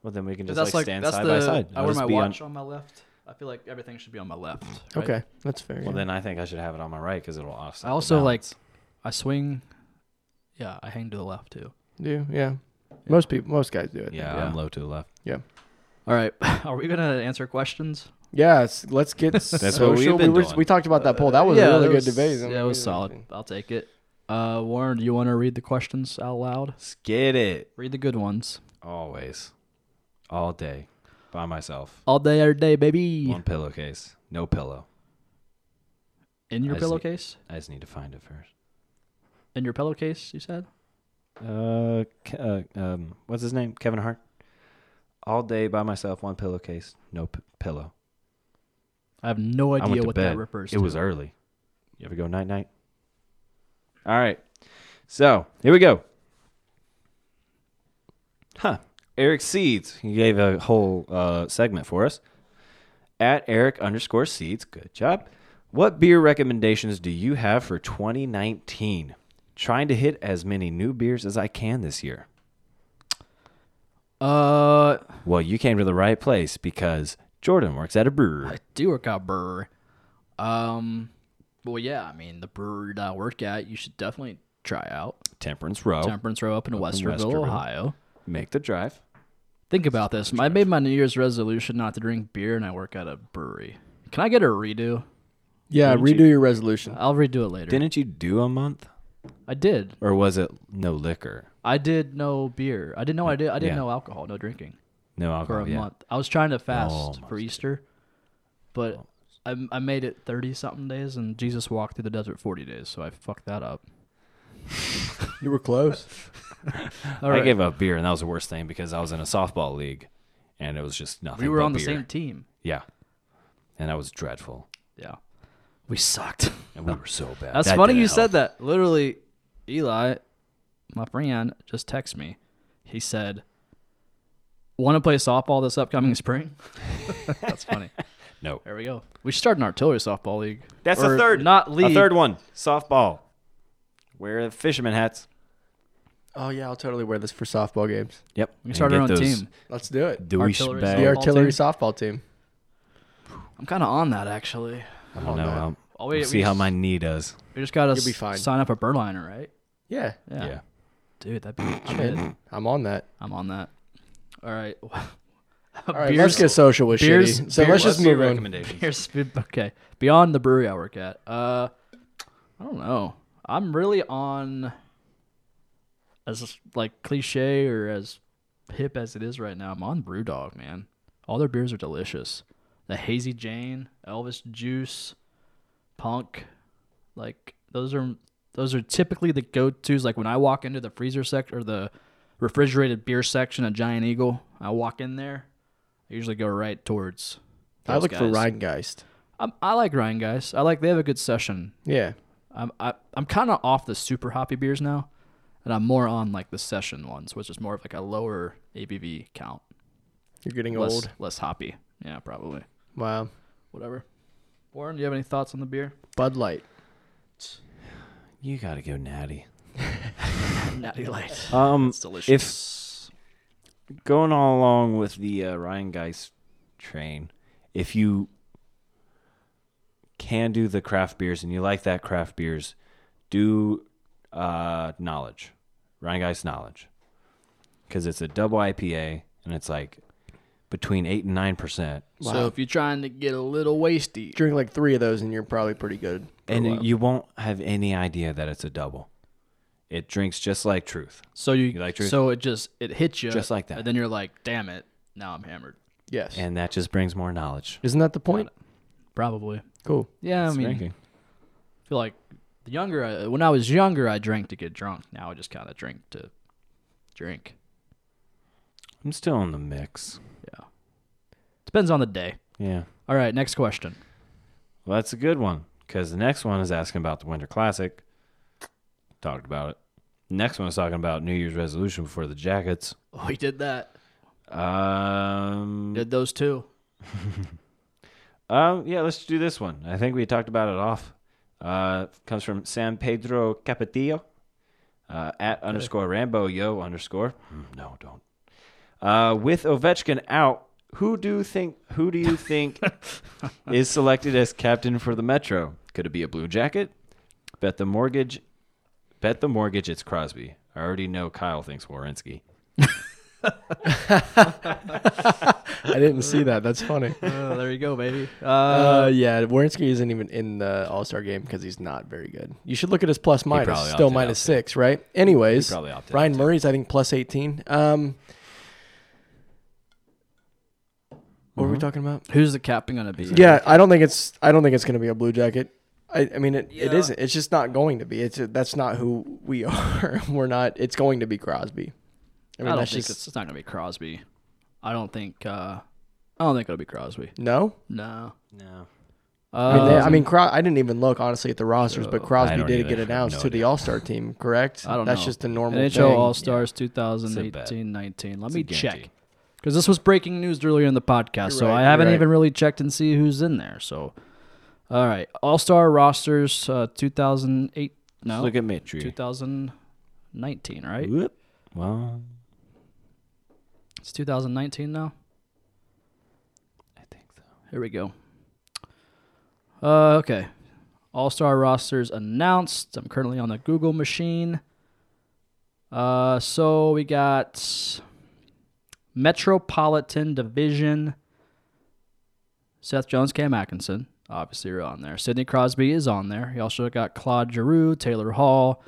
Well, then we can But just that's like, like, stand that's side the by side. I I'll wear just my be on- watch on, my left. I feel like everything should be on my left. right? Okay, that's fair. well, yeah. then I think I should have it on my right because it'll offset. I the also like balance. I swing. Yeah, I hang to the left too. do yeah. Most people, most guys do it. Yeah, I'm low to the left. Yeah. All right, <laughs> are we gonna answer questions? Yes. Let's get what social. we've been we, were- doing. we talked about that poll. That was a really that good was- debate. I mean, Yeah, it was solid. I'll take it. Uh, Warren, do you want to read the questions out loud? Let's get it. Read the good ones. Always, all day, by myself. All day, every day, baby. One pillowcase, no pillow. In your I see. pillowcase? I just need to find it first. In your pillowcase, you said? Uh, Ke- uh um, what's his name? Kevin Hart. All day by myself, one pillowcase, no p- pillow. I have no I went idea to what bed. that refers it to. was early. You ever go night night? All right. So here we go. Huh. Eric Seeds. He gave a whole uh, segment for us. At Eric underscore Seeds. Good job. What beer recommendations do you have for 2019? Trying to hit as many new beers as I can this year. Uh, Well, you came to the right place because Jordan works at a brewery. I do work out brewery. Um, well, yeah, I mean, the brewery that I work at, you should definitely try out. Temperance Row. Temperance Row up in Westerville, Oh. Westerville. Ohio. Make the drive. Think about this. I made my New Year's resolution not to drink beer, and I work at a brewery. Can I get a redo? Yeah, Didn't redo you- <laughs> your resolution. I'll redo it later. Didn't you do a month? I did. or was it no liquor, I did no beer. I didn't know I did. I didn't Yeah. know alcohol, no drinking no for alcohol? a yeah. Oh, month. I was trying to fast Almost, Oh. for Easter, but I, I made it thirty something days, and Jesus walked through the desert forty days, so I fucked that up. You were close. All I right. gave up beer, and that was the worst thing because I was in a softball league, and it was just nothing. we were but on the beer. same team. yeah, and that was dreadful, Yeah, we sucked. and we were so bad. <laughs> That's That funny you didn't said help. that. Literally, Eli, my friend, just texted me. He said, "Want to play softball this upcoming spring?" <laughs> That's funny. No, There we go. We should start an artillery softball league. that's Or the third, not league. A third one, softball. Wear the fisherman hats. Oh yeah, I'll totally wear this for softball games. Yep, We can start our own team. Let's do it. Artillery Douche The bag. softball. artillery team? softball team. I'm kind of on that actually. I don't know. I'll- Oh, we'll wait, see we how s- my knee does. We just gotta You'll be s- fine. sign up a Berliner, right? Yeah, Yeah. dude, that'd be <laughs> shit. I'm on that. I'm on that. All right, All right, let's get social with beers- shitty. So beers- let's just What's your move on. recommendation? <laughs> Here's okay. Beyond the brewery I work at, uh, I don't know. I'm really on as like cliche or as hip as it is right now. I'm on BrewDog, man. All their beers are delicious. The Hazy Jane, Elvis Juice, Punk, like those are those are typically the go-tos. Like when I walk into the freezer section or the refrigerated beer section at Giant Eagle, I walk in there. I usually go right towards. I those look for guys. Rheingeist. I'm, I like Ryan guys. I like they have a good session. Yeah, I'm I, I'm kind of off the super hoppy beers now, and I'm more on like the session ones, which is more of like a lower ABV count, you're getting less old. less hoppy. Yeah, probably. Wow. Whatever. Warren, do you have any thoughts on the <laughs> beer? Bud Light. You gotta go natty. Natty <laughs> Light. Um, It's delicious. going all along with the uh, Ryan Geist train, if you can do the craft beers and you like that craft beers, do uh, knowledge, Ryan Geist knowledge, because it's a double IPA and it's like between eight and nine percent, So if you're trying to get a little wasty, Drink like three of those and you're probably pretty good. for a and while. you won't have any idea that it's a double. It drinks just like truth. so you, like truth? so it just it hits you Just like that. and then you're like, damn it, now I'm hammered. yes. And that just brings more knowledge. Isn't that the point? Probably. Cool. Yeah, I mean, Drinking. I feel like the younger I, when I was younger, I drank to get drunk. Now I just kind of drink to drink. I'm still in the mix. Yeah, depends on the day. Yeah. All right, next question. Well, that's a good one because the next one is asking about the Winter Classic. Talked about it. Next one is talking about New Year's resolution before the jackets. <laughs> We did that. Um, Did those two. Um, yeah, let's do this one. I think we talked about it off. Uh, comes from San Pedro Capetillo, uh, at underscore Rambo yo underscore. Mm, No, don't. Uh, with Ovechkin out, who do you think? Who do you <laughs> think is selected as captain for the Metro? Could it be a Blue Jacket? Bet the mortgage. Bet the mortgage. It's Crosby. I already know Kyle thinks Warinsky. I didn't see that. That's funny. Oh, there you go, baby. <laughs> Uh, yeah, Wierenski isn't even in the All Star game because he's not very good. You should look at his plus minus. probably Still opted minus out, six, right? Anyways, He probably opted Ryan out, too. Murray's I think plus eighteen. Um, what Mm-hmm. were we talking about? Who's the captain gonna be? Yeah, I don't think it's I don't think it's going to be a Blue Jacket. I, I mean, it, it isn't. It's just not going to be. It's that's not who we <laughs> are. We're not. It's going to be Crosby. I, don't that's think it's, it's not gonna be Crosby. I don't think. uh I don't think it'll be Crosby. no. No. No. I mean, Uh, they, I mean, Cro- I didn't even look honestly at the rosters, but I Crosby don't did either. get I have announced no to the idea. All Star team, correct? I don't That's know. just a normal NHL thing. All Stars 2018-19. Let guarantee. me check because this was breaking news earlier in the podcast, so right, I you're haven't right. even really checked and see who's in there. So, all right, All Star rosters uh, 2008. No, Look at Mitri. 2019. Right? Whoop. Well, It's 2019 now. I think so. Here we go. Uh, okay. All star rosters announced. I'm currently on the Google machine. Uh, so we got Metropolitan Division. Seth Jones, Cam Atkinson, obviously are on there. Sidney Crosby is on there. You also got Claude Giroux, Taylor Hall,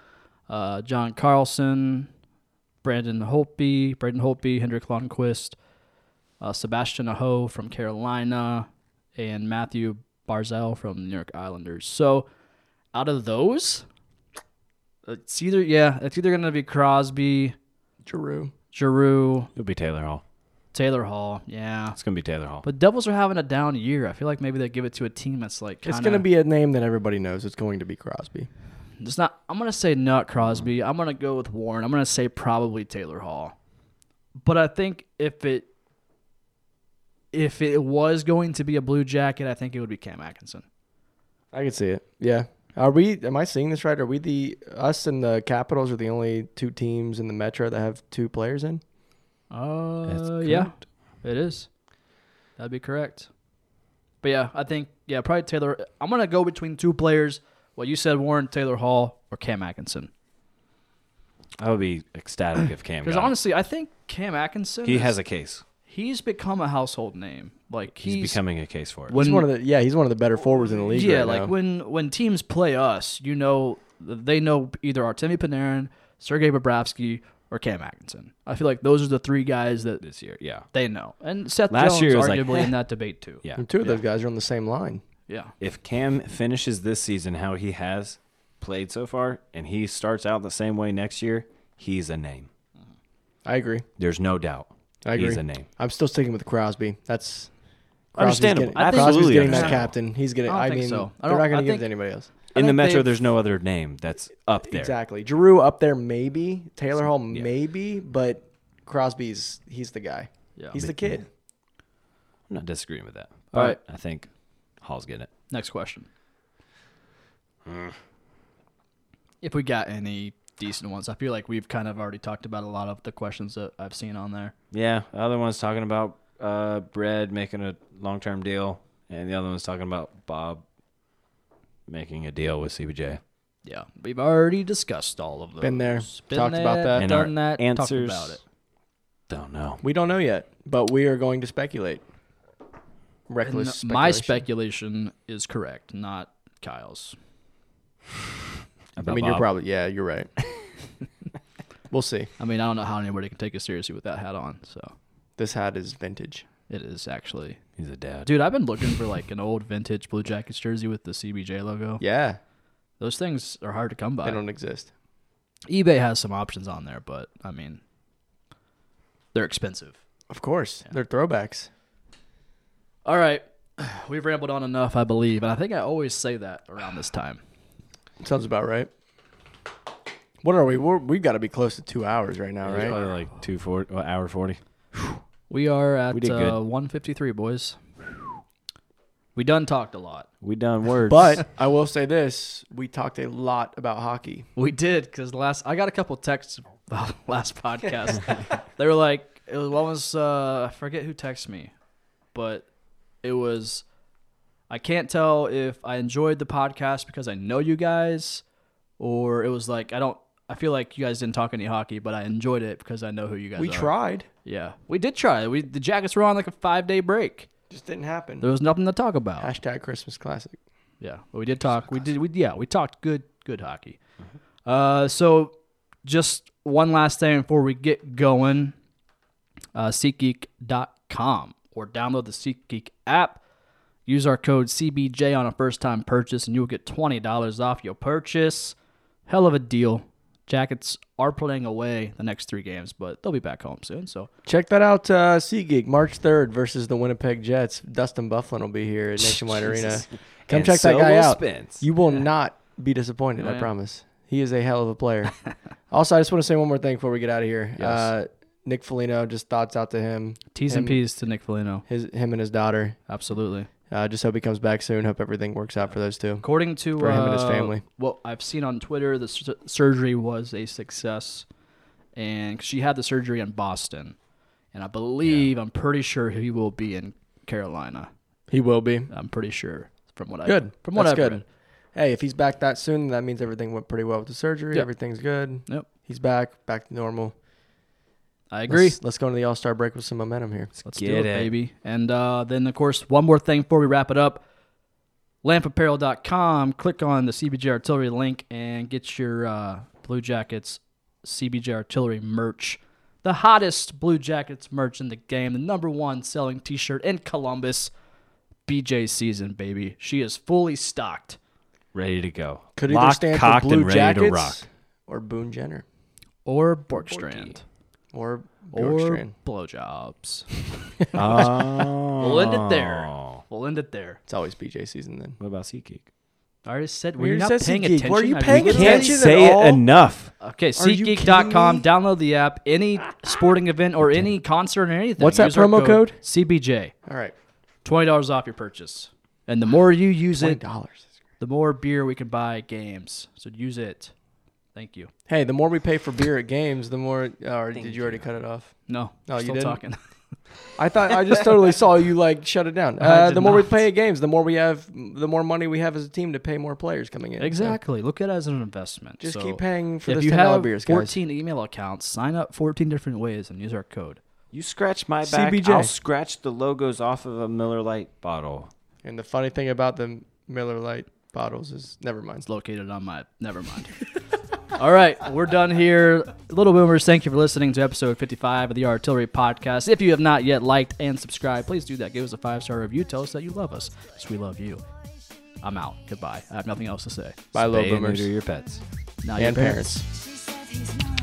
uh, John Carlson, Brandon Holtby, Brandon Holtby, Hendrik Lundqvist, uh, Sebastian Aho from Carolina, and Matthew Barzell from the New York Islanders. So, out of those, it's either yeah, it's either gonna be Crosby, Giroux. Giroux, It'll be Taylor Hall. Taylor Hall. Yeah, It's gonna be Taylor Hall. but Devils are having a down year. I feel like maybe they give it to a team that's like It's kinda- going to be a name that everybody knows. It's going to be Crosby. It's not. I'm gonna say not Crosby. I'm gonna go with Warren. I'm gonna say probably Taylor Hall. But I think if it if it was going to be a Blue Jacket, I think it would be Cam Atkinson. I can see it. Yeah. Are we? Am I seeing this right? Are we the us and the Capitals are the only two teams in the Metro that have two players in? Uh, That's yeah, it is. That'd be correct. But yeah, I think yeah, probably Taylor. I'm gonna go between two players. What you said, Warren Taylor Hall or Cam Atkinson? I would be ecstatic if Cam. Because got it. honestly, I think Cam Atkinson. he is- has a case. He's become a household name. Like he's, He's, becoming a case for it. He's when- one of the yeah. He's one of the better forwards in the league. Yeah, right like now. when when teams play us, you know they know either Artemi Panarin, Sergei Bobrovsky, or Cam Atkinson. I feel like those are the three guys that this year, yeah, they know, and Seth Last Jones year was like, arguably <laughs> in that debate too. yeah. And two of those guys are on the same line. yeah. If Cam finishes this season how he has played so far, and he starts out the same way next year, he's a name. I agree. There's no doubt. I agree. He's a name. I'm still sticking with Crosby. That's Crosby's Understandable. Getting, I think- Crosby's Absolutely getting that understandable. captain. He's gonna. I don't I, think mean, so. I they're not don't- gonna I give it think- to anybody else. I In the think Metro, they've- there's no other name that's up there. Exactly. Giroux up there maybe. Taylor Hall maybe, but Crosby's he's the guy. Yeah. He's the kid. I'm not disagreeing with that. All right. I think Hall's getting it. Next question. If we got any decent ones, I feel like we've kind of already talked about a lot of the questions that I've seen on there. Yeah. The other one's talking about uh, Brad making a long term deal, and the other one's talking about Bob making a deal with CBJ. Yeah, we've already discussed all of those. Been there, talked about that. And done our that, answers- talked about it. Don't know. We don't know yet, but we are going to speculate. Reckless And uh, my speculation speculation. is correct, not Kyle's. I mean, you're probably yeah, you're right. <laughs> we'll see. I mean, I don't know how anybody can take it seriously with that hat on. So This hat is vintage. it is actually, He's a dad. dude. I've been looking for like an old vintage Blue Jackets jersey with the CBJ logo. Yeah, Those things are hard to come they by. don't exist. eBay has some options on there, but I mean, they're expensive. Of course, they're throwbacks. All right, <sighs> we've rambled on enough, I believe, and I think I always say that around this time. Sounds about right. What are we? We're, we've got to be close to two hours right now, It was right? probably like two forty, well, hour forty. We are at We did good. uh, 153, boys. We done talked a lot. We done words, <laughs> But I will say this: we talked a lot about hockey. We did because last I got a couple texts <laughs> about last podcast. <laughs> they were like, it was what was uh, I forget who texted me, but it was I can't tell if I enjoyed the podcast because I know you guys, or it was like I don't. I feel like you guys didn't talk any hockey, but I enjoyed it because I know who you guys We are. tried, Yeah, we did try. We the Jackets were on like a five day break. just didn't There happen. was nothing to talk about. Hashtag Christmas classic. Yeah, but we did talk. We did. We yeah, we talked good good hockey. Uh, so just one last thing before we get going. Uh, SeatGeek.com or download the SeatGeek app. Use our code CBJ on a first time purchase, and you'll get twenty dollars off your purchase. Hell of a deal. Jackets are playing away the next three games, but they'll be back home soon. So Check that out. Uh, SeaGeek March third versus the Winnipeg Jets. Dustin Bufflin will be here at <laughs> Nationwide Arena. Jesus. Come And check so that guy will out. Spence. You will not be disappointed. I yeah. promise. He is a hell of <laughs> a player. also, I just want to say one more thing before we get out of here. Uh, Nick Foligno, just thoughts out to him, T's and P's to Nick Foligno. his him and his daughter. Absolutely. Uh, just hope he comes back soon. Hope everything works out for those two. According to For him and his uh, family. what I've seen on Twitter, the sur- surgery was a success, and 'cause she had the surgery in Boston, and I believe I'm pretty sure he will be in Carolina. He will be. I'm pretty sure from what I Good. from what That's I've good. read. Hey, if he's back that soon, that means everything went pretty well with the surgery. Yep. Everything's good. Yep, He's back, back to normal. I agree. Let's, let's go into the All Star break with some momentum here. Let's do Get it, it. baby. And uh, then, of course, one more thing before we wrap it up. LampApparel.com. Click on the CBJ Artillery link and get your uh, Blue Jackets CBJ Artillery merch. The hottest Blue Jackets merch in the game. The number one selling t shirt in Columbus. BJ season, baby. She is fully stocked. ready to go. Could either Lock, stand cocked, for Blue and ready Jackets to rock. or Boone Jenner Or Borkstrand. or Or Bjorkstrand. blowjobs. Oh. We'll end it there. We'll end it there. It's always BJ season then. What about SeatGeek? I already said, We were you not already said paying SeatGeek. attention? Were you I paying really- Can't Attention at say all? it enough. Okay, you kidding SeatGeek.com. me? Ah, Download the app. Any sporting event or any concert or anything. What's that use our promo code? CBJ. All right. Twenty dollars off your purchase. And the more you use Twenty it, dollars. the more beer we can buy at games. So use it. Thank you. Hey, the more we pay for beer at games, the more. uh, Or did you already cut it off? No, we're No, Oh, you still didn't? <laughs> talking. <laughs> I thought I just totally saw you like shut it down. Uh, did the more we not. play at games, the more we have, the more money we have as a team to pay more players coming in. So exactly. Look at it as an investment. just So keep paying for if this you ten dollar have beers, guys. 14 email accounts, sign up 14 different ways and use our code. You scratch my back, CBJ. I'll scratch the logos off of a Miller Lite bottle. And the funny thing about the Miller Lite bottles is, never mind. It's located on my. Never mind. <laughs> All right, we're done here. Little Boomers, thank you for listening to episode 55 of the Artillery Podcast. If you have not yet liked and subscribed, please do that. Give us a five star review. Tell us that you love us because we love you. I'm out. Goodbye. I have nothing else to say. Bye, Spay low and boomers neuter your pets. Now, and parents. She said he's not